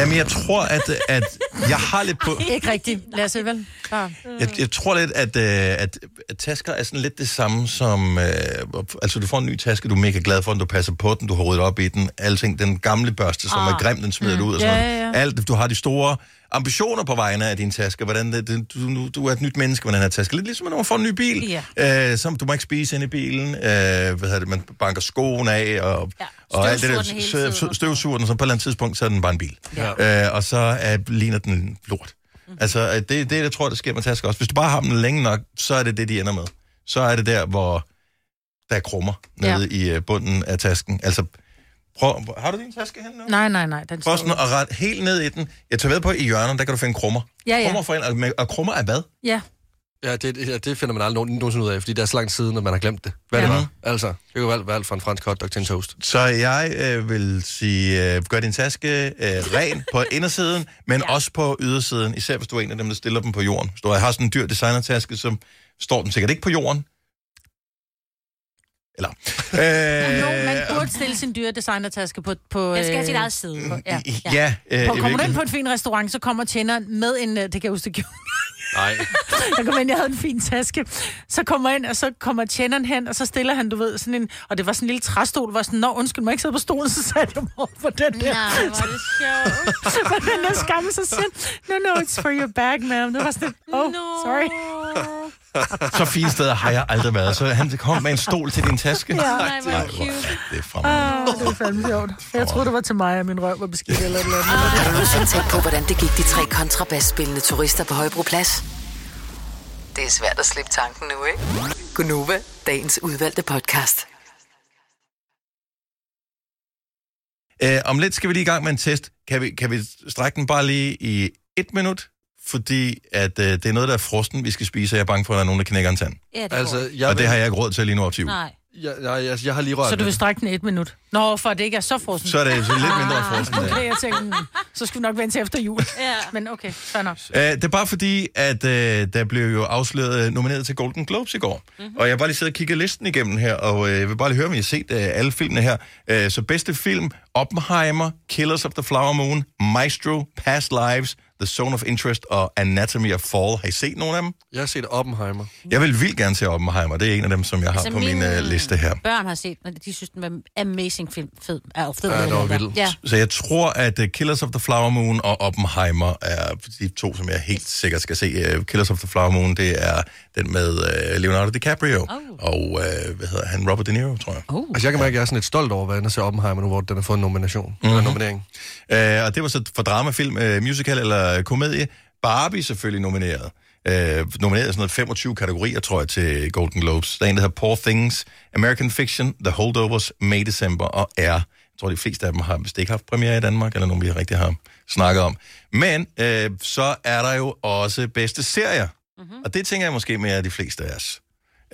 Speaker 1: Jamen, jeg tror, at, at Jeg har lidt på...
Speaker 4: Ikke rigtigt, Lasse, vel? Ja.
Speaker 1: Jeg, jeg tror lidt, at, øh, at, at tasker er sådan lidt det samme som... Øh, altså, du får en ny taske, du er mega glad for den, du passer på den, du har ryddet op i den, alting, den gamle børste, som
Speaker 10: Ah.
Speaker 1: er grim, den smider du ud og
Speaker 10: Ja,
Speaker 1: sådan noget.
Speaker 10: ja, ja.
Speaker 1: Alt, du har de store ambitioner på vegne af din taske, hvordan det, det, du, nu- du er et nyt menneske, hvordan er taske. Lidt ligesom, når man får en ny bil, ja. øh, som du må ikke spise inde i bilen, øh, hvad hedder det, man banker skoen af, og, ja. og alt det
Speaker 10: Støvsuger
Speaker 1: der
Speaker 10: den hele
Speaker 1: sø-
Speaker 10: tiden.
Speaker 1: sø- støvsuger den, så på et eller andet tidspunkt, så er den bare en bil. Ja. Øh, og så øh, ligner den lort. Mm. Altså, øh, det er det, jeg tror, der sker med tasker også. Hvis du bare har dem længe nok, så er det det, de ender med. Så er det der, hvor der er krummer nede ja. i øh, bunden af tasken. Altså, prøv, har du din taske hen nu?
Speaker 4: Nej, nej, nej. Den
Speaker 1: Prøv
Speaker 4: står
Speaker 1: sådan
Speaker 4: ude.
Speaker 1: at ret helt ned i den. Jeg tager ved på, at i hjørnet, der kan du finde krummer.
Speaker 4: Ja, ja.
Speaker 1: Krummer for en, og, med- og krummer er hvad?
Speaker 4: Ja.
Speaker 2: Ja, det, ja, det finder man aldrig nogen- nogensinde ud af, fordi det er så lang tid siden, at man har glemt det. Hvad ja. det var. Altså, det kan jo være, være alt fra en fransk hotdog til en toast.
Speaker 1: Så jeg øh, vil sige, øh, gør din taske øh, ren på indersiden,
Speaker 4: *laughs*
Speaker 1: men ja. også på ydersiden, især hvis du er en af dem, der stiller dem på jorden. Hvis du har sådan en dyr designertaske, så står den sikkert ikke på jorden. Eller...
Speaker 4: *laughs* Jo, man
Speaker 1: Øh,
Speaker 4: burde stille sin dyre designertaske på... på
Speaker 3: Den skal have sit
Speaker 4: øh,
Speaker 3: eget side.
Speaker 4: på- Ja.
Speaker 1: ja, øh,
Speaker 4: På,
Speaker 1: Mm, i
Speaker 4: kommer du ind
Speaker 1: virkeligheden- *laughs*
Speaker 4: på en fin restaurant, så kommer tjeneren med en... øh, Det kan jeg huske, det gjorde. *laughs*
Speaker 2: Nej.
Speaker 4: Jeg kom ind, jeg havde en fin taske. Så kommer jeg ind, og så kommer tjeneren hen, og så stiller han, du ved, sådan en... Og det var sådan en lille træstol, hvor jeg sådan, nå, undskyld, må jeg ikke sidde på stolen? Så satte jeg mig over på den der.
Speaker 3: Nej, hvor
Speaker 4: *laughs*
Speaker 3: er det
Speaker 4: sjovt. så var den der skamme, så siger han, no, no, it's for your bag, ma'am. Det var sådan, lidt, oh, no. sorry.
Speaker 1: så fine steder har jeg aldrig været, så han kom med en stol til din taske.
Speaker 4: Ja, nej, hvor
Speaker 1: Nej, hvor-
Speaker 4: cute.
Speaker 1: det er fra
Speaker 4: Ah, det var fandme sjovt. Jeg troede, det var til mig, og min røv var beskidt eller et eller
Speaker 3: Ah.
Speaker 4: andet.
Speaker 6: Har du nogensinde tænkt på, hvordan det gik de tre kontrabasspillende turister på Højbroplads? Det er svært at slippe tanken nu, ikke? Gunova, dagens udvalgte podcast.
Speaker 1: Øh, om lidt skal vi lige i gang med en test. Kan vi, kan vi strække den bare lige i et minut? Fordi at, øh, det er noget, der er frosten, vi skal spise, og jeg er bange for, at der er nogen, der knækker en tand.
Speaker 3: Ja, det
Speaker 2: Altså,
Speaker 1: Jeg og det har jeg ikke råd til lige nu op til jul.
Speaker 3: Nej.
Speaker 2: Jeg, jeg, jeg, jeg har lige rørt
Speaker 4: Så du vil
Speaker 2: ved
Speaker 4: strække den i et minut? Nå, for at det ikke er så frossen. Ah,
Speaker 1: Så er det så lidt mindre frossen, ja.
Speaker 4: Okay, jeg tænkte, mm, så skal vi nok vente til efter jul. ja. Men okay, fair nok.
Speaker 1: Øh, det er bare fordi, at øh, der blev jo afsløret øh, nomineret til Golden Globes i går. Mm-hmm. Og jeg har bare lige siddet og kigget listen igennem her, og øh, jeg vil bare lige høre, om I har set øh, alle filmene her. Øh, så bedste film, Oppenheimer, Killers of the Flower Moon, Maestro, Past Lives, The Zone of Interest og Anatomy of Fall. Har I set nogen af dem?
Speaker 2: Jeg har set Oppenheimer.
Speaker 1: Jeg vil vildt gerne se Oppenheimer. Det er en af dem, som jeg har altså på min, min øh, liste her.
Speaker 3: Børn har set, men de synes, den var en amazing film. Fed. Ja, fed
Speaker 1: Ja, det var vildt.
Speaker 3: Ja.
Speaker 1: Så jeg tror, at øh, Killers of the Flower Moon og Oppenheimer er de to, som jeg helt sikkert skal se. Øh, Killers of the Flower Moon, det er den med øh, Leonardo DiCaprio oh. og, øh, hvad hedder han, Robert De Niro, tror jeg.
Speaker 3: Oh.
Speaker 2: Altså, jeg kan mærke, at jeg er sådan lidt stolt over, hvad jeg ser Oppenheimer nu, hvor den har fået en nomination. Mm-hmm.
Speaker 1: Mhm.
Speaker 2: Eller nominering.
Speaker 1: Øh, og det var så for dramafilm, øh, musical eller komedie. Barbie selvfølgelig nomineret. Øh, nomineret i sådan noget 25 kategorier, tror jeg, til Golden Globes. Der er en, der hedder Poor Things, American Fiction, The Holdovers, May December og R. Jeg tror, de fleste af dem har vist ikke haft premiere i Danmark, eller nogen, vi rigtig har snakket om. Men øh, så er der jo også bedste serier. Mm-hmm. Og det tænker jeg måske mere af de fleste af os.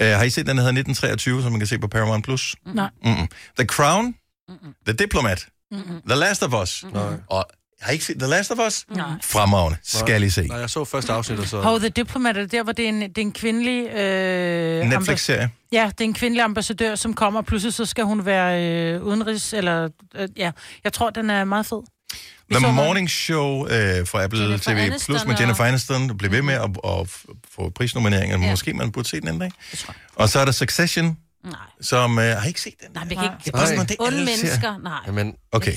Speaker 1: Øh, har I set den, der hedder 1923, som man kan se på Paramount+. Plus?
Speaker 4: Nej.
Speaker 1: Mm-mm. The Crown, Mm-mm. The Diplomat,
Speaker 4: Mm-mm.
Speaker 1: The Last of Us. Nej. Og har I ikke set The Last of Us?
Speaker 4: Nej.
Speaker 1: Fremragende. Skal I se.
Speaker 2: Nej, jeg så første afsnit, og så...
Speaker 4: Hov, The Diplomat er det der, hvor det er en, det er en kvindelig... Øh,
Speaker 1: Netflix-serie.
Speaker 4: amba- Ja, det er en kvindelig ambassadør, som kommer, og pludselig så skal hun være øh, udenrigs, eller... Øh, ja, jeg tror, den er meget fed. Mm, Vi så
Speaker 1: The
Speaker 4: den.
Speaker 1: Morning Show øh, fra Apple
Speaker 4: Jennifer
Speaker 1: TV
Speaker 4: Aniston
Speaker 1: Plus med
Speaker 4: og-
Speaker 1: Jennifer Aniston blev ved med at, at f- få prisnomineringer. Ja. Måske man burde se den en dag. Og så er der Succession,
Speaker 3: Nej.
Speaker 1: som... Øh, har I ikke set den?
Speaker 3: Nej, vi kan ikke...
Speaker 1: Det er bare sådan noget, det er
Speaker 3: Onde
Speaker 1: alle serier.
Speaker 3: mennesker, nej.
Speaker 1: Jamen, okay.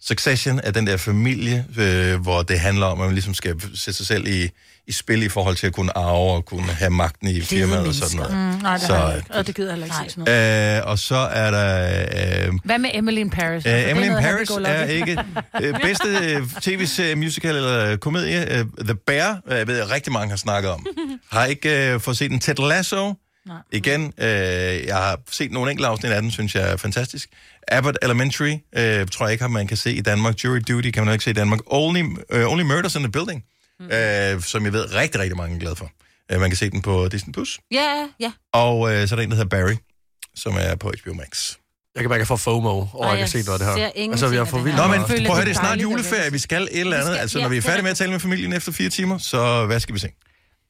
Speaker 1: Succession er den der familie, øh, hvor det handler om, at man ligesom skal sætte sig selv i, i spil i forhold til at kunne arve og kunne have magten i firmaet og sådan noget.
Speaker 4: Mm, nej, det,
Speaker 1: så,
Speaker 4: så, har jeg ikke. Og det gider jeg heller ikke se sådan noget.
Speaker 1: øh, og så er der... Øh,
Speaker 4: Hvad med Emily in Paris?
Speaker 1: Uh,
Speaker 4: Altså, det er
Speaker 1: Emily in
Speaker 4: noget,
Speaker 1: Paris
Speaker 4: Happy Go
Speaker 1: er
Speaker 4: Lucky.
Speaker 1: ikke
Speaker 4: *laughs*
Speaker 1: uh, bedste uh, tv-serie, musical eller uh, komedie. Uh, The Bear, uh, jeg ved, at rigtig mange har snakket
Speaker 4: *laughs*
Speaker 1: om. Har ikke uh, fået set en Ted Lasso. Nej. Igen, uh, jeg har set nogle enkelte afsnit af den, synes jeg er fantastisk. Abbott Elementary, uh, tror jeg ikke, at man kan se i Danmark. Jury Duty kan man nok ikke se i Danmark. Only, uh, Only Murders in the Building, mm. uh, som jeg ved, rigtig, rigtig mange er glade for. Uh, man kan se den på Disney+. Plus.
Speaker 3: Ja, ja.
Speaker 1: Og uh, så er der en, der hedder Barry, som er på HBO Max.
Speaker 2: Jeg kan mærke, at jeg får FOMO over, at jeg
Speaker 1: jeg
Speaker 2: kan se noget af
Speaker 1: ser
Speaker 2: det her.
Speaker 1: ingenting
Speaker 2: Altså, jeg
Speaker 1: af
Speaker 2: får
Speaker 1: det
Speaker 2: vildt
Speaker 1: her. Nå, men
Speaker 2: meget-
Speaker 1: prøv at høre, det er snart juleferie, vi skal et eller andet. Altså,
Speaker 2: ja,
Speaker 1: når vi er
Speaker 2: det er
Speaker 1: færdige med at tale med familien efter fire timer, så hvad skal vi se?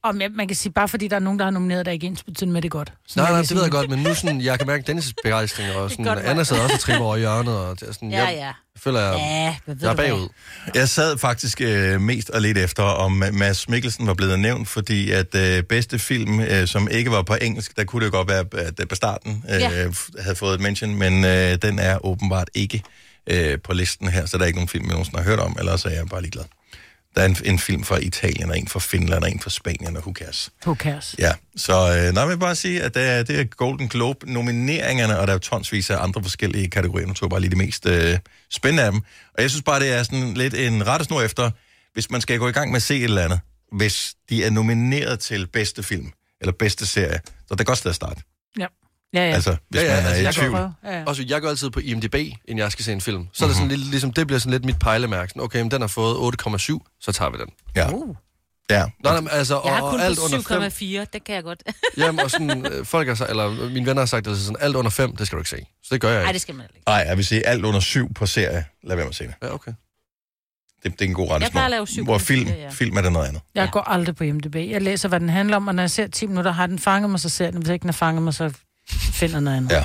Speaker 4: Om, jeg, man kan sige, bare fordi der er nogen, der har nomineret dig, ikke ens betydende med det er godt. Sådan
Speaker 2: Nej,
Speaker 4: kan
Speaker 2: nej,
Speaker 4: sige.
Speaker 2: det ved jeg godt, men nu sådan, jeg kan mærke Dennis' begejstring, og sådan,
Speaker 4: godt være.
Speaker 2: Anna sad også og tripper over i hjørnet, og det er sådan,
Speaker 4: Ja,
Speaker 2: jeg,
Speaker 4: ja.
Speaker 2: jeg føler, jeg,
Speaker 4: Ja, men ved
Speaker 2: jeg er
Speaker 4: du hvad?
Speaker 2: bagud.
Speaker 1: Jeg sad faktisk øh, mest og lidt efter, om Mads Mikkelsen var blevet nævnt, fordi at øh, bedste film, øh, som ikke var på engelsk, der kunne det jo godt være, at øh, på starten øh,
Speaker 16: Ja.
Speaker 1: f- havde fået et mention, men øh, den er åbenbart ikke øh, på listen her, så der er ikke nogen film, jeg nogensinde har hørt om, ellers er jeg bare ligeglad. Der er en, en film fra Italien, og en fra Finland, og en fra Spanien, og who cares?
Speaker 4: Who cares?
Speaker 1: Ja, så øh, nej, jeg vil bare sige, at det er, det er Golden Globe-nomineringerne, og der er jo tonsvis af andre forskellige kategorier, nu tog jeg bare lige de mest øh, spændende af dem. Og jeg synes bare, det er sådan lidt en rettesnor efter, hvis man skal gå i gang med at se et eller andet, hvis de er nomineret til bedste film, eller bedste serie, så er det er godt sted at starte.
Speaker 4: Ja. Ja, ja.
Speaker 1: Altså, hvis man er i
Speaker 2: jeg
Speaker 1: tvivl.
Speaker 2: Går,
Speaker 4: Ja, ja.
Speaker 2: Også, jeg går altid på IMDb, inden jeg skal se en film. Så er
Speaker 1: Mhm.
Speaker 2: det sådan lidt, ligesom, det bliver sådan lidt mit pejlemærke. Sådan, okay, men den har fået 8,7, så tager vi den.
Speaker 1: Ja.
Speaker 2: Uh.
Speaker 1: Ja.
Speaker 2: Nå, nej, men altså,
Speaker 3: Jeg
Speaker 2: og,
Speaker 3: har kun
Speaker 2: og alt
Speaker 3: på
Speaker 2: under 5.
Speaker 3: 7,4, det kan jeg godt.
Speaker 2: Jamen, og sådan, øh, folk har sagt, eller øh, mine venner har sagt, at sådan, alt under 5, det skal du ikke se. Så det gør jeg ikke.
Speaker 3: *laughs* Nej, det skal man ikke.
Speaker 1: Nej, jeg vil sige, alt under syv på serie, lad være med at se det.
Speaker 2: Ja, okay.
Speaker 1: Det, det er en god
Speaker 4: Jeg plejer at lave
Speaker 1: rettesnor.
Speaker 4: syv
Speaker 1: Hvor
Speaker 4: på
Speaker 1: film,
Speaker 4: serie, ja.
Speaker 1: film er der noget andet.
Speaker 4: Jeg ja. går aldrig på IMDb. Jeg læser, hvad den handler om, og når jeg ser 10 minutter, har den fanget mig, så ser jeg den. Hvis ikke den har fanget mig, så finder jeg noget andet.
Speaker 1: Ja.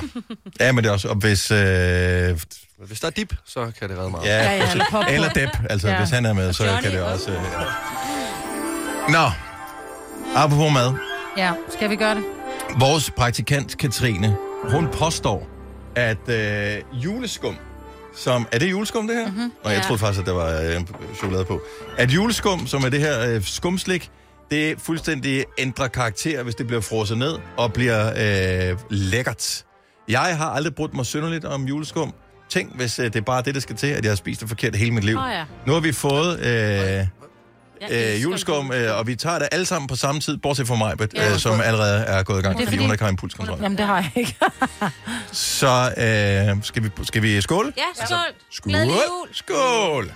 Speaker 1: Ja, men det er også, og hvis... Øh,
Speaker 2: Hvis der er dip, så kan det redde meget.
Speaker 1: Ja, ja, ja eller,
Speaker 4: popcorn.
Speaker 1: eller Depp. Altså,
Speaker 4: Ja.
Speaker 1: ja. hvis han er med, så
Speaker 4: Johnny.
Speaker 1: kan det også... Øh, ja. Nå, apropos mad.
Speaker 4: Ja, skal vi gøre det?
Speaker 1: Vores praktikant, Katrine, hun påstår, at øh, juleskum, som... Er det juleskum, det her? Mm-hmm. Nå, jeg
Speaker 16: Mhm. Ja.
Speaker 1: troede faktisk, at der var øh, chokolade på. At juleskum, som er det her øh, skumslik, det fuldstændig ændrer karakter, hvis det bliver frosset ned og bliver øh, lækkert. Jeg har aldrig brugt mig synderligt om juleskum. Tænk, hvis øh, det er bare det, der skal til, at jeg har spist det forkert hele mit liv.
Speaker 16: Åh, ja.
Speaker 1: Nu har vi fået... Øh,
Speaker 16: elsker
Speaker 1: Øh, juleskum, øh, og vi tager det alle sammen på samme tid, bortset fra mig,
Speaker 4: Ja.
Speaker 1: øh, som allerede er gået i gang,
Speaker 4: Det
Speaker 1: fordi, fordi
Speaker 4: er fordi-
Speaker 1: hun ikke har impulskontrol.
Speaker 4: Jamen, det har jeg ikke.
Speaker 1: Så øh, skal, vi, skal vi skåle?
Speaker 3: Ja, skål.
Speaker 1: Altså, Skål!
Speaker 3: Glædelig jul.
Speaker 1: Skål!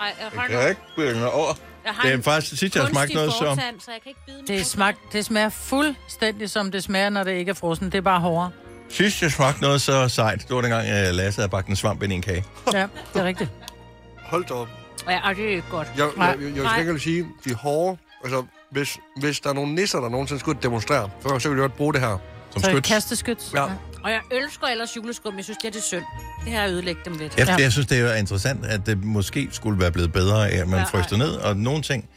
Speaker 3: Ej, øh, jeg har
Speaker 1: Jeg kan ikke binde over.
Speaker 3: Jeg har
Speaker 1: Det er
Speaker 3: en
Speaker 1: faktisk sidst, jeg har smagt
Speaker 3: kunstig
Speaker 1: noget som...
Speaker 3: fortand, Så jeg kan ikke bide min
Speaker 4: Det, smag, det smager fuldstændig, som det smager, når det ikke er frossen. Det er bare hårdere.
Speaker 1: Sidst, jeg smagte noget så sejt, det var dengang øh, Lasse havde bagt en svamp ind i en kage.
Speaker 4: Ja, det er *laughs* rigtigt.
Speaker 2: Hold da op.
Speaker 3: Ja, og det er ikke godt.
Speaker 2: Jeg,
Speaker 3: Nej.
Speaker 2: jeg, jeg, jeg vil
Speaker 3: Nej.
Speaker 2: til gengæld sige, de er hårde, altså hvis, hvis der er nogle nisser, der nogensinde skulle demonstrere, så, så kan de godt bruge det her.
Speaker 1: Som
Speaker 4: Så et kasteskyt.
Speaker 2: Ja.
Speaker 3: Og jeg ønsker ellers juleskum. Jeg synes, det er det synd. Det her ødelægger dem lidt.
Speaker 1: Jeg, ja. jeg synes, det er interessant, at det måske skulle være blevet bedre af, at man
Speaker 3: Ja,
Speaker 1: ja, fryste ned, og nogle ting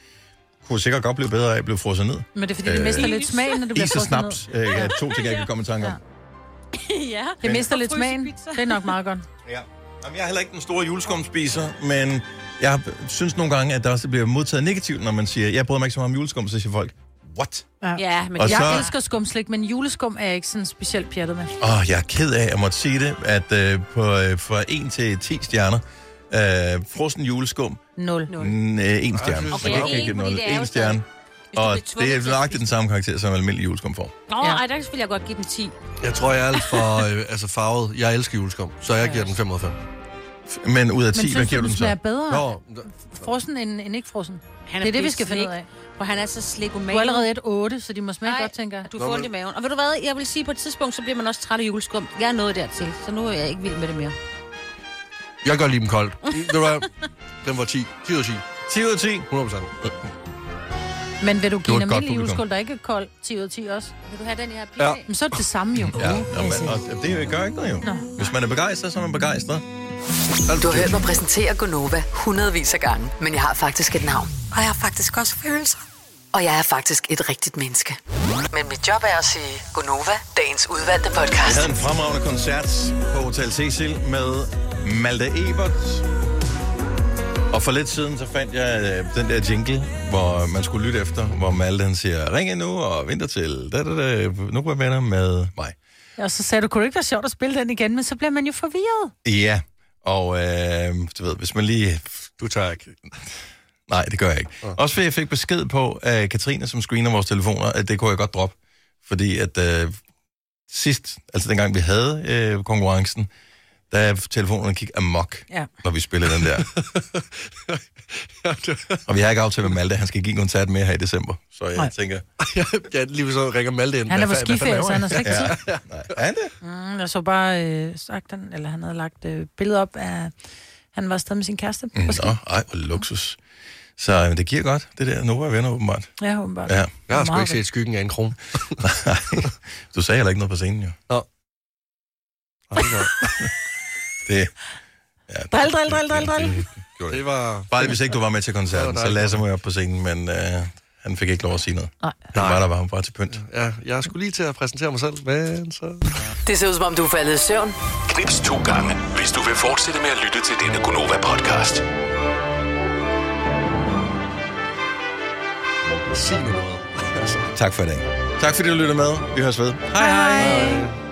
Speaker 1: kunne sikkert godt blive bedre af at blive frosset ned. Øh,
Speaker 4: Men det er, fordi det mister lidt smagen, når det bliver
Speaker 1: Is og
Speaker 4: frosset ned.
Speaker 1: snaps øh, er to ting, jeg kan komme i tanke om.
Speaker 4: *laughs*
Speaker 3: ja.
Speaker 4: Det
Speaker 1: Men-
Speaker 4: mister lidt smagen. Det er nok meget godt.
Speaker 1: Ja. Jamen, jeg er heller ikke den store juleskumspiser, men jeg synes nogle gange, at der også bliver modtaget negativt, når man siger, jeg bryder mig ikke så meget om juleskum, så siger folk, what?
Speaker 4: Ja, ja men
Speaker 1: Og
Speaker 4: jeg
Speaker 1: så-
Speaker 4: elsker skumslik, men juleskum er jeg ikke sådan specielt pjattet med.
Speaker 1: Åh, oh, jeg er ked af, at jeg måtte sige det, at øh, på, øh, fra 1 til 10 stjerner, øh, frossen juleskum,
Speaker 4: Nul.
Speaker 1: Mm, øh, en
Speaker 16: Ej, jeg
Speaker 1: stjerne.
Speaker 16: synes,
Speaker 1: Okay,
Speaker 16: det er
Speaker 1: okay,
Speaker 16: en,
Speaker 1: ikke
Speaker 16: fordi
Speaker 1: noget.
Speaker 16: det er jo
Speaker 1: En stjerne.
Speaker 3: du
Speaker 1: Og
Speaker 3: bliver tvunget
Speaker 1: det
Speaker 3: til
Speaker 1: er
Speaker 3: at
Speaker 1: nøjagtigt den samme karakter, som almindelig juleskum får.
Speaker 3: Nå, ja. ej, der vil jeg godt give den 10.
Speaker 2: Jeg tror, jeg er alt
Speaker 4: *laughs*
Speaker 2: for øh, altså farvet. Jeg elsker juleskum, så jeg giver den 5 ud af 5.
Speaker 1: Men ud af
Speaker 4: Men
Speaker 1: 10, hvad
Speaker 4: synes du,
Speaker 1: giver du
Speaker 4: den
Speaker 1: den så?
Speaker 4: smager bedre?
Speaker 2: Nå,
Speaker 4: Frossen end, end ikke frossen.
Speaker 3: Han er
Speaker 4: Han er det er det, vi
Speaker 3: blevet
Speaker 4: skal finde ud
Speaker 3: slik.
Speaker 4: af.
Speaker 3: For han er så slik
Speaker 4: Du er allerede et 8, så de må smage godt, tænker jeg.
Speaker 3: Du får ondt i maven. Og ved du hvad, jeg vil sige, på et tidspunkt, så bliver man også træt af juleskum. Jeg er nået dertil, så nu er jeg ikke vild med det mere.
Speaker 2: Jeg kan godt lide dem
Speaker 4: *laughs*
Speaker 2: koldt. Ved du hvad? Den var 10. 10 ud af 10.
Speaker 1: 10 ud af 10?
Speaker 2: 100 procent. *laughs*
Speaker 4: Men vil du give en
Speaker 2: et godt
Speaker 4: almindelig
Speaker 2: publikum.
Speaker 4: juleskål, der ikke er kold 10 ud af 10 også?
Speaker 3: Vil du have den her
Speaker 1: pizza? Ja.
Speaker 4: Men så er det det samme jo.
Speaker 1: Ja,
Speaker 16: Uh.
Speaker 1: jamen, og det jo- gør ikke noget jo. Hvis man er begejstret, så er man begejstret.
Speaker 6: Du har hørt mig præsentere Gonova hundredvis af gange, men jeg har faktisk et navn.
Speaker 17: Og jeg har faktisk også følelser.
Speaker 6: Og jeg er faktisk et rigtigt menneske. Men mit job er at sige Gonova, dagens udvalgte
Speaker 1: Jeg
Speaker 6: podcast.
Speaker 1: havde en fremragende koncert på Hotel Cecil med Malte Ebert. Og for lidt siden, så fandt jeg øh, den der jingle, hvor man skulle lytte efter, hvor Malte han siger, ring endnu og vinter til, da, da, da, nu er venner med mig.
Speaker 4: Og så sagde du, kunne det ikke være sjovt at spille den igen? Men så bliver man jo forvirret.
Speaker 1: Ja, og øh, du ved, hvis man lige...
Speaker 2: Du tager ikke...
Speaker 1: Nej, det gør jeg ikke. Også fordi jeg fik besked på af Katrine, som screener vores telefoner, at det kunne jeg godt droppe. Fordi at øh, sidst, altså dengang vi havde øh, konkurrencen, der telefonerne gik amok,
Speaker 4: Ja.
Speaker 1: når vi spillede den
Speaker 2: *laughs*
Speaker 1: der. og vi har ikke aftalt med Malte, han skal give en koncert med her i december. Så jeg
Speaker 2: Nej.
Speaker 1: Nej. tænker...
Speaker 2: ja, lige så ringer Malte ind.
Speaker 4: Han er
Speaker 2: Hvad
Speaker 4: på
Speaker 2: fa- hvad
Speaker 4: skiferie,
Speaker 2: fanden
Speaker 4: så han har slet ikke
Speaker 2: laver
Speaker 4: tid.
Speaker 1: Nej, er han det?
Speaker 4: Mm, jeg så bare øh, sagt den, eller han havde lagt øh, billeder op af, han var afsted med sin kæreste.
Speaker 1: Nå, ej, hvor luksus. Så øh, det giver godt, det der Nova venner åbenbart.
Speaker 4: Ja, åbenbart.
Speaker 1: Ja.
Speaker 4: Jeg har sgu ikke set
Speaker 1: skyggen af en kron. Nej, *laughs* du sagde heller ikke noget på scenen, jo. Nå. *laughs* det,
Speaker 4: Dril, dril, dril, dril, dril.
Speaker 1: det var... Bare lige, hvis ikke du var med til koncerten, så Lasse mig op på scenen, men øh, han fik ikke lov at sige noget.
Speaker 4: Nej.
Speaker 1: Han var der bare, bare til pynt.
Speaker 2: Ja, jeg skulle lige til at præsentere mig selv, men så...
Speaker 6: Det ser ud som om, du er faldet i søvn.
Speaker 5: Knips to gange, hvis du vil fortsætte med at lytte til denne Gonova-podcast.
Speaker 1: Sig nu noget. Tak for i dag. Tak fordi du lyttede med. Vi høres ved. Hej hej. hej.